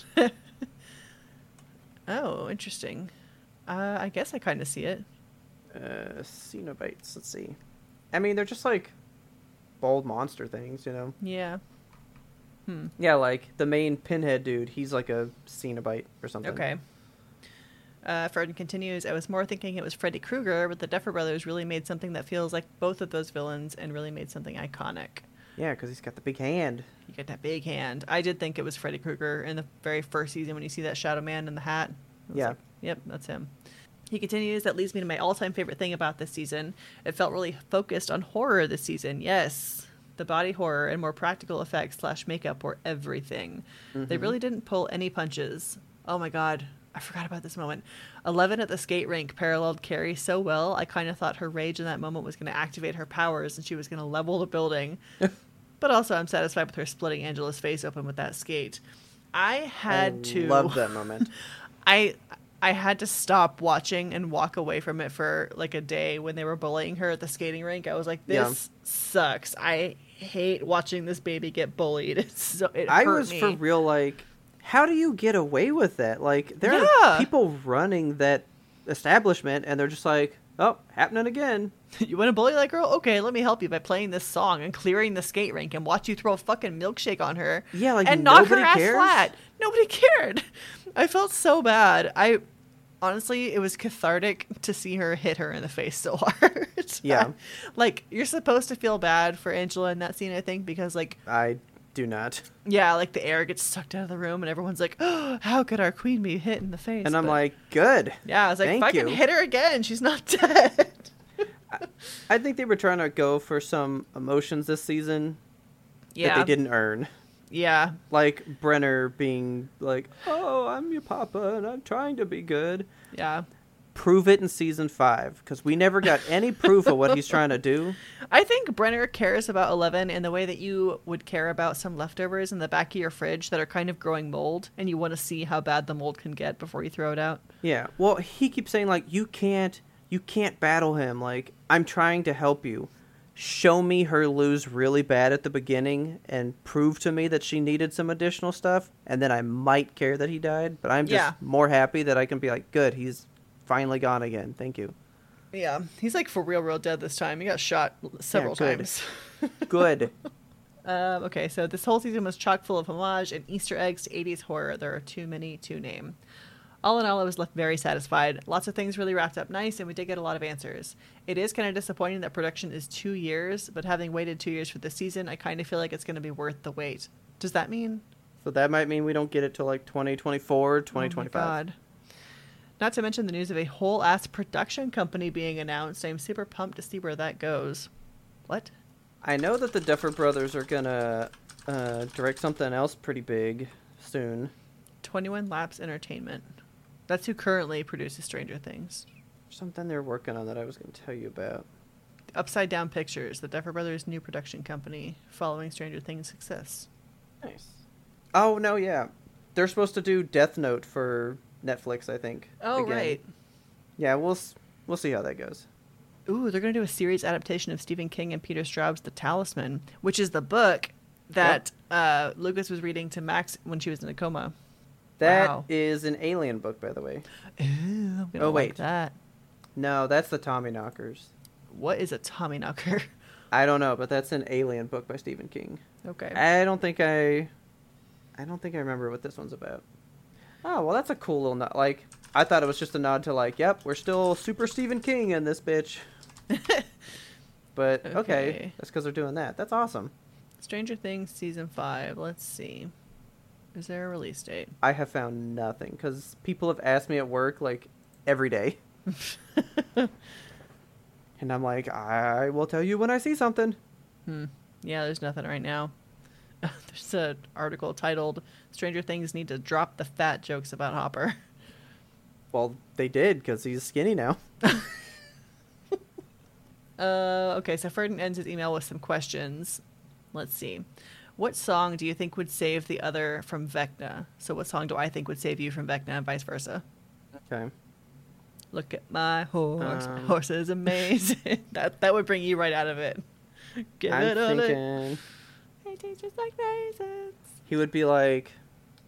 [SPEAKER 1] oh, interesting. Uh, I guess I kind of see it.
[SPEAKER 2] uh, Cenobites. Let's see. I mean, they're just like bald monster things, you know.
[SPEAKER 1] Yeah. Hmm.
[SPEAKER 2] Yeah, like the main pinhead dude. He's like a Cenobite or something.
[SPEAKER 1] Okay. Uh, Ferdin continues. I was more thinking it was Freddy Krueger, but the Duffer Brothers really made something that feels like both of those villains and really made something iconic.
[SPEAKER 2] Yeah, because he's got the big hand.
[SPEAKER 1] You get that big hand. I did think it was Freddy Krueger in the very first season when you see that shadow man in the hat. I was
[SPEAKER 2] Yeah.
[SPEAKER 1] like, yep, that's him. He continues, that leads me to my all time favorite thing about this season. It felt really focused on horror this season. Yes. The body horror and more practical effects slash makeup were everything. They really didn't pull any punches. Oh my god. I forgot about this moment. Eleven at the skate rink paralleled Carrie so well, I kind of thought her rage in that moment was going to activate her powers and she was going to level the building. But also, I'm satisfied with her splitting Angela's face open with that skate. I had
[SPEAKER 2] I
[SPEAKER 1] to
[SPEAKER 2] love that moment.
[SPEAKER 1] I I had to stop watching and walk away from it for like a day when they were bullying her at the skating rink. I was like,
[SPEAKER 2] Yeah.
[SPEAKER 1] this sucks. I hate watching this baby get bullied. It's so it
[SPEAKER 2] I
[SPEAKER 1] hurt
[SPEAKER 2] was
[SPEAKER 1] me.
[SPEAKER 2] for real like, how do you get away with that? Like, there
[SPEAKER 1] Yeah.
[SPEAKER 2] are people running that establishment, and they're just like, oh, happening again.
[SPEAKER 1] You want to bully that girl? Okay, let me help you by playing this song and clearing the skate rink and watch you throw a fucking milkshake on her.
[SPEAKER 2] Yeah, like,
[SPEAKER 1] and knock her
[SPEAKER 2] nobody
[SPEAKER 1] ass
[SPEAKER 2] cares?
[SPEAKER 1] flat. Nobody cared. I felt so bad. I honestly, it was cathartic to see her hit her in the face so hard.
[SPEAKER 2] Yeah.
[SPEAKER 1] like you're supposed to feel bad for Angela in that scene, I think, because like
[SPEAKER 2] I do not.
[SPEAKER 1] yeah, like the air gets sucked out of the room and everyone's like, oh, how could our queen be hit in the face?
[SPEAKER 2] And I'm
[SPEAKER 1] But-
[SPEAKER 2] like, good.
[SPEAKER 1] yeah, I was like,
[SPEAKER 2] thank
[SPEAKER 1] fucking
[SPEAKER 2] you.
[SPEAKER 1] hit her again. She's not dead.
[SPEAKER 2] I think they were trying to go for some emotions this season that they didn't earn.
[SPEAKER 1] Yeah.
[SPEAKER 2] Like Brenner being like, "Oh, I'm your papa, and I'm trying to be good."
[SPEAKER 1] Yeah.
[SPEAKER 2] Prove it in season five, because we never got any proof of what he's trying to do.
[SPEAKER 1] I think Brenner cares about Eleven in the way that you would care about some leftovers in the back of your fridge that are kind of growing mold, and you want to see how bad the mold can get before you throw it out.
[SPEAKER 2] Yeah. Well, he keeps saying like, "You can't, you can't battle him." Like, I'm trying to help you. Show me her lose really bad at the beginning and prove to me that she needed some additional stuff, and then I might care that he died. But I'm just
[SPEAKER 1] Yeah.
[SPEAKER 2] more happy that I can be like, "Good, he's finally gone again. Thank you."
[SPEAKER 1] Yeah, he's like for real, real dead this time. He got shot several
[SPEAKER 2] good.
[SPEAKER 1] times.
[SPEAKER 2] Good.
[SPEAKER 1] Um, okay, so this whole season was chock full of homage and Easter eggs to 80s horror. There are too many to name. All in all, I was left very satisfied. Lots of things really wrapped up nice, and we did get a lot of answers. It is kind of disappointing that production is two years, but having waited two years for this season, I kind of feel like it's going to be worth the wait. Does that mean?
[SPEAKER 2] so that might mean we don't get it till like 2024,
[SPEAKER 1] Oh my
[SPEAKER 2] 2025.
[SPEAKER 1] God. Not to mention the news of a whole ass production company being announced. I'm super pumped to see where that goes. What?
[SPEAKER 2] I know that the Duffer Brothers are gonna uh, direct something else pretty big soon.
[SPEAKER 1] 21 Laps Entertainment. That's who currently produces Stranger Things.
[SPEAKER 2] Something they're working on that I was going to tell you about.
[SPEAKER 1] Upside Down Pictures, the Duffer Brothers' new production company, following Stranger Things' success.
[SPEAKER 2] Nice. Oh no, yeah, they're supposed to do Death Note for Netflix, I think.
[SPEAKER 1] Oh
[SPEAKER 2] again.
[SPEAKER 1] right.
[SPEAKER 2] Yeah, we'll s- we'll see how that goes.
[SPEAKER 1] Ooh, they're going to do a series adaptation of Stephen King and Peter Straub's The Talisman, which is the book that uh, Lucas was reading to Max when she was in a coma.
[SPEAKER 2] That
[SPEAKER 1] Wow.
[SPEAKER 2] is an Alien book, by the way.
[SPEAKER 1] Ooh, I'm gonna
[SPEAKER 2] Oh,
[SPEAKER 1] like
[SPEAKER 2] wait.
[SPEAKER 1] that.
[SPEAKER 2] No, that's the Tommy Knockers.
[SPEAKER 1] What is a Tommy knocker?
[SPEAKER 2] I don't know, but that's an Alien book by Stephen King.
[SPEAKER 1] okay.
[SPEAKER 2] I don't think I, I don't think I remember what this one's about. Oh well, that's a cool little nod. Like I thought it was just a nod to like, yep, we're still super Stephen King in this bitch. But okay,
[SPEAKER 1] Okay.
[SPEAKER 2] that's because they're doing that. That's awesome.
[SPEAKER 1] Stranger Things season five. Let's see. Is there a release date?
[SPEAKER 2] I have found nothing because people have asked me at work like every day, and I'm like, I will tell you when I see something.
[SPEAKER 1] Hmm. Yeah, there's nothing right now. there's an article titled "Stranger Things Need to Drop the Fat Jokes About Hopper."
[SPEAKER 2] Well, they did because he's skinny now.
[SPEAKER 1] Uh, okay, so Ferdinand ends his email with some questions. Let's see. What song do you think would save the other from Vecna? So, what song do I think would save you from Vecna and vice versa?
[SPEAKER 2] Okay.
[SPEAKER 1] Look at my horse. My
[SPEAKER 2] Um.
[SPEAKER 1] horse is amazing. that that would bring you right out of it. Give
[SPEAKER 2] I'm
[SPEAKER 1] it all it-
[SPEAKER 2] thinking
[SPEAKER 1] They taste just like raisins.
[SPEAKER 2] he would be like,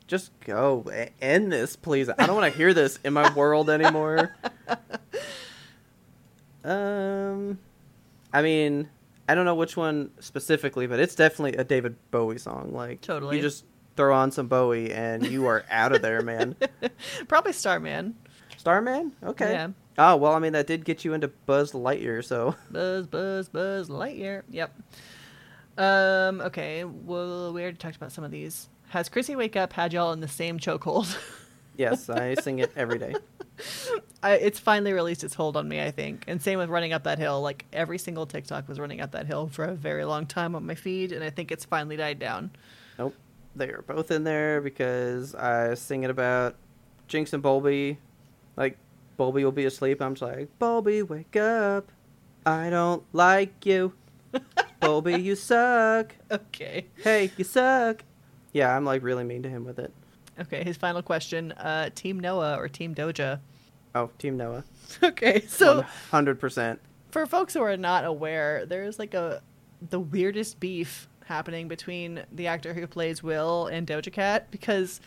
[SPEAKER 2] just go e- end this, please. I don't want to hear this in my world anymore. Um, I mean, I don't know which one specifically, but it's definitely a David Bowie song. Like,
[SPEAKER 1] Totally.
[SPEAKER 2] you just throw on some Bowie and you are out of there, man.
[SPEAKER 1] Probably Starman.
[SPEAKER 2] Starman, okay.
[SPEAKER 1] Yeah.
[SPEAKER 2] Oh well, I mean that did get you into Buzz Lightyear, so
[SPEAKER 1] Buzz, buzz, buzz, Lightyear. Yep. Um. Okay. Well, we already talked about some of these. Has Chrissy wake up? Had y'all in the same chokehold?
[SPEAKER 2] yes, I sing it every day.
[SPEAKER 1] I, it's finally released its hold on me, I think. And same with running up that hill. Like every single TikTok was running up that hill for a very long time on my feed, and I think it's finally died down.
[SPEAKER 2] Nope. They are both in there because I was singing about Jinx and Bulby. Like, Bulby will be asleep. I'm just like, Bulby, wake up. I don't like you. Bulby, you suck.
[SPEAKER 1] Okay.
[SPEAKER 2] Hey, you suck. Yeah, I'm like really mean to him with it.
[SPEAKER 1] Okay. His final question: uh, Team Noah or Team Doja?
[SPEAKER 2] Oh, Team Noah.
[SPEAKER 1] Okay. So.
[SPEAKER 2] 100%.
[SPEAKER 1] for folks who are not aware, there's like a the weirdest beef happening between the actor who plays Will and Doja Cat because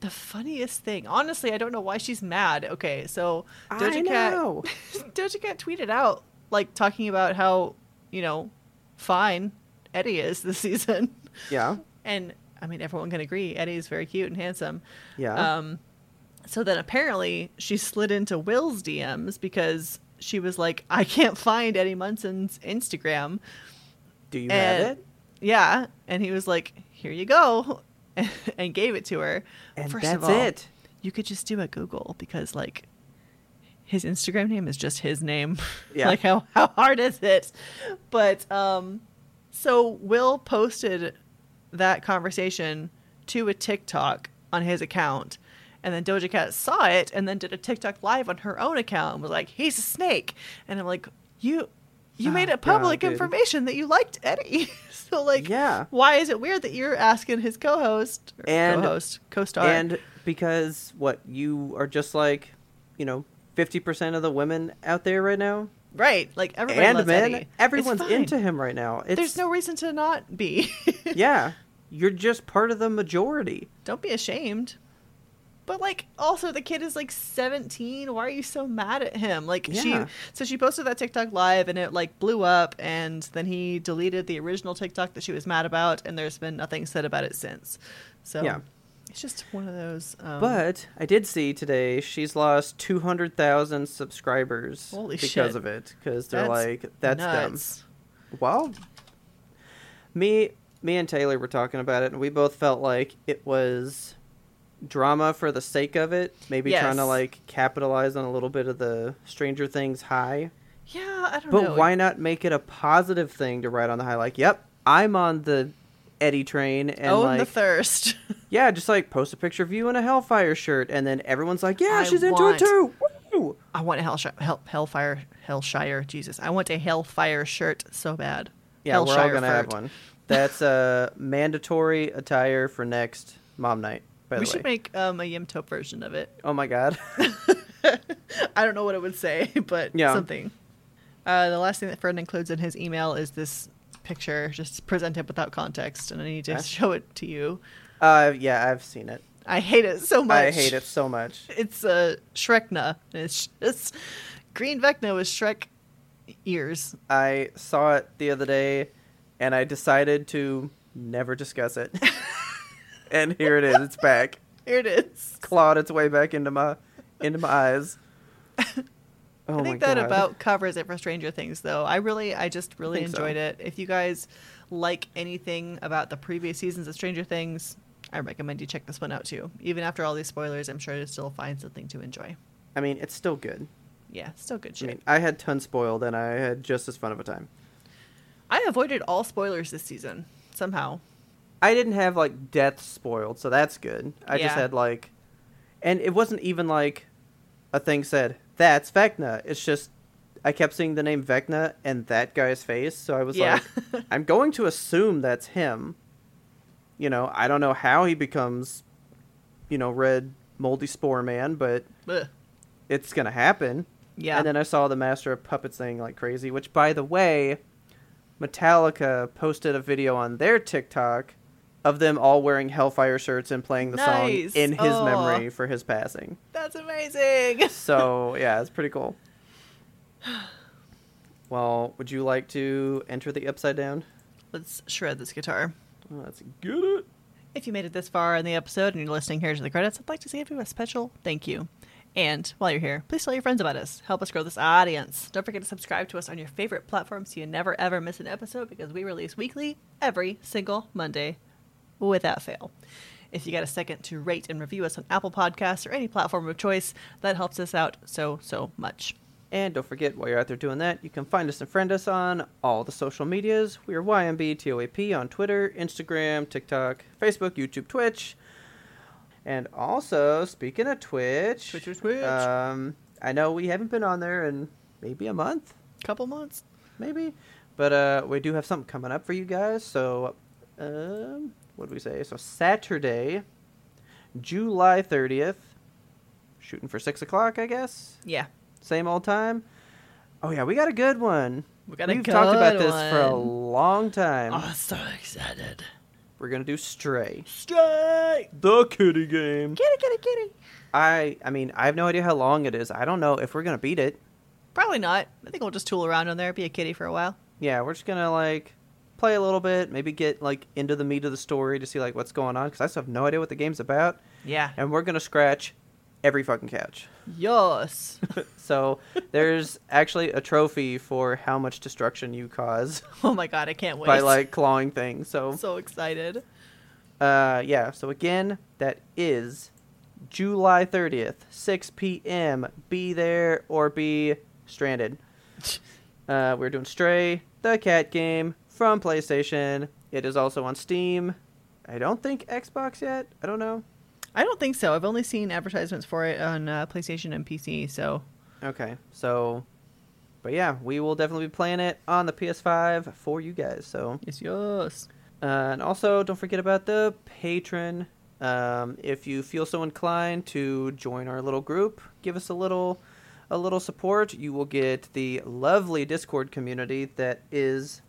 [SPEAKER 1] the funniest thing, honestly, I don't know why she's mad. Okay, so
[SPEAKER 2] I
[SPEAKER 1] Doja
[SPEAKER 2] know.
[SPEAKER 1] Cat Doja Cat tweeted out like talking about how, you know, fine Eddie is this season.
[SPEAKER 2] Yeah.
[SPEAKER 1] And I mean, everyone can agree Eddie is very cute and handsome.
[SPEAKER 2] Yeah.
[SPEAKER 1] Um, so then apparently she slid into Will's DMs because she was like, I can't find Eddie Munson's Instagram.
[SPEAKER 2] Do you have
[SPEAKER 1] and-
[SPEAKER 2] it?
[SPEAKER 1] Yeah. And he was like, Here you go. and gave it to her.
[SPEAKER 2] And
[SPEAKER 1] First
[SPEAKER 2] that's
[SPEAKER 1] of all,
[SPEAKER 2] it.
[SPEAKER 1] You could just do a Google because, like, his Instagram name is just his name.
[SPEAKER 2] Yeah.
[SPEAKER 1] like, how, how hard is it? But, um, so Will posted that conversation to a TikTok on his account. And then Doja Cat saw it and then did a TikTok live on her own account and was like, he's a snake. And I'm like, you. You
[SPEAKER 2] Oh,
[SPEAKER 1] made
[SPEAKER 2] God,
[SPEAKER 1] it public
[SPEAKER 2] dude.
[SPEAKER 1] information that you liked Eddie. so like
[SPEAKER 2] Yeah.
[SPEAKER 1] why is it weird that you're asking his co-host or
[SPEAKER 2] And-
[SPEAKER 1] co-host, co-star?
[SPEAKER 2] And because what you are just like, you know, 50% of the women out there right now.
[SPEAKER 1] right, like everybody
[SPEAKER 2] and
[SPEAKER 1] loves Eddie.
[SPEAKER 2] man,
[SPEAKER 1] It's
[SPEAKER 2] everyone's
[SPEAKER 1] fine.
[SPEAKER 2] into him right now. It's,
[SPEAKER 1] There's no reason to not be.
[SPEAKER 2] yeah, you're just part of the majority.
[SPEAKER 1] Don't be ashamed. But like also the kid is like 17. Why are you so mad at him? Like she
[SPEAKER 2] Yeah.
[SPEAKER 1] so she posted that TikTok live and it like blew up and then he deleted the original TikTok that she was mad about and there's been nothing said about it since. So
[SPEAKER 2] Yeah.
[SPEAKER 1] it's just one of those um,
[SPEAKER 2] But I did see today she's lost two hundred thousand subscribers
[SPEAKER 1] Holy
[SPEAKER 2] because
[SPEAKER 1] shit.
[SPEAKER 2] of it. Because they're
[SPEAKER 1] That's
[SPEAKER 2] like, that's
[SPEAKER 1] nuts.
[SPEAKER 2] them. Well, me, me and Taylor were talking about it, and we both felt like it was drama for the sake of it. Maybe trying to
[SPEAKER 1] Yes.
[SPEAKER 2] like capitalize on a little bit of the Stranger Things high.
[SPEAKER 1] Yeah, I don't
[SPEAKER 2] But
[SPEAKER 1] know.
[SPEAKER 2] why not make it a positive thing to write on the high? Like, yep, I'm on the Eddie train Oh, and
[SPEAKER 1] Own
[SPEAKER 2] like
[SPEAKER 1] the thirst.
[SPEAKER 2] yeah, just like post a picture of you in a Hellfire shirt, and then everyone's like, yeah,
[SPEAKER 1] I
[SPEAKER 2] she's into
[SPEAKER 1] want-
[SPEAKER 2] it too. Woo!
[SPEAKER 1] I want a hell, hell, hellfire, hellshire. Jesus, I want a hellfire shirt so bad.
[SPEAKER 2] Yeah, we're all
[SPEAKER 1] Hellshire
[SPEAKER 2] gonna have
[SPEAKER 1] fart.
[SPEAKER 2] one. That's a uh, mandatory attire for next mom night. By
[SPEAKER 1] We
[SPEAKER 2] the way,
[SPEAKER 1] should make um, a Yimtope version of it.
[SPEAKER 2] oh my god,
[SPEAKER 1] I don't know what it would say, but
[SPEAKER 2] Yeah.
[SPEAKER 1] something. Uh, the last thing that Fred includes in his email is this picture, just presented without context, and I need to
[SPEAKER 2] Yes.
[SPEAKER 1] show it to you.
[SPEAKER 2] uh, yeah, I've seen it.
[SPEAKER 1] I hate it so much.
[SPEAKER 2] I hate it so much.
[SPEAKER 1] It's uh, Shrekna. and It's just Green Vecna with Shrek ears.
[SPEAKER 2] I saw it the other day, and I decided to never discuss it. and here it is. It's back.
[SPEAKER 1] Here it is.
[SPEAKER 2] Clawed its way back into my into my eyes. Oh
[SPEAKER 1] I
[SPEAKER 2] my
[SPEAKER 1] think that
[SPEAKER 2] God.
[SPEAKER 1] about covers it for Stranger Things, though. I really, I just really
[SPEAKER 2] think so.
[SPEAKER 1] enjoyed it. If you guys like anything about the previous seasons of Stranger Things, I recommend you check this one out too. Even after all these spoilers, I'm sure you'll still find something to enjoy.
[SPEAKER 2] I mean, it's still good.
[SPEAKER 1] Yeah, still good
[SPEAKER 2] I
[SPEAKER 1] shit.
[SPEAKER 2] mean, I had tons spoiled, and I had just as fun of a time.
[SPEAKER 1] I avoided all spoilers this season somehow.
[SPEAKER 2] I didn't have like death spoiled, so that's good. I just
[SPEAKER 1] Yeah.
[SPEAKER 2] had like, and it wasn't even like a thing said that's Vecna. It's just I kept seeing the name Vecna and that guy's face, so I was
[SPEAKER 1] Yeah.
[SPEAKER 2] like, I'm going to assume that's him. You know, I don't know how he becomes, you know, red moldy spore man, but
[SPEAKER 1] Ugh.
[SPEAKER 2] it's gonna happen.
[SPEAKER 1] Yeah.
[SPEAKER 2] And then I saw the Master of Puppets thing like crazy, which by the way, Metallica posted a video on their TikTok of them all wearing Hellfire shirts and playing the
[SPEAKER 1] Nice.
[SPEAKER 2] song in his
[SPEAKER 1] Aw.
[SPEAKER 2] memory for his passing.
[SPEAKER 1] That's amazing.
[SPEAKER 2] So yeah, it's pretty cool. Well, would you like to enter the upside down?
[SPEAKER 1] Let's shred this guitar.
[SPEAKER 2] Let's get it.
[SPEAKER 1] If you made it this far in the episode and you're listening here to the credits, I'd like to give you a special thank you. And while you're here, please tell your friends about us. Help us grow this audience. Don't forget to subscribe to us on your favorite platform so you never ever miss an episode because we release weekly every single Monday without fail. If you got a second to rate and review us on Apple Podcasts or any platform of choice, that helps us out so, so much.
[SPEAKER 2] And don't forget, while you're out there doing that, you can find us and friend us on all the social medias. We are YMBTOAP on Twitter, Instagram, TikTok, Facebook, YouTube, Twitch. And also, speaking of Twitch,
[SPEAKER 1] Twitch, Twitch, Twitch.
[SPEAKER 2] Um, I know we haven't been on there in maybe a month,
[SPEAKER 1] Couple months?
[SPEAKER 2] maybe, but uh, we do have something coming up for you guys. So, um, what do we say? So Saturday, July thirtieth, shooting for six o'clock, I guess
[SPEAKER 1] Yeah.
[SPEAKER 2] same old time. Oh yeah, we got a good one.
[SPEAKER 1] We got a
[SPEAKER 2] We've talked about
[SPEAKER 1] good
[SPEAKER 2] this for a
[SPEAKER 1] one. Uh.
[SPEAKER 2] long time.
[SPEAKER 1] so excited.
[SPEAKER 2] We're gonna do Stray,
[SPEAKER 1] Strike!
[SPEAKER 2] the kitty game.
[SPEAKER 1] Kitty, kitty, kitty.
[SPEAKER 2] I I mean I have no idea how long it is. I don't know if we're gonna beat it.
[SPEAKER 1] Probably not. I think we'll just tool around on there, be a kitty for a while.
[SPEAKER 2] Yeah, we're just gonna like play a little bit, maybe get like into the meat of the story to see like what's going on because I still have no idea what the game's about,
[SPEAKER 1] Yeah.
[SPEAKER 2] and we're gonna scratch every fucking couch.
[SPEAKER 1] Yes.
[SPEAKER 2] so there's actually a trophy for how much destruction you cause
[SPEAKER 1] oh my god, I can't wait.
[SPEAKER 2] by like clawing things. So
[SPEAKER 1] I'm so excited.
[SPEAKER 2] Uh, yeah. So again, that is July thirtieth, six p.m. Be there or be stranded. Uh, we're doing Stray, the cat game from PlayStation. It is also on Steam. I don't think Xbox yet. I don't know.
[SPEAKER 1] I don't think so. I've only seen advertisements for it on uh, PlayStation and PC, so
[SPEAKER 2] Okay. So, but yeah, we will definitely be playing it on the PS5 for you guys. So
[SPEAKER 1] yes, yes.
[SPEAKER 2] Uh, and also, don't forget about the patron. Um, if you feel so inclined to join our little group, give us a little, a little support. You will get the lovely Discord community that is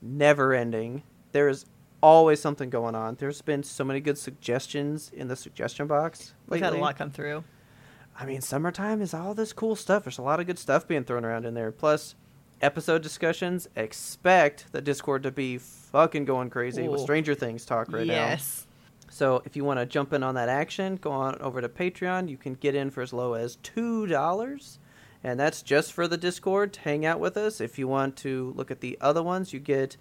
[SPEAKER 2] never ending. There is always something going on. There's been so many good suggestions in the suggestion box.
[SPEAKER 1] We've had a
[SPEAKER 2] lately.
[SPEAKER 1] lot come through.
[SPEAKER 2] I mean, summertime is all this cool stuff. There's a lot of good stuff being thrown around in there. Plus, episode discussions. Expect the Discord to be fucking going crazy with
[SPEAKER 1] Ooh.
[SPEAKER 2] Stranger Things talk right
[SPEAKER 1] yes.
[SPEAKER 2] now. So, if you want to jump in on that action, go on over to Patreon. You can get in for as low as $2. And that's just for the Discord to hang out with us. If you want to look at the other ones, you get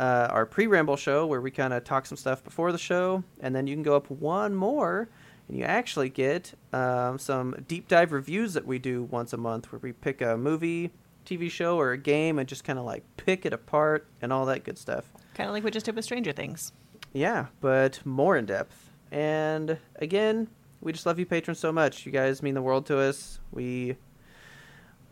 [SPEAKER 2] uh, our pre-ramble show where we kind of talk some stuff before the show and then you can go up one more and you actually get um, some deep dive reviews that we do once a month where we pick a movie tv show or a game and just kind of like pick it apart and all that good stuff
[SPEAKER 1] Kind of like we just did with Stranger Things.
[SPEAKER 2] Yeah, but more in depth. And again, we just love you patrons so much. You guys mean the world to us. We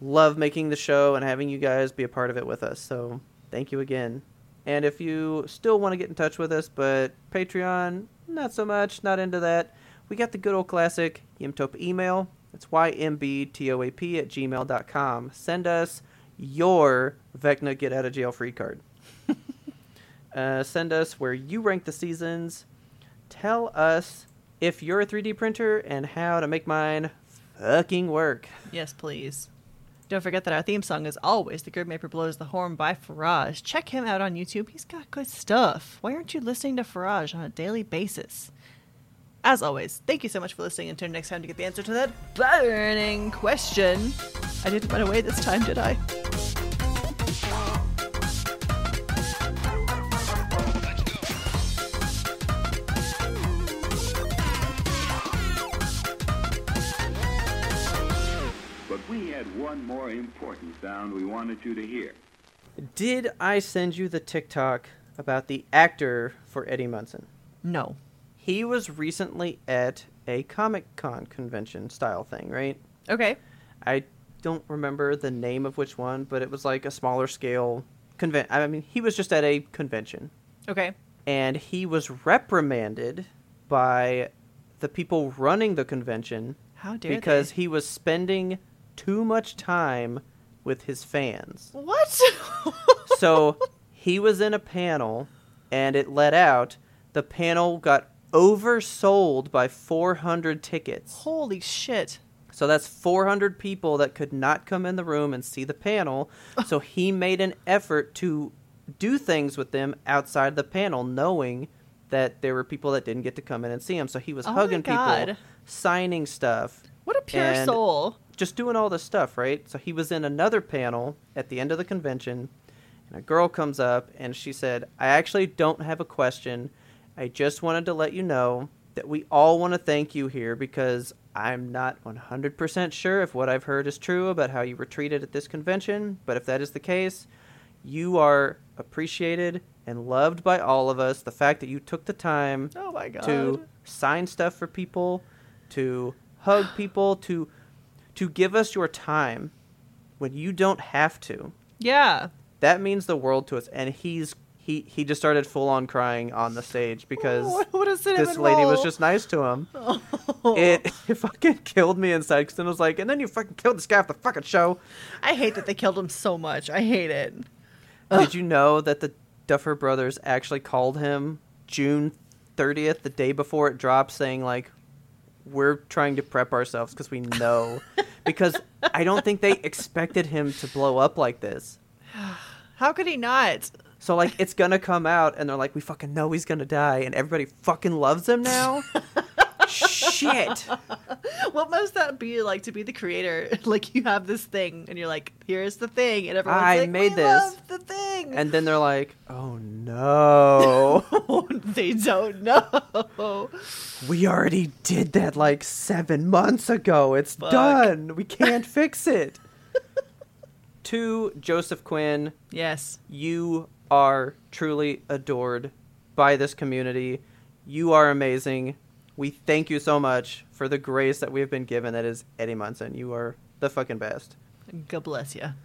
[SPEAKER 2] love making the show and having you guys be a part of it with us. So thank you again. And if you still want to get in touch with us, but Patreon, not so much, not into that, we got the good old classic YMTOP email. It's ymbtop at gmail.com. Send us your Vecna get out of jail free card. uh, send us where you rank the seasons. Tell us if you're a 3D printer and how to make mine fucking work.
[SPEAKER 1] Yes, please. Don't forget that our theme song is always The Grid Maker Blows the Horn by Faraj. Check him out on YouTube. He's got good stuff. Why aren't you listening to Faraj on a daily basis? As always, thank you so much for listening and tune in next time to get the answer to that burning question. I didn't run away this time, did I?
[SPEAKER 3] But we had one more important sound we wanted you to hear.
[SPEAKER 2] Did I send you the TikTok about the actor for Eddie Munson?
[SPEAKER 1] No.
[SPEAKER 2] He was recently at a Comic Con convention style thing, right?
[SPEAKER 1] Okay.
[SPEAKER 2] I don't remember the name of which one, but it was like a smaller scale convent. I mean, he was just at a convention
[SPEAKER 1] Okay.
[SPEAKER 2] and he was reprimanded by the people running the convention
[SPEAKER 1] How dare
[SPEAKER 2] because
[SPEAKER 1] they.
[SPEAKER 2] he was spending too much time with his fans.
[SPEAKER 1] What?
[SPEAKER 2] so he was in a panel and it let out. The panel got oversold by 400 tickets.
[SPEAKER 1] Holy shit.
[SPEAKER 2] So that's 400 people that could not come in the room and see the panel. So he made an effort to do things with them outside the panel, knowing that there were people that didn't get to come in and see him. So he was
[SPEAKER 1] Oh my
[SPEAKER 2] hugging people,
[SPEAKER 1] God.
[SPEAKER 2] signing stuff.
[SPEAKER 1] What a pure
[SPEAKER 2] and
[SPEAKER 1] soul.
[SPEAKER 2] Just doing all this stuff, right? So he was in another panel at the end of the convention, and a girl comes up and she said, I actually don't have a question. I just wanted to let you know that we all want to thank you here because I'm not 100% sure if what I've heard is true about how you were treated at this convention, but if that is the case, you are appreciated and loved by all of us. The fact that you took the time
[SPEAKER 1] Oh my god.
[SPEAKER 2] to sign stuff for people, to hug people, to to give us your time when you don't have to.
[SPEAKER 1] Yeah.
[SPEAKER 2] That means the world to us. And he's he he just started full on crying on the stage because
[SPEAKER 1] What- what a cinnamon
[SPEAKER 2] this lady was
[SPEAKER 1] roll.
[SPEAKER 2] just nice to him. It, it fucking killed me inside because then I was like, and then you fucking killed this guy off the fucking show.
[SPEAKER 1] I hate that they killed him so much. I hate it.
[SPEAKER 2] Did you know that the Duffer Brothers actually called him June 30th, the day before it dropped, saying, like, we're trying to prep ourselves because we know. because I don't think they expected him to blow up like this.
[SPEAKER 1] How could he not?
[SPEAKER 2] So, like, it's going to come out, and they're like, we fucking know he's going to die, and everybody fucking loves him now? Shit.
[SPEAKER 1] What must that be like to be the creator? Like you have this thing and you're like, here's the thing, and everyone's
[SPEAKER 2] I
[SPEAKER 1] like,
[SPEAKER 2] made
[SPEAKER 1] we
[SPEAKER 2] this.
[SPEAKER 1] love the thing,
[SPEAKER 2] And then they're like, oh no,
[SPEAKER 1] they don't know.
[SPEAKER 2] we already did that like seven months ago. It's
[SPEAKER 1] Fuck.
[SPEAKER 2] done. We can't fix it. to Joseph Quinn,
[SPEAKER 1] Yes,
[SPEAKER 2] you are truly adored by this community. You are amazing. We thank you so much for the grace that we have been given. That is Eddie Munson. You are the fucking best.
[SPEAKER 1] God bless you.